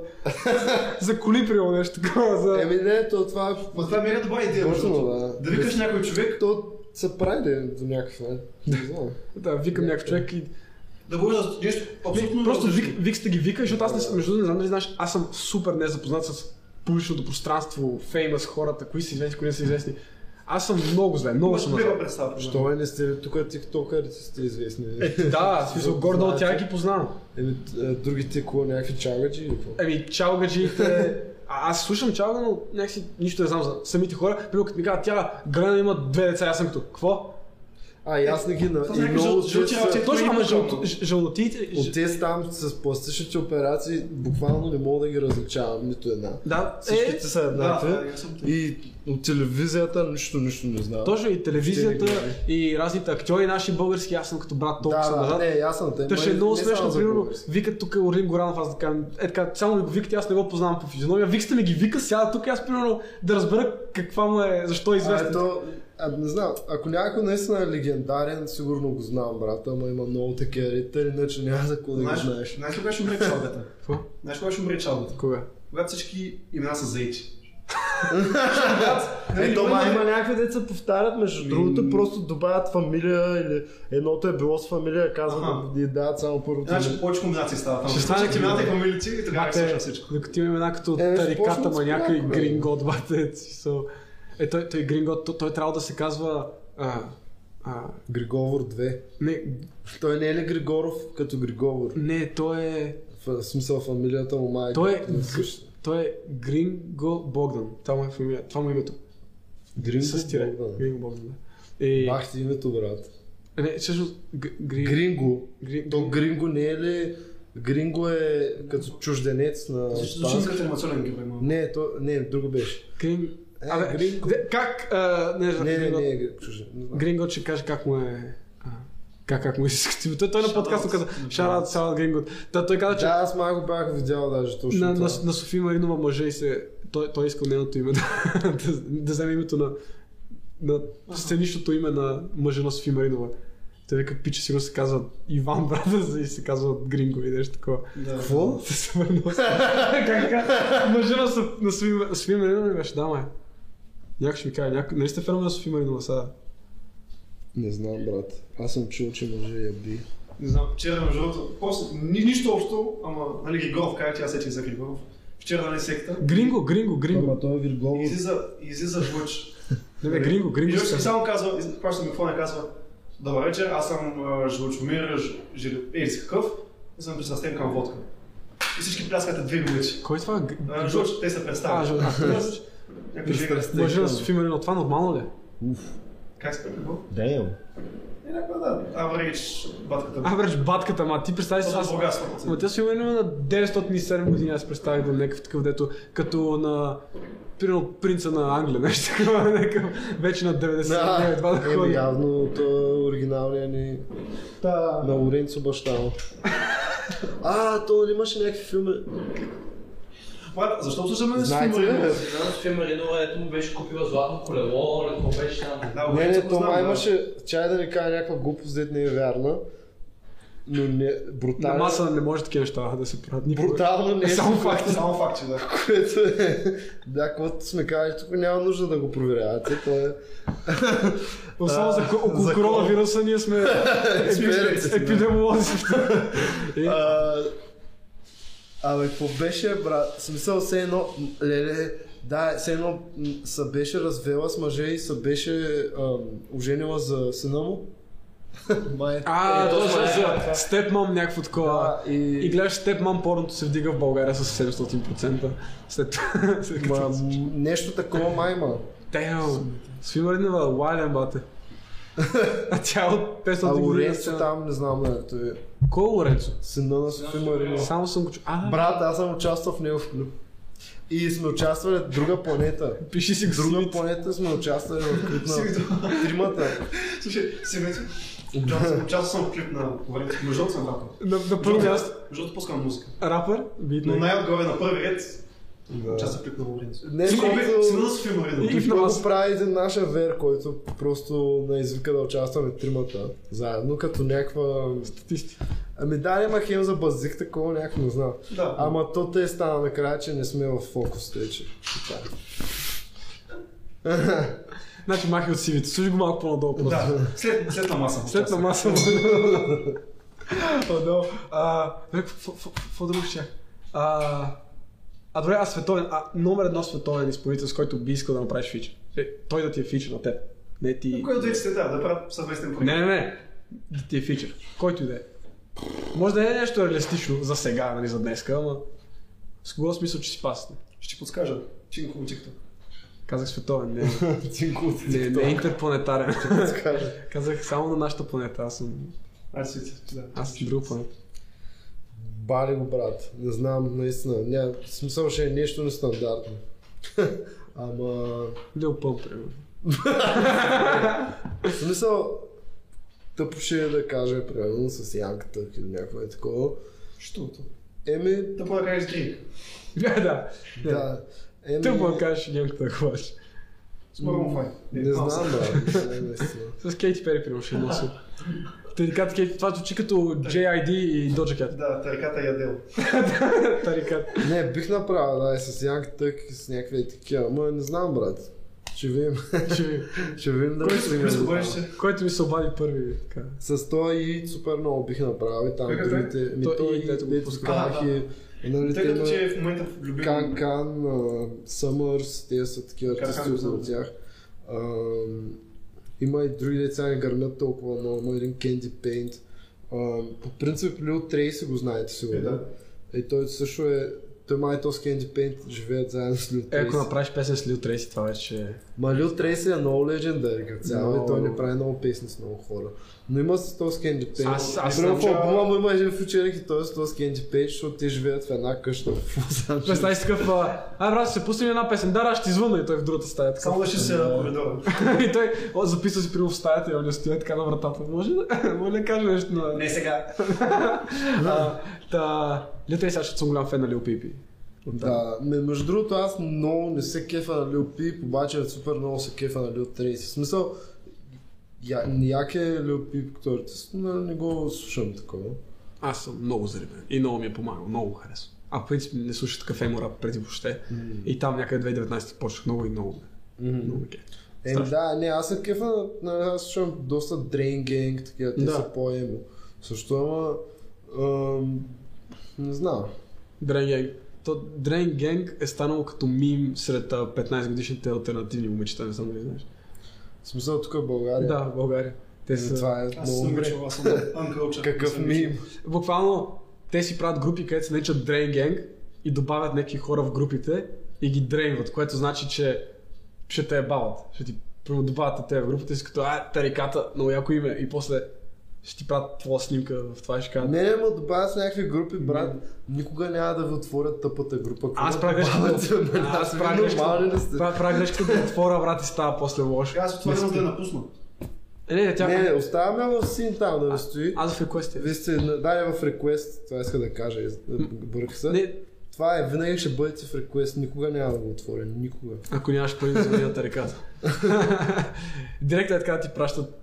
Speaker 5: за коли, примерно, нещо такова, за...
Speaker 3: Еми не, то това е...
Speaker 2: Ма това е мега добра идея. между
Speaker 3: Точно,
Speaker 2: другото.
Speaker 3: да.
Speaker 2: Да викаш някой човек,
Speaker 3: То се прави да е до някаква. Не знам.
Speaker 5: Да, викам някакъв човек и...
Speaker 2: да говори за нещо абсолютно
Speaker 5: Просто
Speaker 2: различно.
Speaker 5: вик, виксте ги вика, защото аз не, съм- между другото, не знам дали знаеш, аз съм супер незапознат с публичното пространство, феймъс, хората, кои са известни, кои не са известни. Аз съм много зле, много
Speaker 2: Имаш
Speaker 5: съм
Speaker 2: такава
Speaker 5: назад.
Speaker 2: представа.
Speaker 3: Що е не сте тук тиктокърите сте известни?
Speaker 5: Е, да, в смисъл, гордо от тях ги познавам.
Speaker 3: Еми, т- е, другите кула някакви чалгаджи или какво?
Speaker 5: Еми, чалгаджиите... Ами, А, аз слушам чалга, но някакси нищо не знам за самите хора. Примерно, като ми казват, тя Грена има две деца, аз съм като, какво?
Speaker 3: А, и аз не ги на...
Speaker 2: Това
Speaker 3: И
Speaker 2: някакви
Speaker 3: много
Speaker 2: жълти
Speaker 3: от тези
Speaker 2: работи.
Speaker 3: са-
Speaker 5: Точно,
Speaker 2: ги
Speaker 5: ама
Speaker 2: пускам,
Speaker 5: жълто-
Speaker 2: но.
Speaker 5: ж- жълтиите... ж-
Speaker 3: От тези там с пластичните операции буквално не мога да ги различавам нито една.
Speaker 5: Да, е,
Speaker 3: Всичките са
Speaker 2: Да,
Speaker 3: еднакви.
Speaker 2: да, да, съм те.
Speaker 3: И от телевизията нищо, нищо не знам.
Speaker 5: точно и телевизията,
Speaker 3: Ще ви
Speaker 5: и разните актьори наши български, аз съм като брат толкова съм
Speaker 3: да, да,
Speaker 5: назад.
Speaker 3: не, аз съм те.
Speaker 5: Та ще е
Speaker 3: ма,
Speaker 5: много
Speaker 3: не само
Speaker 5: смешно,
Speaker 3: за
Speaker 5: примерно,
Speaker 3: български.
Speaker 5: викат тук Орлин Горанов, аз да кажа, е така, само ми го викате, аз не го познавам по физиономия, викате ми ги вика, сяда тук и аз примерно да разбера каква му е, защо е
Speaker 3: А,
Speaker 5: известен.
Speaker 3: ето, а, не знам, ако някой наистина е легендарен, сигурно го знам, брата, ама има много такива ритъри, иначе няма за какво да го
Speaker 2: Знаеш,
Speaker 3: знаеш.
Speaker 2: знаеш ли кога ще умре чалгата?
Speaker 5: Какво?
Speaker 2: Знаеш кога ще умре чалгата?
Speaker 5: Кога?
Speaker 2: когато всички имена са заети.
Speaker 3: Е, то ма има някакви деца повтарят, между другото, просто добавят фамилия или едното е било с фамилия,
Speaker 2: Аха.
Speaker 3: казват да и дават само първото.
Speaker 2: Значи
Speaker 3: име.
Speaker 2: повече комбинации стават.
Speaker 5: Ще стане
Speaker 2: Всички имената и фамилите и тогава
Speaker 5: Бате,
Speaker 2: слушам всичко.
Speaker 5: Докато има една като
Speaker 3: Е,
Speaker 5: тариката,
Speaker 3: започна с
Speaker 5: маняка и
Speaker 3: малко, бе.
Speaker 5: Грингот, бате. So, е, той, той Грингот, той, той трябва да се казва... А, а,
Speaker 3: Григовор 2.
Speaker 5: не,
Speaker 3: Той не е ли Григоров като Григовор?
Speaker 5: не, той е...
Speaker 3: В смисъл фамилията му майка.
Speaker 5: Той е,
Speaker 3: Не съща.
Speaker 5: той е Гринго Богдан. Това му е фамилия, това му е името. С тире. Е.
Speaker 3: Гринго Богдан.
Speaker 5: Гринго Богдан, да. И,
Speaker 3: Бах ти името, брат.
Speaker 5: не, всъщност, г- гри,
Speaker 3: Гринго.
Speaker 5: гри,
Speaker 3: То Гринго не е ли... Гринго е като чужденец на...
Speaker 2: Защото звучи като анимационен герой. малко.
Speaker 3: Не, то... не, друго беше.
Speaker 5: грин,
Speaker 3: Е,
Speaker 5: Абе,
Speaker 3: Гринго.
Speaker 5: де- как, а, не,
Speaker 3: Не, не,
Speaker 5: Гринго-
Speaker 3: не, е чужден. Не знам.
Speaker 5: Грингот ще каже как му е... а, Как, как му е искате. Той, той на подкаста каза, шарат, шарат Грингот. Та, той каза, че
Speaker 3: Да, аз малко бях видял даже точно
Speaker 5: на, на,
Speaker 3: това.
Speaker 5: на Софи Маринова мъже и се... Той, той искал нейното име да, да, да вземе името на, на сценичното име на мъжа на Софи Маринова. Той вика, пиче сигурно се казва Иван Брата и се казва Гринго и нещо такова.
Speaker 3: Какво?
Speaker 5: Се се върнал. Как така? Мъжа на, Соф- на Софи, Ма- Софи Маринова ли беше? Да, май. Някой ще ми каже, някой... Нали сте фенове на Софи Маринова сега?
Speaker 3: Не знам, брат. Аз съм чул, че мъже я би.
Speaker 2: Не знам, вчера между другото, просто ни, нищо общо, ама нали Григоров, кажа, че аз сетих за Григоров. Вчера нали секта,
Speaker 5: Гринго, Гринго, Гринго.
Speaker 3: Ама той е Вирголов.
Speaker 2: излиза, излиза Вуч.
Speaker 5: Не, бе, Гринго,
Speaker 2: И
Speaker 5: Гринго.
Speaker 2: Вуч
Speaker 5: ще се-
Speaker 2: само казва, из- хваща микрофона и казва, Добър вечер, аз съм а, Жлучомир Ж- Жили- Ей, си какъв и съм пристрастен към водка. И всички пляскате две минути.
Speaker 5: Кой е това? Г-
Speaker 2: А,
Speaker 5: Гринго?
Speaker 2: Жлуч, те се
Speaker 5: А,
Speaker 2: представят.
Speaker 5: Жо- а,
Speaker 2: Някой жлик-
Speaker 5: Мъжа на Софи Маринова. Това нормално ли? е?
Speaker 2: Как се какво?
Speaker 3: Damn.
Speaker 2: И някаква да, аврейдж батката.
Speaker 5: А, бреш, батката, ма, ти представи си,
Speaker 2: Това е
Speaker 5: аз...
Speaker 2: Бургас,
Speaker 5: Ма тя сигурно има на 907 години, аз представих да е някакъв такъв, дето като на Примерно принца на Англия, нещо такова, някакъв, вече на 99, това да
Speaker 3: е,
Speaker 5: ходи.
Speaker 3: явно той е оригиналният ни...
Speaker 2: Да.
Speaker 3: На Лоренцо баща му. а, то нали имаше някакви филми.
Speaker 2: Ма, Защо обсъждаме с
Speaker 3: Знаете ли?
Speaker 2: Фимарин?
Speaker 7: София Маринова, ето му беше купила златно колело, леко беше там.
Speaker 2: Да,
Speaker 3: Не,
Speaker 2: Лоренцо
Speaker 3: не,
Speaker 2: го
Speaker 3: то
Speaker 2: знам,
Speaker 3: май
Speaker 2: е да.
Speaker 3: имаше... Чай да не кажа някаква глупост, дет не е вярна. Но не...
Speaker 5: На
Speaker 3: Брутално...
Speaker 5: маса не може такива неща да се правят. никога.
Speaker 3: Брутално не
Speaker 5: Е,
Speaker 3: е
Speaker 5: само
Speaker 3: това,
Speaker 5: факти.
Speaker 2: Само факти, да.
Speaker 3: което е... Да, каквото сме казали, тук няма нужда да го проверявате. То е...
Speaker 5: Особено за, ко- около
Speaker 3: за
Speaker 5: коронавируса ние сме
Speaker 3: Експерти сме.
Speaker 5: епидемолози. Е,
Speaker 3: А, Абе, какво беше, брат? В смисъл, все едно, м, леле, да, все едно м, се беше развела с мъже и се беше ам, оженила за сина му. Май.
Speaker 5: А,
Speaker 7: Е, то
Speaker 5: точно
Speaker 7: това
Speaker 5: за
Speaker 7: е, това.
Speaker 5: степмам някакво такова.
Speaker 3: Да, и-
Speaker 5: И гледаш степмам, порното се вдига в България с 700%. След след като-
Speaker 3: Ма, м, нещо такова майма.
Speaker 5: Damn! Свимаринова, Уайлен, бате. А тя от
Speaker 3: А
Speaker 5: 500 години.
Speaker 3: Лоренцо
Speaker 5: на-
Speaker 3: там, не знам, е, той е
Speaker 5: Кой е Лоренцо?
Speaker 3: сина на Софи Марина.
Speaker 5: Само съм го чул. А,
Speaker 3: Брат, аз съм участвал в негов клип. И сме участвали в друга планета.
Speaker 5: пиши си го
Speaker 3: Друга
Speaker 5: снимите.
Speaker 3: планета сме участвали в клип на тримата.
Speaker 2: Слушай, семейство, участвал участвал съм в клип на Лоренцо. Между другото съм рапър.
Speaker 5: На, на
Speaker 2: Между
Speaker 5: първо
Speaker 2: другото-
Speaker 5: място.
Speaker 2: Между другото пускам музика.
Speaker 5: Рапър, видно.
Speaker 2: Но
Speaker 5: е.
Speaker 2: най-отгоре на първи ред участвах в клип на Лоренцо.
Speaker 3: Не, е
Speaker 2: Сигурно
Speaker 3: защото...
Speaker 2: сигурно с Филма
Speaker 5: И-
Speaker 2: Ридъл.
Speaker 5: в
Speaker 3: Той го
Speaker 5: нас.
Speaker 3: прави един наш вер, който просто не извика да участваме тримата заедно, като някаква...
Speaker 5: Статисти.
Speaker 3: Ами да, има хем за базик, такова някакво не знам.
Speaker 2: Да.
Speaker 3: Ама то те стана накрая, че не сме в фокус вече.
Speaker 5: Значи махи от сивите. Служи го малко по-надолу. просто.
Speaker 2: Да, след, след на маса.
Speaker 5: След на
Speaker 2: участвах.
Speaker 5: маса. О, да. А, бе, какво- какво- Какво друго ще? А, а добре, а световен, а номер едно световен изпълнител, с който би искал да направиш фичър. Е, Той да ти е фичър на теб. Не ти...
Speaker 2: Кой от двете да, да правят съвместен проект.
Speaker 5: Не, не, не. Да ти е фичър. Който и да е. Може да не е нещо реалистично за сега, нали, за днеска, ама с кого смисъл, че си пасне?
Speaker 2: Ще ти подскажа. Чинко от TikTok.
Speaker 5: Казах световен, не, не, не е интерпланетарен. Казах само на нашата планета, аз съм,
Speaker 2: Аз си, да.
Speaker 5: аз съм друга планета.
Speaker 3: Бали го, брат. Не знам, наистина. Ня... в Смисъл ще е нещо нестандартно. Ама...
Speaker 5: Лил Пъм, примерно.
Speaker 3: В смисъл... Тъпо ще е да кажа, примерно, с янката или някакво е такова.
Speaker 2: Щото.
Speaker 3: Еми,
Speaker 2: Да мога да кажеш Дрик.
Speaker 5: Да, да.
Speaker 3: да. Еми...
Speaker 5: Тъпо е кажеш нянката да ходиш.
Speaker 2: С Марон Фай. Е,
Speaker 3: Не знам, брат. Не, наистина.
Speaker 5: С Кейти Пери примерно ще носи. Тарикат Кей, това звучи като JID и Doja Cat.
Speaker 2: Да, тариката ядел.
Speaker 5: Тарикат.
Speaker 3: Не, бих направил, да, и с Янг Тък, и с някакви такива. Ма не знам, брат. Ще видим.
Speaker 5: Ще видим.
Speaker 3: Ще видим Е, да мислим.
Speaker 2: Близко бъдеще.
Speaker 5: Който ми се обади първи. Така. Е,
Speaker 3: С това и супер много бих направил. И там
Speaker 2: Какъв е?
Speaker 3: другите. Ми
Speaker 5: Той
Speaker 3: той,
Speaker 5: и дето го
Speaker 3: дето
Speaker 5: пуска.
Speaker 3: казах
Speaker 2: А, да.
Speaker 3: и... Нали,
Speaker 2: Тъй
Speaker 3: те
Speaker 2: като
Speaker 3: има
Speaker 2: че е в момента в любим...
Speaker 3: Кан Кан, а, Съмърс, те са такива
Speaker 2: Кан
Speaker 3: артисти
Speaker 2: Кан, знам.
Speaker 3: от тях. А, Има и други деца не гърмят толкова много. Има един Candy Paint. А, По принцип Лил Трейси го знаете
Speaker 2: Е,
Speaker 3: сигурно.
Speaker 2: да.
Speaker 3: И той също е... Той май то с Candy Paint живеят заедно с Лил
Speaker 5: Е, ако
Speaker 3: Трейси.
Speaker 5: направиш песен с Лил Трейси, това вече е...
Speaker 3: Ма Лил Трейси е много легендарен като цяло
Speaker 5: Много.
Speaker 3: и той не прави много песни с много хора. Но има с този Candy Paint.
Speaker 5: Аз- аз
Speaker 3: Примерно в
Speaker 5: съм
Speaker 3: албума му има един фючерик и той е с този Candy Paint, защото те живеят в една къща в Лос Анджелес.
Speaker 5: Представи си такъв, а, ай брат, ще пуснем една песен, да, да, ще извънна и той в другата стая. Така.
Speaker 2: Само да ще се на коридора.
Speaker 5: и той о, записва си прямо в стаята и он не стои така на вратата. Може да, може ли да каже нещо на...
Speaker 7: Не сега.
Speaker 5: А, та, Лил Трейси, аз ще съм голям фен на Лил Пипи.
Speaker 3: Да, ме, между другото аз много не се кефа на Лил Пип, обаче супер много се кефа на Лил Трейси. В смисъл, я, як е Лил Пип като артист, но не го слушам такова.
Speaker 5: Аз съм много заребен и много ми е помагал, много го харесвам. А в принцип не слушах такъв емо рап преди въобще. И там някъде 2019 почнах много и много. Mm. Много ме кефи.
Speaker 3: Еми да, не, аз се кефа, на- на, аз слушам доста Drain Gang, такива, те
Speaker 5: Да.
Speaker 3: са по-емо. Също ама, ам, не знам.
Speaker 5: Drain Gang. То Drain Gang е станало като мим сред 15 годишните альтернативни момичета, не съм ли знаеш.
Speaker 3: В смисъл тук в България.
Speaker 5: Да, в България. Те са...
Speaker 3: Това е
Speaker 2: Аз
Speaker 3: много
Speaker 2: съм
Speaker 3: добре.
Speaker 2: обичал, аз съм Unculture.
Speaker 3: Какъв мим.
Speaker 5: Буквално те си правят групи, където се наричат Drain Gang и добавят някакви хора в групите и ги дрейнват, което значи, че ще те ебават. Ще ти първо добавят на те в групата и си като, а, тариката, много яко име. И после ще ти правят твоя снимка в това и ще кажат.
Speaker 3: Не, не, ма добавя с някакви групи, брат. Никога няма да ви отворят тъпата група.
Speaker 5: Аз
Speaker 3: Какво
Speaker 5: правя
Speaker 3: добавят
Speaker 5: грешката.
Speaker 3: за мен?
Speaker 5: Аз
Speaker 3: Аз
Speaker 5: правя
Speaker 3: правя нормални ли
Speaker 5: грешката.
Speaker 3: сте?
Speaker 5: Правя правя грешката да отворя врат и става после лошо.
Speaker 2: Аз отворено да я напусна.
Speaker 5: Е, не, не, тя...
Speaker 3: Не, оставяме в син там да ви стои.
Speaker 5: Аз в реквести.
Speaker 3: Вие сте на- дали в реквест, това иска да кажа, из- бърках се.
Speaker 5: Не,
Speaker 3: Това е, винаги ще бъдете в реквест, никога няма да го отворя, никога.
Speaker 5: Ако нямаш пари да заменят реката. Директно е така да ти пращат.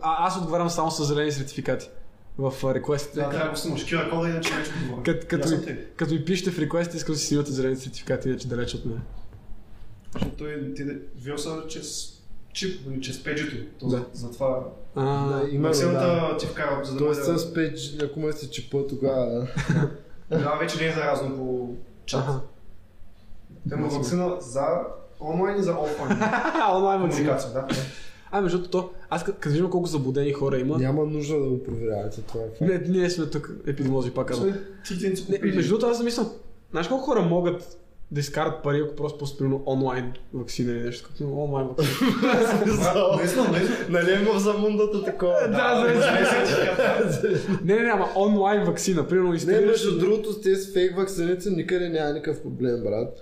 Speaker 5: А, аз отговарям само с зелени сертификати в а, реквестите.
Speaker 2: Да, трябва да го снимаш. Кира кода, иначе нещо говоря.
Speaker 5: Кът, като,
Speaker 2: Ясно
Speaker 5: ми,
Speaker 2: ти.
Speaker 5: като ми пишете в реквестите, искам да си снимате зелени сертификати, иначе далеч от мен.
Speaker 2: Защото той ти виоса чрез чип, нали, чрез пейджито. То
Speaker 5: Да.
Speaker 2: за- Затова
Speaker 5: А,
Speaker 3: Да, има го, да.
Speaker 2: ваксината ти вкарва, за да
Speaker 5: е
Speaker 3: Тоест
Speaker 2: може да-
Speaker 3: е с 5G, ако ме се чипа тогава.
Speaker 2: Да, вече не е заразно по чат.
Speaker 5: Аха.
Speaker 2: Те има вакцина за онлайн и за офлайн.
Speaker 5: А, онлайн магазин.
Speaker 2: Комуникация, да.
Speaker 5: А, между другото, Ами, то, аз като като виждам колко заблудени хора има.
Speaker 3: Няма нужда да го проверявате това. е факт.
Speaker 5: Не, ние сме тук, епидемолози, пак казвам.
Speaker 2: Трите
Speaker 5: Не,
Speaker 2: енциклопедии.
Speaker 5: между другото, аз замислям, знаеш колко хора могат да изкарат пари, ако просто пуснат примерно онлайн вакцина или нещо, като онлайн вакцина.
Speaker 2: Брат, Наистина, наистина.
Speaker 3: Нали е в замундата такова?
Speaker 5: Да, за Не, не, не, ама онлайн вакцина, примерно
Speaker 3: Не,
Speaker 5: инсталираш...
Speaker 3: между другото, с тези фейк вакцините никъде няма никакъв проблем, брат.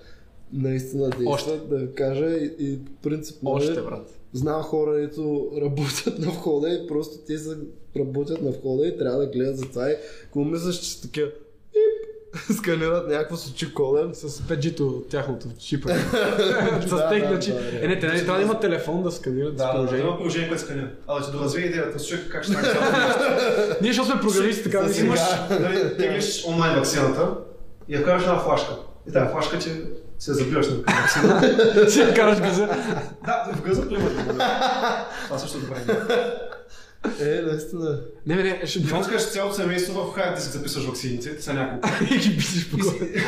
Speaker 3: Наистина
Speaker 5: Още.
Speaker 3: действат, да ви кажа и, и по принцип нали,
Speaker 5: Още, брат.
Speaker 3: Знам хора, ето работят на входа и просто те са, работят на входа и трябва да гледат за това. И ако мислиш, че са такива пип, сканират някакво с очи колен.
Speaker 5: С 5G-то тяхното чипа. С
Speaker 3: Да,
Speaker 5: техния
Speaker 3: да,
Speaker 5: чип.
Speaker 3: да, да.
Speaker 5: Е, не, те нали трябва да има телефон да сканират с
Speaker 2: Да, да, да,
Speaker 5: положение.
Speaker 2: има е положение, което сканя. А да ти доразвие идеята, с човек как ще стане цялото
Speaker 5: Ние защото сме програмисти, така да
Speaker 2: нещо.
Speaker 5: си
Speaker 2: Имаш, нали, теглиш онлайн вакцината и я вкараш една флашка. И тази флашка, че се забиваш на вакцина.
Speaker 5: си я караш газа.
Speaker 2: Да, в гъза, примерно. да. Това също е добре.
Speaker 3: Е, наистина.
Speaker 5: Не, не, не, ще
Speaker 2: Ти искаш цялото семейство в хард диск записваш вакцините, те са няколко.
Speaker 5: и ги писаш по
Speaker 2: И
Speaker 5: главата.
Speaker 2: си-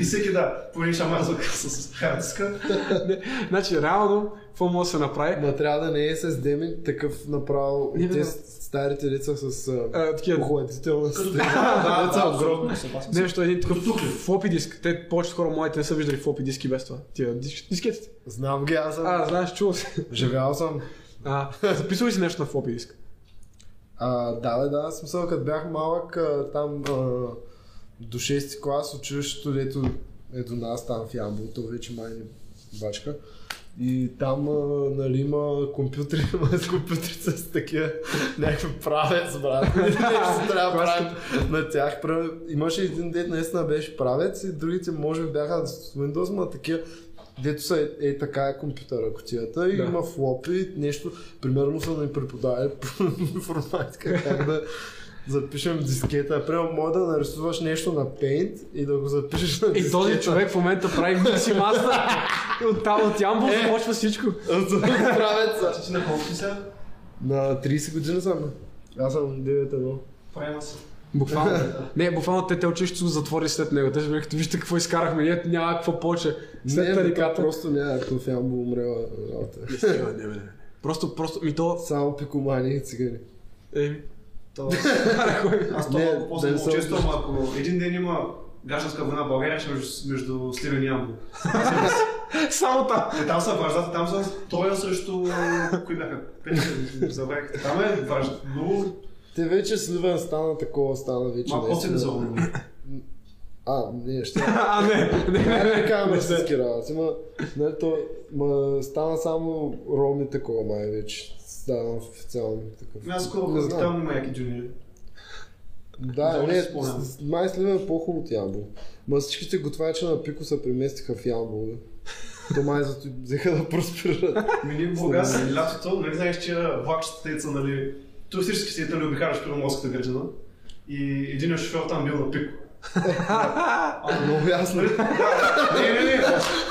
Speaker 2: И всеки да, поне шамазък с хард диска.
Speaker 5: Значи, реално, какво може да се направи?
Speaker 3: Ма трябва да не е с Демин такъв направо
Speaker 5: Не,
Speaker 3: от
Speaker 5: бе,
Speaker 3: тези
Speaker 5: да.
Speaker 3: старите деца с а,
Speaker 5: А, такива-
Speaker 3: охладителна система.
Speaker 2: Да,
Speaker 3: Деца огромни.
Speaker 5: Не, защото един такъв флопи диск. Те, повечето хора моите не са виждали флопи диски без това. Тия диск- дискетите.
Speaker 3: Знам ги, аз съм.
Speaker 5: А, знаеш, чувал се.
Speaker 3: Живял съм.
Speaker 5: А, записал ли си нещо на флопи диск?
Speaker 3: А, да, да, да, в смисъл, като бях малък, а, там а, до 6 клас, училището, дето е до нас там в Ямбол, то вече май не бачка. И там, а, нали, има компютри, има с компютри с такива някакви правец, брат. Нещо трябва да правим на тях. Пра- Имаше един дет, наистина беше правец и другите може би бяха с Windows, ма такива Дето са е, е така е компютъра котията и
Speaker 5: Да.
Speaker 3: има флопи, нещо, примерно са ни преподавали по информатика как да запишем дискета. Примерно може да нарисуваш нещо на Paint и да го запишеш на дискета.
Speaker 5: И този човек в момента прави микси мастър. От там, от Ямбол започва всичко.
Speaker 3: Правец
Speaker 2: Ти на колко си сега?
Speaker 3: На 30 години съм. бе. Аз съм 9-1.
Speaker 2: Према се.
Speaker 5: Буквално. Не, буквално те, те училището го затвори след него. Те ще бяха, вижте какво изкарахме, ние няма какво повече.
Speaker 3: Не,
Speaker 5: След
Speaker 3: бе,
Speaker 5: тариката.
Speaker 3: просто няма, ако в Ямбо умрела работа.
Speaker 2: Е.
Speaker 5: Стига, не, бе, не, бе. Просто, просто, ми то...
Speaker 3: Само пикомани и цигани.
Speaker 5: Еми,
Speaker 2: То- Аз
Speaker 3: Не,
Speaker 2: това малко
Speaker 3: да
Speaker 2: после
Speaker 3: не
Speaker 2: го
Speaker 3: съм-
Speaker 2: чувствам, ако един ден има гражданска война в България, ще е между, между Сливен и Ямбол.
Speaker 5: само там.
Speaker 2: Е, там са враждата, там са Троя срещу... е, Кои бяха? Петя, забравих. Там е вражда. Но
Speaker 3: Те вече Сливен стана такова, стана вече.
Speaker 2: малко после не
Speaker 3: наистина.
Speaker 2: заумни.
Speaker 3: А, не, ще.
Speaker 5: А, не, не, не,
Speaker 3: Не,
Speaker 5: не,
Speaker 3: не казвам
Speaker 5: не се.
Speaker 3: всички работи, ма, нали, то, ма, стана само роми такова май вече. Стана официално такъв.
Speaker 2: Ами Аз скоро
Speaker 3: не
Speaker 2: казах,
Speaker 3: знам.
Speaker 2: там има яки джуниори.
Speaker 3: Да,
Speaker 2: Много
Speaker 3: не,
Speaker 2: си спомням.
Speaker 3: с- май Сливен е по-хубаво от Ямбол. Ма всичките готвачи на Пико се преместиха в Ямбол. бе. То май зато взеха да просперират.
Speaker 2: Мини в Бургас лятото, нали знаеш, че влакчетата са, нали, туристически си да обикараш към морската градина. И един шофьор там бил на пик. нали?
Speaker 3: Много ясно.
Speaker 2: Не, не, не,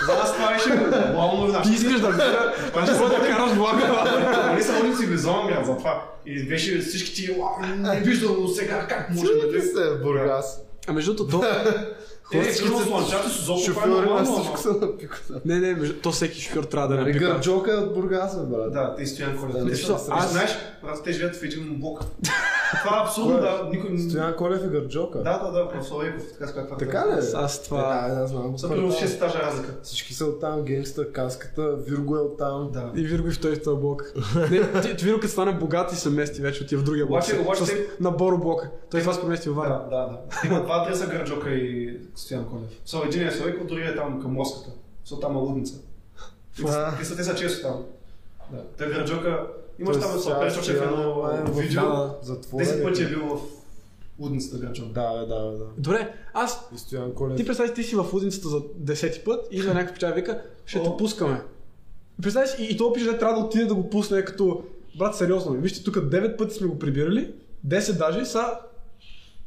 Speaker 2: за нас това беше главно новина.
Speaker 5: Ти искаш да бира,
Speaker 2: Това ще
Speaker 5: какво да караш влага.
Speaker 2: Нали са улици Бизон, град, за това. И беше всички ти, «Уау, не виждам сега как може нали?» да
Speaker 3: Чудите се в Бургас.
Speaker 5: А между другото, то...
Speaker 2: Е,
Speaker 5: Хора,
Speaker 2: всички са слънчати с зоко, това е
Speaker 3: Шофьори на
Speaker 2: нормално.
Speaker 3: всичко са на Пико. да.
Speaker 5: Не, не, между- то всеки шофьор трябва да
Speaker 3: Нали,
Speaker 5: напика.
Speaker 3: Е, Гърджока е от Бургас, бе, брат.
Speaker 2: Да, те и Стоян Колев.
Speaker 3: Да,
Speaker 2: Те
Speaker 3: защо?
Speaker 2: са-
Speaker 5: Аз-
Speaker 2: Знаеш, брат, те живеят в един блок. Това е абсурдно, да, никой... не-
Speaker 3: Стоян Колев и Гърджока.
Speaker 2: Да, да, да, професор Иков, така се казва.
Speaker 3: Така ли? е?
Speaker 5: Аз- аз това-
Speaker 3: Да, да, знам.
Speaker 2: Са примерно 6 етажа разлика.
Speaker 3: Всички са от там, генгста, каската, Вирго е от там.
Speaker 2: Да.
Speaker 5: И Вирго и в този в този блок. Не, ти- Вирго като стане богат и се мести вече отива в другия блок.
Speaker 2: Обаче- обаче
Speaker 5: С-
Speaker 2: те-
Speaker 5: На Боро блока. Той това се премести във
Speaker 2: Да,
Speaker 5: Варна.
Speaker 2: да, да. Има два адреса Гърджока и Стоян Колев. Со един е Сойко, другия е там към Моската. Со там е Лудница. Те са- Те са, те са често там. Да. Та Гърджока... Имаш там
Speaker 3: Тоест,
Speaker 2: со
Speaker 3: тя
Speaker 2: Пешочев едно
Speaker 3: стояла е в
Speaker 2: видео.
Speaker 3: Варна, затворена.
Speaker 2: 10 пъти е бил в Лудницата Гърджока.
Speaker 3: Да, бе, да, бе, да.
Speaker 5: Добре, аз...
Speaker 3: И Стоян Колев.
Speaker 5: Ти представи, си, ти си в лудницата за десети път и за някакъв печал вика, ще те
Speaker 2: О.
Speaker 5: пускаме. Представи си, и, и то пише, че трябва да отиде да го пусне като... Брат, сериозно ми, вижте, тук 9 пъти сме го прибирали, 10 даже, са...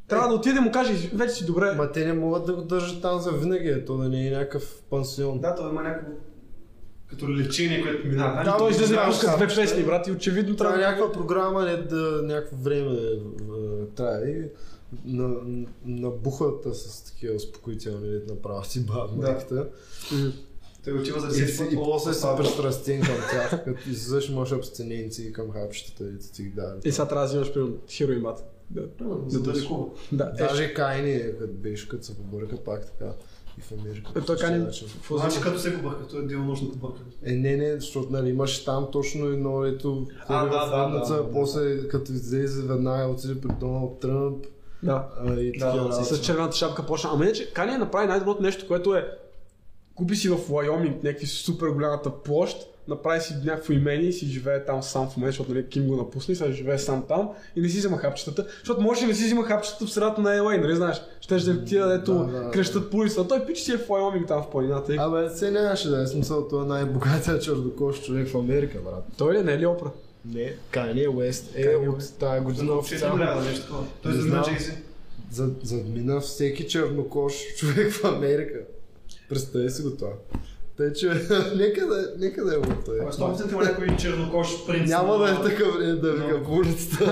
Speaker 5: Трябва да отиде да му каже, вече си добре.
Speaker 3: Ма те не могат да го държат там за винаги, е, то да не е някакъв пансион.
Speaker 2: Да, той има някакво като лечение, което Нали, минава.
Speaker 3: Да,
Speaker 5: Той
Speaker 3: ма,
Speaker 5: излезе
Speaker 3: знам,
Speaker 5: пуска с две
Speaker 3: знам, че-
Speaker 5: песни, брат, и очевидно
Speaker 3: Трябва
Speaker 5: трябва...
Speaker 3: е някаква програма, не да някакво време е, трябва и на, на бухата с такива успокоителни, дето направо си бавно.
Speaker 2: Да.
Speaker 3: Да.
Speaker 2: Той отива за
Speaker 3: И,
Speaker 2: 10
Speaker 3: си- и
Speaker 2: пъти.
Speaker 3: после си
Speaker 2: Остава.
Speaker 3: пристрастен към тях, като излъж имаш абстиненции към хапчетата и ти ги дали.
Speaker 5: И сега трябва да взимаш примерно хероин, брат. Да,
Speaker 2: За да
Speaker 5: дадеш.
Speaker 2: е хубаво.
Speaker 5: Да, е,
Speaker 3: Даже Кайни, като беше, като се побърка пак така и в Америка.
Speaker 5: Е,
Speaker 3: по
Speaker 5: той
Speaker 3: същия
Speaker 5: Кайни-
Speaker 3: начин.
Speaker 5: какво взима?
Speaker 2: Значи като се побърка, той е делнощната бърка.
Speaker 3: Е, не, не, защото нали, имаш там точно едно, ето,
Speaker 2: А,
Speaker 3: ходи
Speaker 2: да,
Speaker 3: в
Speaker 2: да,
Speaker 3: Лудница,
Speaker 2: да, да.
Speaker 3: после като излезе веднага, отиде при Доналд Тръмп
Speaker 5: Да.
Speaker 3: а, и
Speaker 2: Да,
Speaker 3: такива
Speaker 2: да,
Speaker 3: работи.
Speaker 5: С червената шапка почна. Ама иначе Кани направи най-доброто нещо, което е купи си в Лайоминг някакви супер голямата площ, направи си някакво имение и си живее там сам в момента, защото нали, Ким го напусне, сега живее сам там и не си взема хапчетата, защото може и не си взема хапчетата в средата на LA, нали знаеш? Щеш да тия, дето
Speaker 3: да, да, да.
Speaker 5: крещат по улица, а той пич си е в Лайоминг там в планината. И...
Speaker 3: Абе, се нямаше да е смисъл, той е най-богатия чернокож човек в Америка, брат.
Speaker 5: Той ли не е ли опра?
Speaker 3: Не, Кайни Уест е
Speaker 5: Kanye
Speaker 3: от тази година
Speaker 2: Но 4
Speaker 3: официално.
Speaker 2: милиарда нещо такова. Той значи
Speaker 3: Не
Speaker 2: за на
Speaker 3: знам.
Speaker 2: Джейзи.
Speaker 3: Зад- Задмина всеки чернокож човек в Америка. Представи си го това. Тъй, че нека да, нека да е от той.
Speaker 2: 100% има някой чернокож принц.
Speaker 3: Няма
Speaker 2: на-
Speaker 3: да е такъв е, да вика по улицата.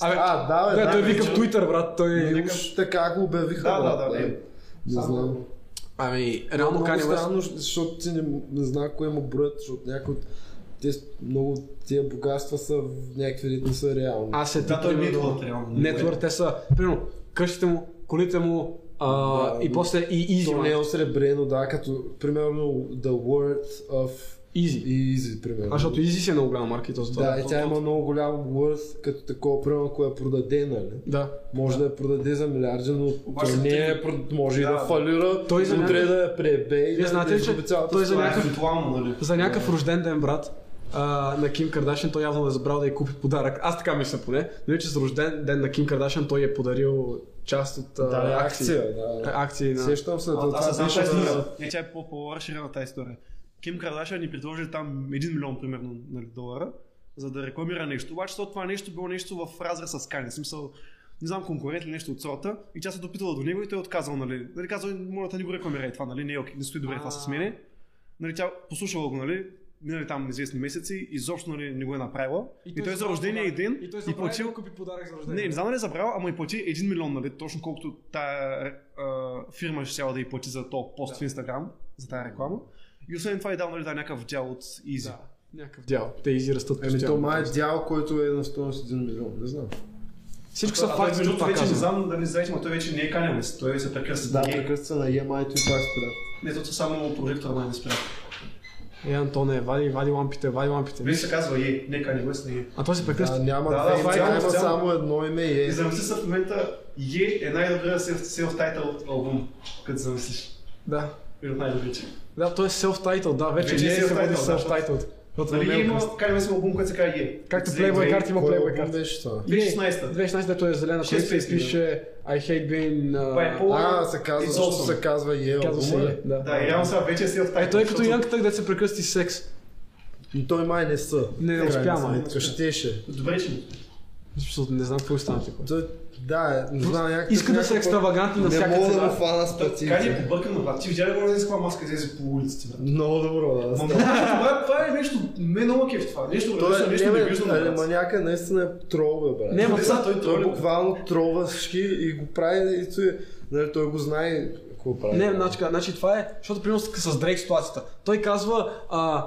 Speaker 5: Абе,
Speaker 3: А, да, бе,
Speaker 5: да,
Speaker 3: да,
Speaker 5: той
Speaker 3: бе,
Speaker 5: вика
Speaker 3: че-
Speaker 5: в Twitter, брат, той...
Speaker 3: Е, уж така го обявиха.
Speaker 2: Да, да,
Speaker 3: брат,
Speaker 2: да, не.
Speaker 3: Не знам.
Speaker 5: Ами, реално
Speaker 3: Много
Speaker 5: Кани Уест...
Speaker 3: странно, защото ти не, не знам кое му броят, защото някои от тези много тия богатства са в някакви ритми са реални.
Speaker 5: Аз се
Speaker 2: Да, той не е
Speaker 5: примерно-
Speaker 2: network, реално.
Speaker 5: Network, те са, примерно, къщите му, колите му, а,
Speaker 3: Да,
Speaker 5: и после и Easy. нали?
Speaker 3: То не е
Speaker 5: man.
Speaker 3: осребрено, да, като примерно The World of
Speaker 5: Easy.
Speaker 3: Easy, примерно.
Speaker 5: А защото Easy си е много голям маркет, този
Speaker 3: Да, и тя има много голям worth като такова, примерно, ако я продаде, нали?
Speaker 5: Да.
Speaker 3: Може да я продаде за милиарди, но
Speaker 2: Обаче
Speaker 3: Обаче, не
Speaker 2: ти-
Speaker 3: я прод- може и да
Speaker 2: Да.
Speaker 3: фалира,
Speaker 5: Той
Speaker 3: той
Speaker 5: за
Speaker 3: утре
Speaker 5: някакъв-
Speaker 3: да я пребе и
Speaker 5: Вие
Speaker 3: да,
Speaker 5: знаете
Speaker 3: да
Speaker 5: ли, че
Speaker 3: изгуби цялата
Speaker 5: той за
Speaker 3: стоеност.
Speaker 2: Това е виртуално, нали?
Speaker 5: За някакъв рожден ден, брат, а, на Ким Кардашин, той явно е забрал да й купи подарък. Аз така мисля поне. Нали, че с рожден ден на Ким Кардашин той е подарил част от а,
Speaker 3: Да, е
Speaker 5: акции.
Speaker 3: акция. Да, да.
Speaker 5: Акции на...
Speaker 3: Сещам се, да,
Speaker 2: Аз аз
Speaker 3: това
Speaker 2: знам
Speaker 3: беше
Speaker 2: тази история.
Speaker 3: за-
Speaker 2: Не, тя е по- по-разширена тази история. Ким Кардашия ни предложи там 1 милион примерно нали, долара, за да рекламира нещо. Обаче то това нещо било нещо в разрез с Кани. В Смисъл, не знам, конкурент ли нещо от сорта. И тя се допитала до него и той е отказал, нали. Нали казал, моля да не го рекламирай това, нали, не, е окей, не стои добре това с мене. Нали, тя послушала го, нали, минали там известни месеци, изобщо нали, не го е направила. И, той, за
Speaker 5: забрал
Speaker 2: рождения и
Speaker 5: подарък.
Speaker 1: ден
Speaker 5: и, той
Speaker 1: и
Speaker 5: забрал
Speaker 1: платил-
Speaker 5: да й купи подарък за рождения.
Speaker 1: Не, не
Speaker 5: ден.
Speaker 1: знам дали е забрал, ама и плати 1 милион, нали? Точно колкото тая а, фирма ще трябва да й плати за то пост в Инстаграм, за тая реклама. И освен това е дал, нали, да, някакъв дял от Easy.
Speaker 5: Да. Някакъв дял. Те изи растат
Speaker 2: Ами
Speaker 3: Еми, то май е дял, който е на стоеност 1 милион. Не знам.
Speaker 5: Всичко са
Speaker 2: а той,
Speaker 5: факти,
Speaker 2: между
Speaker 5: че
Speaker 2: другото,
Speaker 5: това
Speaker 2: вече не
Speaker 5: казвам.
Speaker 2: знам дали знаете, но той вече не е Кани Той се прекъсна.
Speaker 3: Да,
Speaker 2: Не е
Speaker 3: прекъсца на EMI и това спря.
Speaker 2: Не, то само прожектора май не спря.
Speaker 5: Е, Антоне, вади, вади лампите, вади лампите.
Speaker 2: Вие се казва Е, не Кани Уест, не Е.
Speaker 5: А той се
Speaker 3: Да,
Speaker 5: прекъсна.
Speaker 3: няма
Speaker 2: Да,
Speaker 3: да,
Speaker 2: да,
Speaker 3: две
Speaker 2: официално,
Speaker 3: имена, има
Speaker 2: официално.
Speaker 3: само едно име и
Speaker 2: И
Speaker 3: е.
Speaker 2: замисли се в момента Е е най-добрия сел- селф-тайтъл албум, като замислиш.
Speaker 5: Да.
Speaker 2: И от най-добрите.
Speaker 5: Да, той е self-titled, да, вече
Speaker 2: Вече
Speaker 5: не
Speaker 2: е
Speaker 5: е се води
Speaker 2: self-titled, да.
Speaker 5: self-titled. Защото не
Speaker 2: Нали
Speaker 5: е
Speaker 2: има е
Speaker 5: кръст.
Speaker 2: Кани Уест има албум, който се казва Е.
Speaker 5: Както
Speaker 2: Зелен,
Speaker 5: Playboy
Speaker 2: зелен.
Speaker 5: карта има
Speaker 3: Кой
Speaker 5: Playboy
Speaker 3: албум
Speaker 5: карта.
Speaker 3: беше това?
Speaker 2: 2016-та.
Speaker 5: 2016 дето е зелена,
Speaker 2: Шест
Speaker 5: който се
Speaker 2: песни, е, да.
Speaker 5: пише I hate being... а,
Speaker 2: Bipolar.
Speaker 3: А, се казва,
Speaker 2: It's
Speaker 3: защото
Speaker 2: awesome.
Speaker 3: се казва Е.
Speaker 5: Казва се
Speaker 3: албума
Speaker 5: е,
Speaker 3: ли?
Speaker 2: Да, и реално сега вече е селф-тайтъл.
Speaker 5: Е, той е като Янг Тък, дето се прекръсти с секс.
Speaker 3: Но той май не са.
Speaker 5: Не, не
Speaker 3: Крайна
Speaker 5: успя, май.
Speaker 3: сметка, Щеше.
Speaker 2: Добре, че не.
Speaker 5: Защото не знам какво остана ти.
Speaker 3: Той- Да, е, не знам някакъв...
Speaker 5: Иска да са
Speaker 3: някакъв-
Speaker 5: екстравагантни на
Speaker 3: Не
Speaker 5: всяка
Speaker 3: мога да
Speaker 5: цена.
Speaker 3: го фана с
Speaker 2: Кани е
Speaker 3: пътите.
Speaker 2: побъркан на брат. Ти видя ли го на каква маска излезе по улиците, брат?
Speaker 3: Много добро, да.
Speaker 2: Ма, брат, Това е нещо, не е много кеф това. Нещо
Speaker 3: Той
Speaker 2: различно,
Speaker 3: е,
Speaker 2: нещо
Speaker 3: не, бе,
Speaker 2: невиждано,
Speaker 3: ама
Speaker 2: брат.
Speaker 3: някъде наистина е трол, бе, брат.
Speaker 5: Не, ма
Speaker 2: Не,
Speaker 5: това...
Speaker 2: той е
Speaker 3: Той
Speaker 2: тролен.
Speaker 3: буквално тролва всички и го прави, и той, нали, той го знае какво прави.
Speaker 5: Не, значи, значи това е, защото примерно с с Дрейк ситуацията. Той казва, а,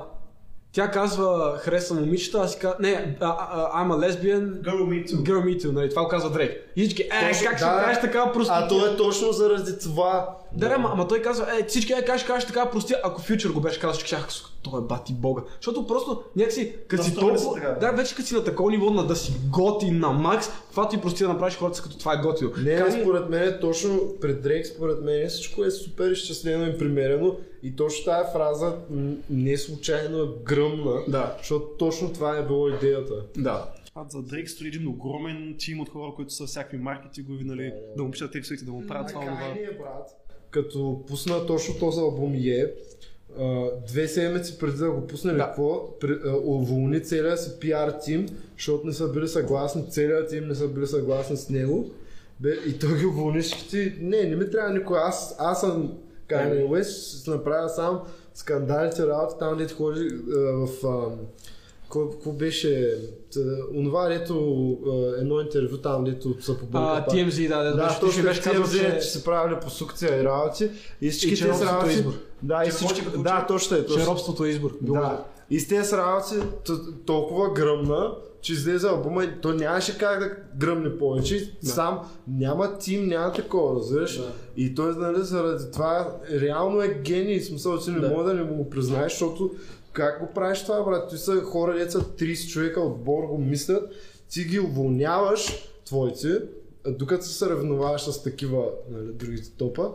Speaker 5: тя казва, харесвам момичета, аз си казвам, не, а, а, I'm a lesbian,
Speaker 2: Girl Me Too.
Speaker 5: girl me too, нали, това го казва Дрейк. И всички, е, как ще
Speaker 3: Точно, да.
Speaker 5: кажеш така просто?
Speaker 3: А то е точно заради това.
Speaker 5: Да, да, ама, ама той казва, е, всички, е, как ще кажеш така, прости, ако Фьючер го беше казал, ще кажа, той е бати бога. Защото просто някакси, като
Speaker 2: Да,
Speaker 5: си
Speaker 2: струва ли
Speaker 5: толкова,
Speaker 2: се така,
Speaker 5: да,
Speaker 2: да?
Speaker 5: вече като си на такова ниво, на да си готи на макс, каквато и прости да направиш хората, са като това е готино.
Speaker 3: Не,
Speaker 5: Кани-
Speaker 3: според мен, точно пред Дрейк, според мен, всичко е супер изчислено и примерено. И точно тази фраза м, не случайно е гръмна,
Speaker 5: Да,
Speaker 3: защото точно това е било идеята.
Speaker 5: да.
Speaker 1: А за Дрейк стои един огромен тим от хора, които са всякакви маркетингови, нали, да му пишат текстовете, да му правят това, това.
Speaker 3: Кайни е, брат. Като пусна точно този албум Е, а, две седмици преди да го пусне, да. какво, при- а, уволни целия си пиар тим, защото не са били съгласни, целият тим не са били съгласни с него. Бе, и той ги уволни всичките. Не, не ми трябва никой. Аз, аз съм Кайни Уест, ще си направя сам скандалите работи, там дето ходи а, в... А, какво беше? Та, Онова, дето а, едно интервю там, дето са побърка.
Speaker 5: А, TMZ, да, да,
Speaker 3: Да,
Speaker 5: да,
Speaker 3: точно
Speaker 5: беше, беше
Speaker 3: тия
Speaker 5: казал,
Speaker 3: взели,
Speaker 5: че...
Speaker 3: че са правили по сукция и работи. И всички
Speaker 5: че
Speaker 3: тези
Speaker 5: робството е
Speaker 3: работи...
Speaker 5: избор.
Speaker 3: Да, и
Speaker 2: Че
Speaker 3: всички...
Speaker 2: може като
Speaker 3: Да,
Speaker 2: че-
Speaker 3: точно е.
Speaker 5: Че
Speaker 3: Точно.
Speaker 5: робството е избор. Било е.
Speaker 3: Да. И с тези работи т- толкова гръмна, че излезе албума и то нямаше как да гръмне повече. Сам няма тим, няма такова, разбираш. И той, нали, заради това реално е гений. В смисъл, че не мога да не му го признаеш, защото как го правиш това, брат? Ти са хора, деца 30 човека отбор го мислят, ти ги уволняваш, твоите, докато се съревноваваш с такива нали, другите топа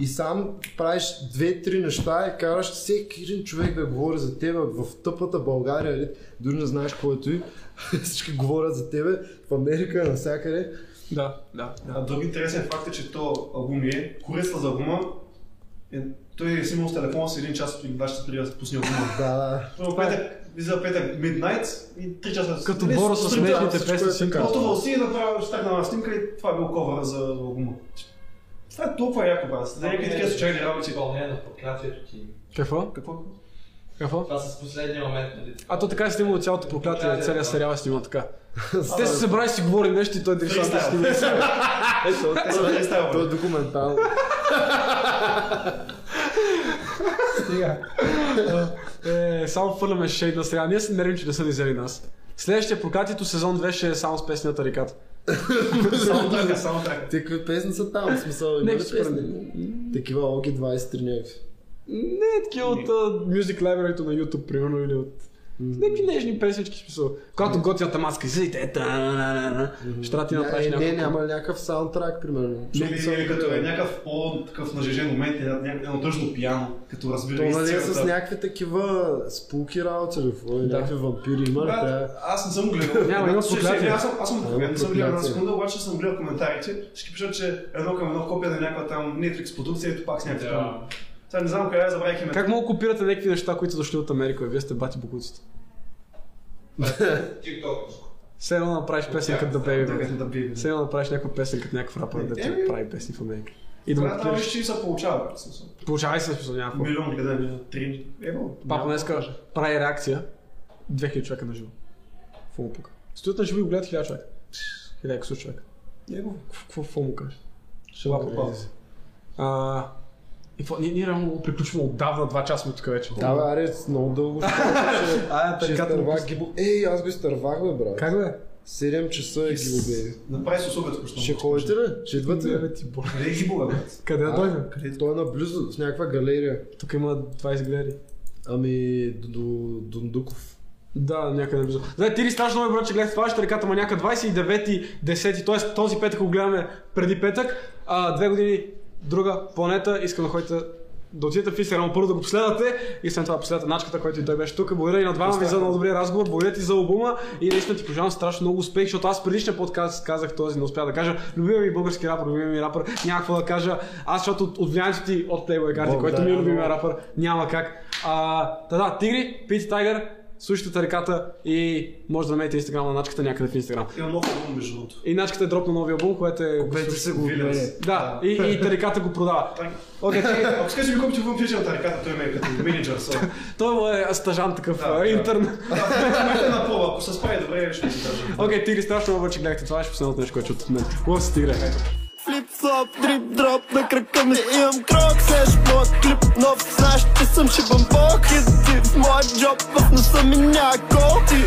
Speaker 3: и сам правиш две-три неща и караш всеки един човек да говори за тебе в тъпата България, нали, дори не знаеш който и всички говорят за тебе в Америка, навсякъде.
Speaker 5: Да, да, да.
Speaker 2: А друг интересен факт е, че то албум е, кореста за албума, е, той е си имал с телефона си един час или два часа преди да се пусне албума.
Speaker 3: Да, да.
Speaker 2: Първо петък, излиза петък, Midnight и три часа.
Speaker 5: Като Боро с
Speaker 2: сутринта.
Speaker 5: смешните
Speaker 3: всичко е
Speaker 5: песни си им
Speaker 3: така.
Speaker 5: казва.
Speaker 2: Просто вълси и направя стъгнала снимка и това е бил ковъра за албума. Това е толкова яко, брат. За някакви такива случайни работи.
Speaker 7: Изпълнение на проклятието ти.
Speaker 5: Какво?
Speaker 2: Какво?
Speaker 5: Какво?
Speaker 7: Това с последния момент. нали?
Speaker 5: А то така е снимало цялото проклятие, целият сериал е снимал така. Те са се събрали си говори нещо и той да решава да
Speaker 2: Фристайл.
Speaker 5: снима.
Speaker 3: Ето,
Speaker 2: Това не става,
Speaker 3: то е
Speaker 2: брат.
Speaker 3: документално.
Speaker 5: Е, само фърляме шейд на сериал. Ние се нервим, че не са ни взели нас. Следващия проклятието сезон 2 ще е само с песнята реката.
Speaker 2: Само така, само така.
Speaker 3: Те какви песни са там? В смисъл, има
Speaker 5: Не,
Speaker 3: ли
Speaker 5: според
Speaker 3: песни? Такива ОГ 23 някакви.
Speaker 5: е Не, такива от а, Music Library на YouTube, примерно, или от... С някакви нежни песнички, в смисъл. Когато готвя тамаска, излите, ще трябва да ти направиш
Speaker 3: е, Не, не,
Speaker 5: някакво.
Speaker 3: няма някакъв саундтрак, примерно.
Speaker 2: Или, или като е някакъв по-такъв нажежен момент, е ня- ня- едно тъжно пияно, като разбира
Speaker 3: То нали е с
Speaker 2: сцената.
Speaker 3: някакви такива спуки работи, ли, какво? И някакви вампири има ли?
Speaker 2: Брат,
Speaker 3: Да.
Speaker 2: Аз не съм гледал.
Speaker 5: Няма, има
Speaker 2: Аз съм-
Speaker 5: проклятие.
Speaker 2: Аз съм, аз съм,
Speaker 3: Няма
Speaker 2: не съм гледал една
Speaker 3: проклятие.
Speaker 2: секунда, обаче съм гледал коментарите. Ще пишат, че едно към едно копия на някаква там Netflix продукция, ето пак с някакви там. Сега не знам коя е, забравих името.
Speaker 5: Как мога да копирате някакви неща, които са дошли от Америка, и вие сте бати бокуците?
Speaker 7: Тикток.
Speaker 5: Все едно да направиш песен като да
Speaker 2: Да,
Speaker 5: беби.
Speaker 2: като да бе, бе.
Speaker 5: Все едно да направиш някаква песен като някакъв
Speaker 3: Е,
Speaker 5: рапър, да
Speaker 2: Еми.
Speaker 5: прави песни в Америка. И да му
Speaker 2: Брат, там
Speaker 5: копираш.
Speaker 2: виж, че се получава. брат, в смисъл.
Speaker 5: Получавай се, в смисъл, няма какво.
Speaker 3: Ами,
Speaker 2: Милион гледания, три. Ево.
Speaker 5: Папа днеска прави реакция. 2000 човека на живо. Какво му пука? Стоят на живо и го гледат 1000 човека. 1000 човека.
Speaker 2: Ево.
Speaker 5: Какво какво му кажеш? Ще лапа пауза. А, и какво, ние, ние реално го приключваме отдавна, два часа сме тук вече.
Speaker 3: Да, бе, аре, с много дълго.
Speaker 5: а,
Speaker 3: Ще
Speaker 5: така му
Speaker 3: изтървах
Speaker 5: пусна.
Speaker 3: гибо. Ей, аз го изтървах, бе, брат.
Speaker 5: Как бе?
Speaker 3: 7 часа е гибо, бе.
Speaker 2: Направи с услугата, почна.
Speaker 3: Ще ходите ли? Ще идвате
Speaker 5: Не,
Speaker 3: ли?
Speaker 5: бе, ти бор.
Speaker 2: Къде е гибове, брат?
Speaker 5: Къде да
Speaker 3: А?
Speaker 5: дойдем?
Speaker 3: Той е наблизо, в някаква галерия.
Speaker 5: Тук има 20 гледари.
Speaker 3: Ами, до- до Дундуков.
Speaker 5: Да, някъде близо. Знаете, ти ли страшно добре, брат, че гледах това ще реката, ма някъде 29 10 т.е. този петък го гледаме преди петък, а, две години друга планета, искам да ходите да отидете в Инстаграм, първо да го последвате и след това да последвате начката, който и той беше тук. Благодаря и на двама ви за много добрия разговор, благодаря ти за обума и наистина ти пожелавам страшно много успех, защото аз в предишния подкаст казах този, не успя да кажа, любимия ми български рапър, любимия ми рапър, няма какво да кажа, аз защото от, от влиянието ти от Playboy карти, който ми е любимия рапър, няма как. А, та да, Тигри, Пити Тайгър, слушайте тариката и може да намерите инстаграм на начката някъде в инстаграм.
Speaker 2: Има много хубаво между другото.
Speaker 5: И начката е дропна новия албум, което е...
Speaker 3: Купете се го от
Speaker 2: Виляс.
Speaker 3: мене.
Speaker 5: Да, и, и тариката го продава.
Speaker 2: Окей, ако скажи ми купче въмпир, че на тариката, той ме е като менеджер. са.
Speaker 5: Той му е стажан такъв,
Speaker 2: Да,
Speaker 5: а, интерн.
Speaker 2: Имате една проба, ако се справи добре, ще си кажа.
Speaker 5: Окей, Тигри, страшно много, че гледахте. Това беше последното нещо, което чух от мен. Лъв се Тигре.
Speaker 4: Флип, слоп, дрип, дроп, на крака ми имам крок Сеш моят клип нов, знаеш, че съм шибан бог Хит ти в моят джоб, в носа ми няма кол Ти